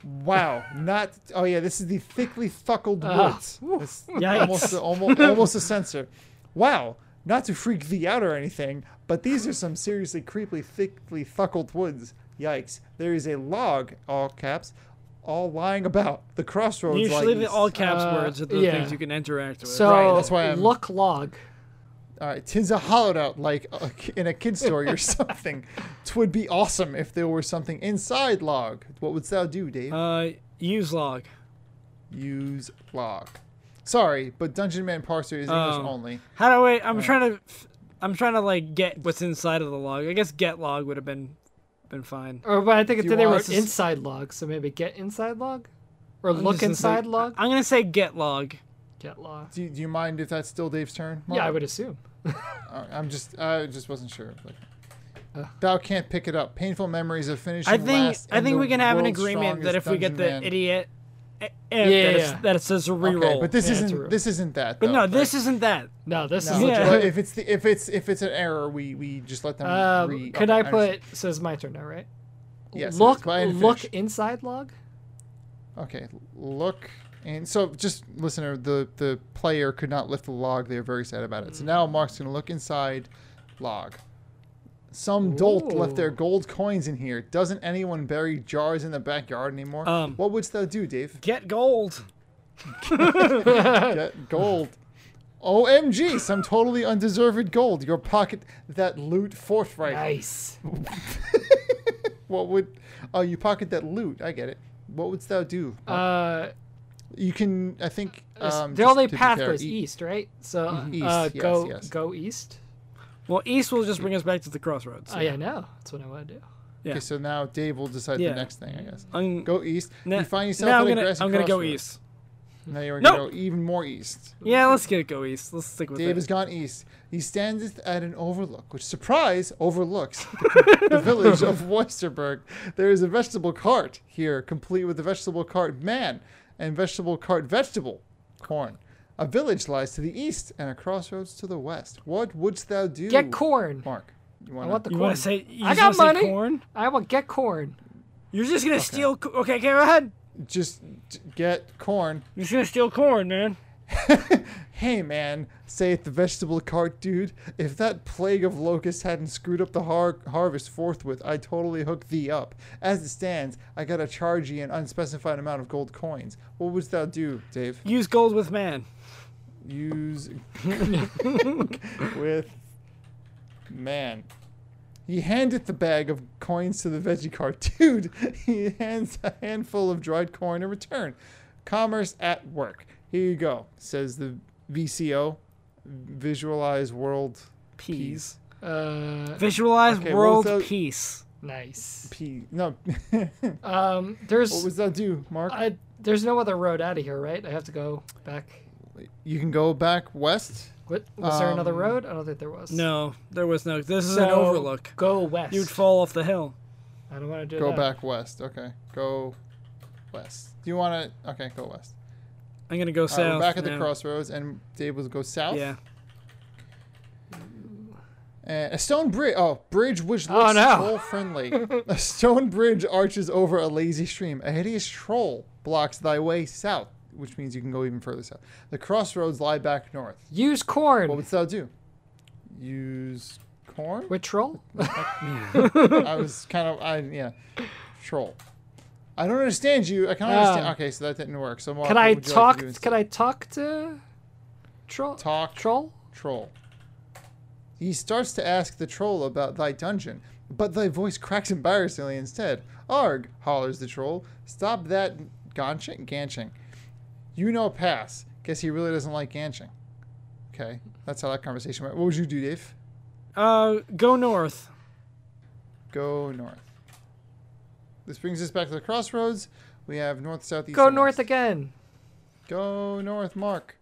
Speaker 1: Wow, not oh yeah, this is the thickly thuckled
Speaker 3: Ah,
Speaker 1: woods.
Speaker 3: whew.
Speaker 1: That's
Speaker 2: Yikes.
Speaker 1: almost almost almost a censor. Wow, not to freak thee out or anything, but these are some seriously creepily thickly thuckled woods. Yikes! There is a log, all caps, all lying about the crossroads.
Speaker 2: Usually
Speaker 1: like
Speaker 2: the
Speaker 1: these.
Speaker 2: all caps
Speaker 3: Uh,
Speaker 2: words are the
Speaker 3: yeah.
Speaker 2: things you can interact with.
Speaker 3: So
Speaker 1: Right, that's why I'm-
Speaker 3: look log.
Speaker 1: All right, tis a hollowed out like a, in a kid's story or something. Twould be awesome if there were something inside log. What wouldst thou do, Dave?
Speaker 2: Uh, use log.
Speaker 1: Use log. Sorry, but Dungeon Man Parser is
Speaker 2: Oh.
Speaker 1: English only.
Speaker 2: How do I?
Speaker 1: Uh.
Speaker 2: I'm trying to. f- I'm trying to like get what's inside of the log. I guess get log would have been, been fine.
Speaker 3: Or but I think
Speaker 1: you
Speaker 3: then they
Speaker 1: want
Speaker 3: were
Speaker 1: us to s-
Speaker 3: inside log, so maybe get inside log, or
Speaker 2: I'm
Speaker 3: look
Speaker 2: just gonna say-
Speaker 3: inside log.
Speaker 2: I'm gonna say get log.
Speaker 3: Get log.
Speaker 1: Do, do you mind if that's still Dave's turn?
Speaker 3: Yeah, I
Speaker 1: Mark?
Speaker 3: would assume.
Speaker 1: Uh, I'm just, I just wasn't sure. Like, Thou can't pick it up. Painful memories of finishing
Speaker 2: I think.
Speaker 1: last
Speaker 2: I
Speaker 1: in
Speaker 2: think
Speaker 1: the
Speaker 2: we can have an
Speaker 1: world's
Speaker 2: agreement that
Speaker 1: strongest
Speaker 2: if we get the
Speaker 1: Dungeon Man.
Speaker 2: idiot, eh, eh,
Speaker 3: Yeah,
Speaker 2: that,
Speaker 3: yeah.
Speaker 2: It's, that it says a reroll.
Speaker 1: Okay, but this
Speaker 3: Yeah, it's a
Speaker 1: isn't
Speaker 3: rule.
Speaker 1: this isn't that.
Speaker 2: But
Speaker 1: though,
Speaker 2: no,
Speaker 1: right?
Speaker 2: this isn't that.
Speaker 3: No, this
Speaker 1: No,
Speaker 3: is.
Speaker 2: No,
Speaker 1: but
Speaker 2: yeah.
Speaker 1: but if it's the, if it's if it's an error, we we just let them.
Speaker 3: Uh,
Speaker 1: re-
Speaker 3: could
Speaker 1: okay,
Speaker 3: I
Speaker 1: understand.
Speaker 3: put? So it's my turn now, right?
Speaker 1: Yes, it is,
Speaker 3: look,
Speaker 1: but I didn't
Speaker 3: look
Speaker 1: finish.
Speaker 3: inside log.
Speaker 1: Okay, look. And so, just listener, the the player could not lift the log. They were very sad about it. So now
Speaker 3: Mm.
Speaker 1: Mark's gonna look inside log. Some dolt left their
Speaker 3: Ooh.
Speaker 1: gold coins in here. Doesn't anyone bury jars in the backyard anymore?
Speaker 2: Um,
Speaker 1: what wouldst thou do, Dave?
Speaker 2: Get gold.
Speaker 1: Get gold. OMG, some totally undeserved gold. Your pocket that loot forthright.
Speaker 3: Nice.
Speaker 1: What would oh you pocket that loot, I get it. What wouldst thou do?
Speaker 3: Uh,
Speaker 1: you can I think um,
Speaker 3: the
Speaker 1: just
Speaker 3: only
Speaker 1: to be
Speaker 3: path
Speaker 1: fair,
Speaker 3: goes
Speaker 1: e-
Speaker 3: east, right? So
Speaker 1: East,
Speaker 3: uh,
Speaker 1: yes,
Speaker 3: go
Speaker 1: yes.
Speaker 3: go east.
Speaker 2: Well, east will just bring us back to the crossroads.
Speaker 3: Oh yeah, no, that's what I want to do.
Speaker 2: Yeah.
Speaker 1: Okay, so now Dave will decide
Speaker 2: Yeah.
Speaker 1: the next thing, I guess.
Speaker 2: I'm,
Speaker 1: Go east.
Speaker 2: now,
Speaker 1: you find yourself
Speaker 2: now
Speaker 1: at
Speaker 2: I'm
Speaker 1: a
Speaker 2: gonna.
Speaker 1: grassy
Speaker 2: I'm gonna go
Speaker 1: crossroad.
Speaker 2: east.
Speaker 1: Now you're
Speaker 2: No!
Speaker 1: gonna go even more east.
Speaker 2: Yeah, let's get it go east. Let's stick with
Speaker 1: Dave
Speaker 2: it.
Speaker 1: has gone east. He standeth at an overlook, which surprise overlooks the, the village of Weisterberg. There is a vegetable cart here, complete with a vegetable cart man and vegetable cart vegetable corn. A village lies to the east and a crossroads to the west. What wouldst thou do?
Speaker 3: Get corn.
Speaker 1: Mark. You
Speaker 3: I
Speaker 1: wanna,
Speaker 3: want the
Speaker 2: you
Speaker 3: corn.
Speaker 2: want to say? You
Speaker 3: I
Speaker 2: just
Speaker 3: got
Speaker 2: wanna say
Speaker 3: money.
Speaker 2: Corn?
Speaker 3: I will get corn.
Speaker 2: You're just gonna steal. co- Okay, go ahead.
Speaker 1: just j- get corn.
Speaker 2: You're just gonna steal corn, man.
Speaker 1: Hey man, saith the vegetable cart dude, if that plague of locusts hadn't screwed up the har- harvest forthwith, I'd totally hook thee up. As it stands, I gotta charge ye an unspecified amount of gold coins. What wouldst thou do, Dave?
Speaker 2: Use gold with man.
Speaker 1: Use with man. He handeth the bag of coins to the veggie cart dude. He hands a handful of dried corn in return. Commerce at work. Here you go, says the VCO. Visualize world
Speaker 2: Peas.
Speaker 3: Uh,
Speaker 2: Visualize
Speaker 1: Okay, what
Speaker 2: world
Speaker 1: was that?
Speaker 2: peace.
Speaker 3: nice.
Speaker 1: P. No.
Speaker 3: Um, there's
Speaker 1: what was that do, Mark?
Speaker 3: I, there's no other road out of here, right? I have to go back.
Speaker 1: you can go back west.
Speaker 3: What, was there another
Speaker 1: Um,
Speaker 3: road? I don't think there was.
Speaker 2: No, there was no. This is
Speaker 3: So,
Speaker 2: an overlook.
Speaker 3: Go west.
Speaker 2: You'd fall off the hill.
Speaker 3: I don't want to do
Speaker 1: Go
Speaker 3: that.
Speaker 1: back west. Okay. Go west. Do you want to? Okay, go west.
Speaker 2: I'm gonna go
Speaker 1: All right,
Speaker 2: south.
Speaker 1: we're back at the
Speaker 2: now.
Speaker 1: crossroads, and Dave will go south.
Speaker 2: Yeah.
Speaker 1: And a stone bridge. Oh, bridge which
Speaker 3: Oh,
Speaker 1: looks
Speaker 3: no.
Speaker 1: troll friendly. a stone bridge arches over a lazy stream. A hideous troll blocks thy way south, which means you can go even further south. The crossroads lie back north.
Speaker 3: Use corn.
Speaker 1: What wouldst thou do? Use corn?
Speaker 3: With troll?
Speaker 1: I was kind of I yeah. Troll. I don't understand you. I can't
Speaker 3: Oh.
Speaker 1: understand. Okay, so that didn't work. So Mark,
Speaker 3: Can
Speaker 1: what
Speaker 3: I
Speaker 1: would you
Speaker 3: talk?
Speaker 1: Like to do
Speaker 3: can I talk to troll?
Speaker 1: Talk.
Speaker 3: troll.
Speaker 1: instead? troll? He starts to ask the troll about thy dungeon, but thy voice cracks embarrassingly instead. Arg, hollers the troll. Stop that ganching. Ganching. You know, pass. Guess he really doesn't like ganching. Okay, that's how that conversation went. What would you do, Dave?
Speaker 2: Uh, go north.
Speaker 1: Go north. This brings us back to the crossroads. We have north, south, east.
Speaker 3: Go
Speaker 1: and
Speaker 3: north
Speaker 1: west.
Speaker 3: again.
Speaker 1: Go north, Mark.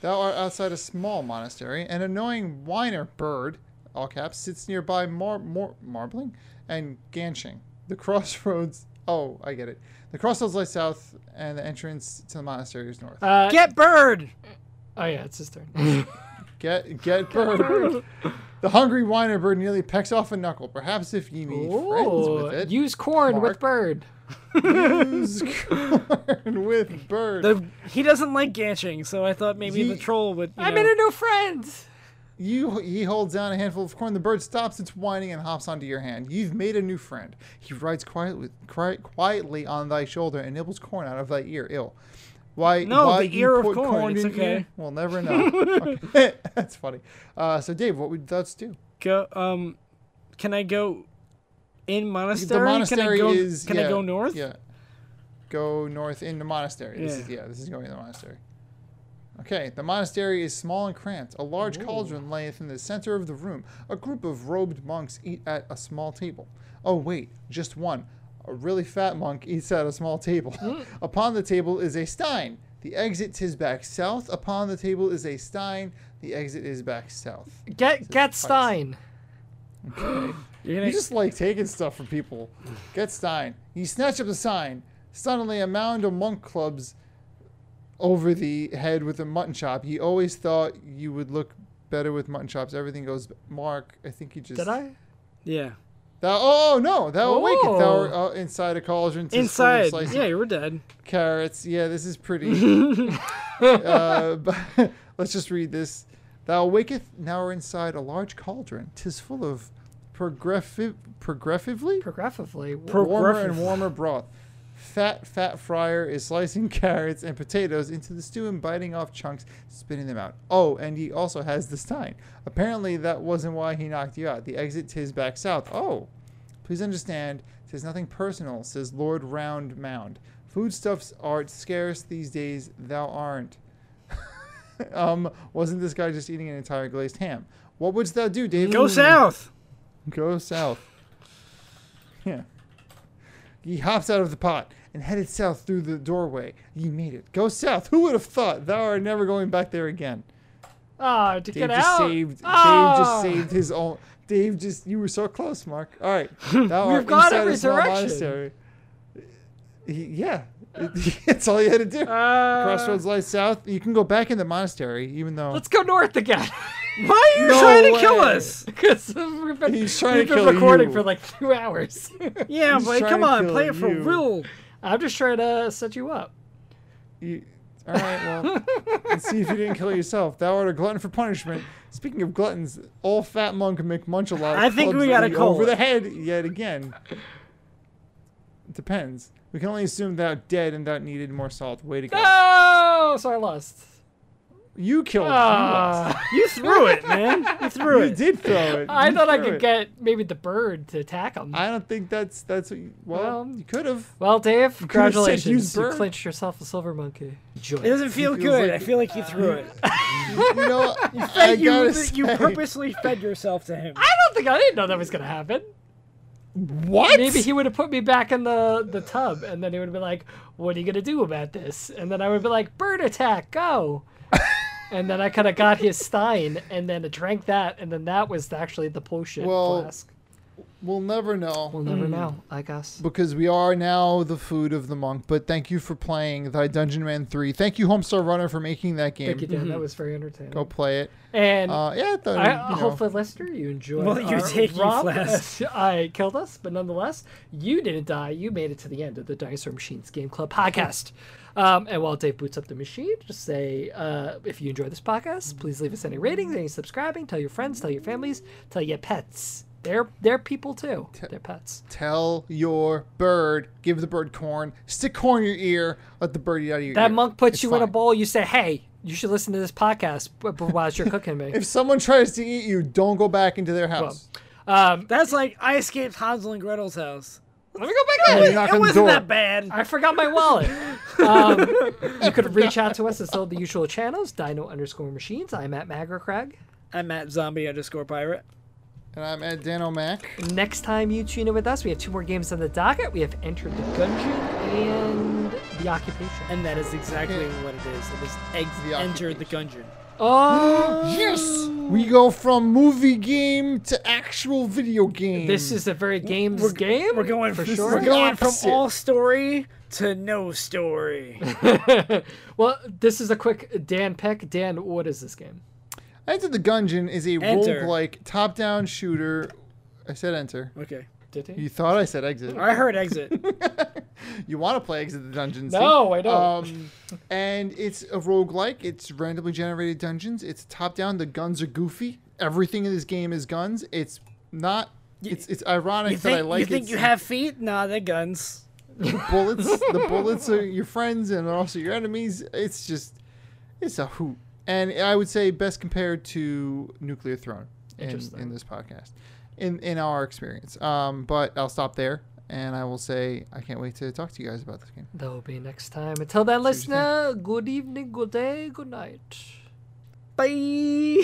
Speaker 1: Thou art outside a small monastery. An annoying whiner bird, all caps, sits nearby mar- mar- marbling and ganching. The crossroads. Oh, I get it. The crossroads lies south, and the entrance to the monastery is north.
Speaker 3: Uh,
Speaker 2: Get bird.
Speaker 3: oh yeah, it's his turn.
Speaker 1: Get, get bird. the hungry whiner bird nearly pecks off a knuckle. Perhaps if ye be friends
Speaker 3: Ooh,
Speaker 1: with it,
Speaker 3: use corn
Speaker 1: Mark.
Speaker 3: with bird.
Speaker 1: use corn with bird.
Speaker 2: The he doesn't like ganching, so I thought maybe the
Speaker 1: Ye-
Speaker 2: troll would. You
Speaker 3: I
Speaker 2: know.
Speaker 3: made a new friend.
Speaker 1: You he holds down a handful of corn. The bird stops its whining and hops onto your hand. You've made a new friend. He rides quietly, qui- quietly on thy shoulder and nibbles corn out of thy ear. Ill. Why?
Speaker 2: No,
Speaker 1: why
Speaker 2: the
Speaker 1: you
Speaker 2: ear of
Speaker 1: put
Speaker 2: corn, it's
Speaker 1: in
Speaker 2: okay.
Speaker 1: ear? We'll never know. Okay. That's funny. Uh, so Dave, what would thoughts do?
Speaker 2: go. Um, can I go in monastery?
Speaker 1: The monastery
Speaker 2: can I go,
Speaker 1: is.
Speaker 2: Can
Speaker 1: yeah,
Speaker 2: I go north?
Speaker 1: Yeah. Go north in the monastery. This
Speaker 2: Yeah.
Speaker 1: is yeah. This is going to the monastery. Okay, the monastery is small and cramped. A large cauldron layeth in the center of the room. A group of robed monks eat at a small table. Oh wait, just one. A really fat monk eats at a small table.
Speaker 2: Mm.
Speaker 1: upon the table is a stein. The exit tis back south. Upon the table is a stein. The exit is back south.
Speaker 3: Get get Stein.
Speaker 2: You're gonna,
Speaker 1: You just like taking stuff from people. Get Stein. You snatch up the sign. Suddenly, a mound of monk clubs over the head with a mutton chop. He always thought you would look better with mutton chops. Everything goes. Mark, I think you just.
Speaker 3: Did I?
Speaker 2: yeah.
Speaker 1: Thou, oh, no. Thou awakened. Thou art,
Speaker 3: Oh.
Speaker 1: uh, inside a cauldron. tis full of
Speaker 2: Inside.
Speaker 1: slices
Speaker 2: Yeah, you were dead.
Speaker 1: carrots. Yeah, this is pretty. uh, but let's just read this. Thou waketh now are inside a large cauldron. Tis full of progressive, progressively
Speaker 3: Progressively. w-
Speaker 2: Pro-
Speaker 1: warmer and
Speaker 2: Progressive.
Speaker 1: warmer broth. Fat, fat fryer is slicing carrots and potatoes into the stew and biting off chunks, spitting them out. Oh, and he also has the stein. Apparently, that wasn't why he knocked you out. The exit tis back south. Oh, please understand, tis nothing personal, says Lord Round Mound. Foodstuffs are scarce these days, thou aren't. um, wasn't this guy just eating an entire glazed ham? What wouldst thou do, David?
Speaker 2: Go south.
Speaker 1: Go south. Yeah. He hops out of the pot and headed south through the doorway. Ye made it. Go south. Who would have thought thou art never going back there again?
Speaker 3: Ah, to
Speaker 1: Dave
Speaker 3: get
Speaker 1: just
Speaker 3: out.
Speaker 1: saved. Dave
Speaker 3: Ah!
Speaker 1: just saved his own. Dave just. You were so close, Mark. All right. Thou
Speaker 3: We've
Speaker 1: art
Speaker 3: gone
Speaker 1: inside
Speaker 3: every
Speaker 1: a small
Speaker 3: direction.
Speaker 1: monastery. He- yeah. That's all you had to do.
Speaker 3: Uh,
Speaker 1: Crossroads lies south. You can go back in the monastery, even though.
Speaker 3: Let's go north again.
Speaker 2: Why are you
Speaker 1: No
Speaker 2: trying to kill
Speaker 1: way.
Speaker 2: us?
Speaker 3: Because we've been,
Speaker 1: He's trying
Speaker 3: we've
Speaker 1: to
Speaker 3: been
Speaker 1: kill
Speaker 3: recording
Speaker 1: you.
Speaker 3: for like two hours.
Speaker 2: Yeah,
Speaker 1: He's
Speaker 2: but
Speaker 1: trying
Speaker 2: come
Speaker 1: to
Speaker 2: on,
Speaker 1: kill
Speaker 2: play it for
Speaker 1: you.
Speaker 2: real.
Speaker 3: I'm just trying to set you up.
Speaker 1: You, all right, well, let's see if you didn't kill yourself. Thou art a glutton for punishment. Speaking of gluttons, all fat monk McMunchalot.
Speaker 2: I think
Speaker 1: clubs
Speaker 2: we gotta
Speaker 1: thee
Speaker 2: call
Speaker 1: over
Speaker 2: it.
Speaker 1: the head yet again. Depends. We can only assume thou dead and thou needed more salt. Way to go.
Speaker 3: Oh, so I lost.
Speaker 1: Oh, You killed.
Speaker 3: Ah,
Speaker 2: You threw it, man. You
Speaker 1: you,
Speaker 2: threw
Speaker 1: lost. you
Speaker 2: it.
Speaker 1: did throw it.
Speaker 3: I
Speaker 1: You
Speaker 3: thought I
Speaker 1: threw
Speaker 3: could
Speaker 1: it.
Speaker 3: get maybe the bird to attack him.
Speaker 1: I don't think that's that's what. You, well,
Speaker 3: Well,
Speaker 1: you could have.
Speaker 3: Well, Dave,
Speaker 1: could've said
Speaker 3: congratulations.
Speaker 1: use
Speaker 3: You
Speaker 1: bird.
Speaker 3: clinched yourself a silver monkey.
Speaker 2: It
Speaker 3: Joy.
Speaker 2: doesn't feel
Speaker 1: feels
Speaker 2: good.
Speaker 1: like-
Speaker 2: I feel like you threw it.
Speaker 1: You know, I
Speaker 2: you,
Speaker 1: gotta
Speaker 2: th- you
Speaker 1: say-
Speaker 2: purposely fed yourself to him.
Speaker 3: I don't think I didn't know that was going to happen.
Speaker 1: What?
Speaker 3: Maybe he would have put me back in the, the tub, and then he would have been like, What are you going to do about this? And then I would be like, Bird attack, go. and then I kind of got his Stein, and then I drank that, and then that was actually the potion
Speaker 1: Well- hmm.
Speaker 3: flask.
Speaker 1: We'll never know.
Speaker 3: We'll never know, I guess.
Speaker 1: because we are now the food of the monk. But thank you for playing Thy Dungeon Man 3. Thank you, Homestar Runner, for making that game.
Speaker 3: Thank you, Dan. That was very entertaining.
Speaker 1: hmm. Go play it.
Speaker 3: And
Speaker 1: Uh, yeah, though,
Speaker 3: I,
Speaker 1: you know,
Speaker 3: hopefully, Lester, you enjoyed.
Speaker 2: Well, you
Speaker 3: our
Speaker 2: take you
Speaker 3: romp.
Speaker 2: flask.
Speaker 3: I killed us, but nonetheless, you didn't die. You made it to the end of the Dinosaur Machines Game Club podcast. Um, and while Dave boots up the machine, just say uh, if you enjoy this podcast, please leave us any ratings, any subscribing, tell your friends, tell your families, tell your pets. They're they're people too. They're pets.
Speaker 1: Tell your bird, give the bird corn, stick corn in your ear, let the bird eat out of your ear.
Speaker 3: That monk puts
Speaker 1: It's
Speaker 3: you in a
Speaker 1: fine.
Speaker 3: bowl. You say, "Hey, you should listen to this podcast b- b- while you're cooking me."
Speaker 1: If someone tries to eat you, don't go back into their house.
Speaker 3: Um,
Speaker 2: That's like I escaped Hansel and Gretel's house.
Speaker 3: let me go back.
Speaker 1: You
Speaker 3: in.
Speaker 1: knock
Speaker 2: it
Speaker 1: on the
Speaker 2: wasn't
Speaker 1: door.
Speaker 2: that bad.
Speaker 3: I forgot my wallet. Um, you could reach out to us at all the usual channels. Dino underscore machines. I'm at Magrocrag.
Speaker 2: I'm at zombie underscore pirate.
Speaker 1: And I'm at Dan O'Mac.
Speaker 3: Next time you tune in with us, we have two more games on the docket. We have Entered the Gungeon and The Occupation.
Speaker 2: And that is exactly what it is. It was eggs
Speaker 1: The
Speaker 2: entered the dungeon.
Speaker 3: Oh,
Speaker 1: Yes! We go from movie game to actual video game.
Speaker 3: this is a very games game.
Speaker 2: We're going
Speaker 3: for
Speaker 2: from-
Speaker 3: sure.
Speaker 2: We're going from
Speaker 1: Opposite.
Speaker 2: all story to no story.
Speaker 3: well, this is a quick Dan pick. Dan, what is this game?
Speaker 1: Enter the Gungeon is a
Speaker 2: Enter.
Speaker 1: roguelike top down shooter. I said enter.
Speaker 2: okay.
Speaker 3: Did he?
Speaker 1: You thought I said exit.
Speaker 2: I heard exit.
Speaker 1: You want to play Exit the Dungeon? see?
Speaker 3: No, I don't.
Speaker 1: Um, and it's a roguelike. It's randomly generated dungeons. It's top down. The guns are goofy. Everything in this game is guns. It's not. It's it's ironic
Speaker 2: You think,
Speaker 1: that I like
Speaker 2: you, think
Speaker 1: it's
Speaker 2: you have feet? Nah, they're guns.
Speaker 1: bullets. the bullets are your friends and they're also your enemies. It's just it's a hoot. And I would say best compared to Nuclear Throne in,
Speaker 3: Interesting.
Speaker 1: in this podcast, in in our experience. Um, but I'll stop there, and I will say I can't wait to talk to you guys about this game.
Speaker 3: That will be next time. Until then,
Speaker 1: See what you
Speaker 3: listener, good evening, good day, good night.
Speaker 2: Bye.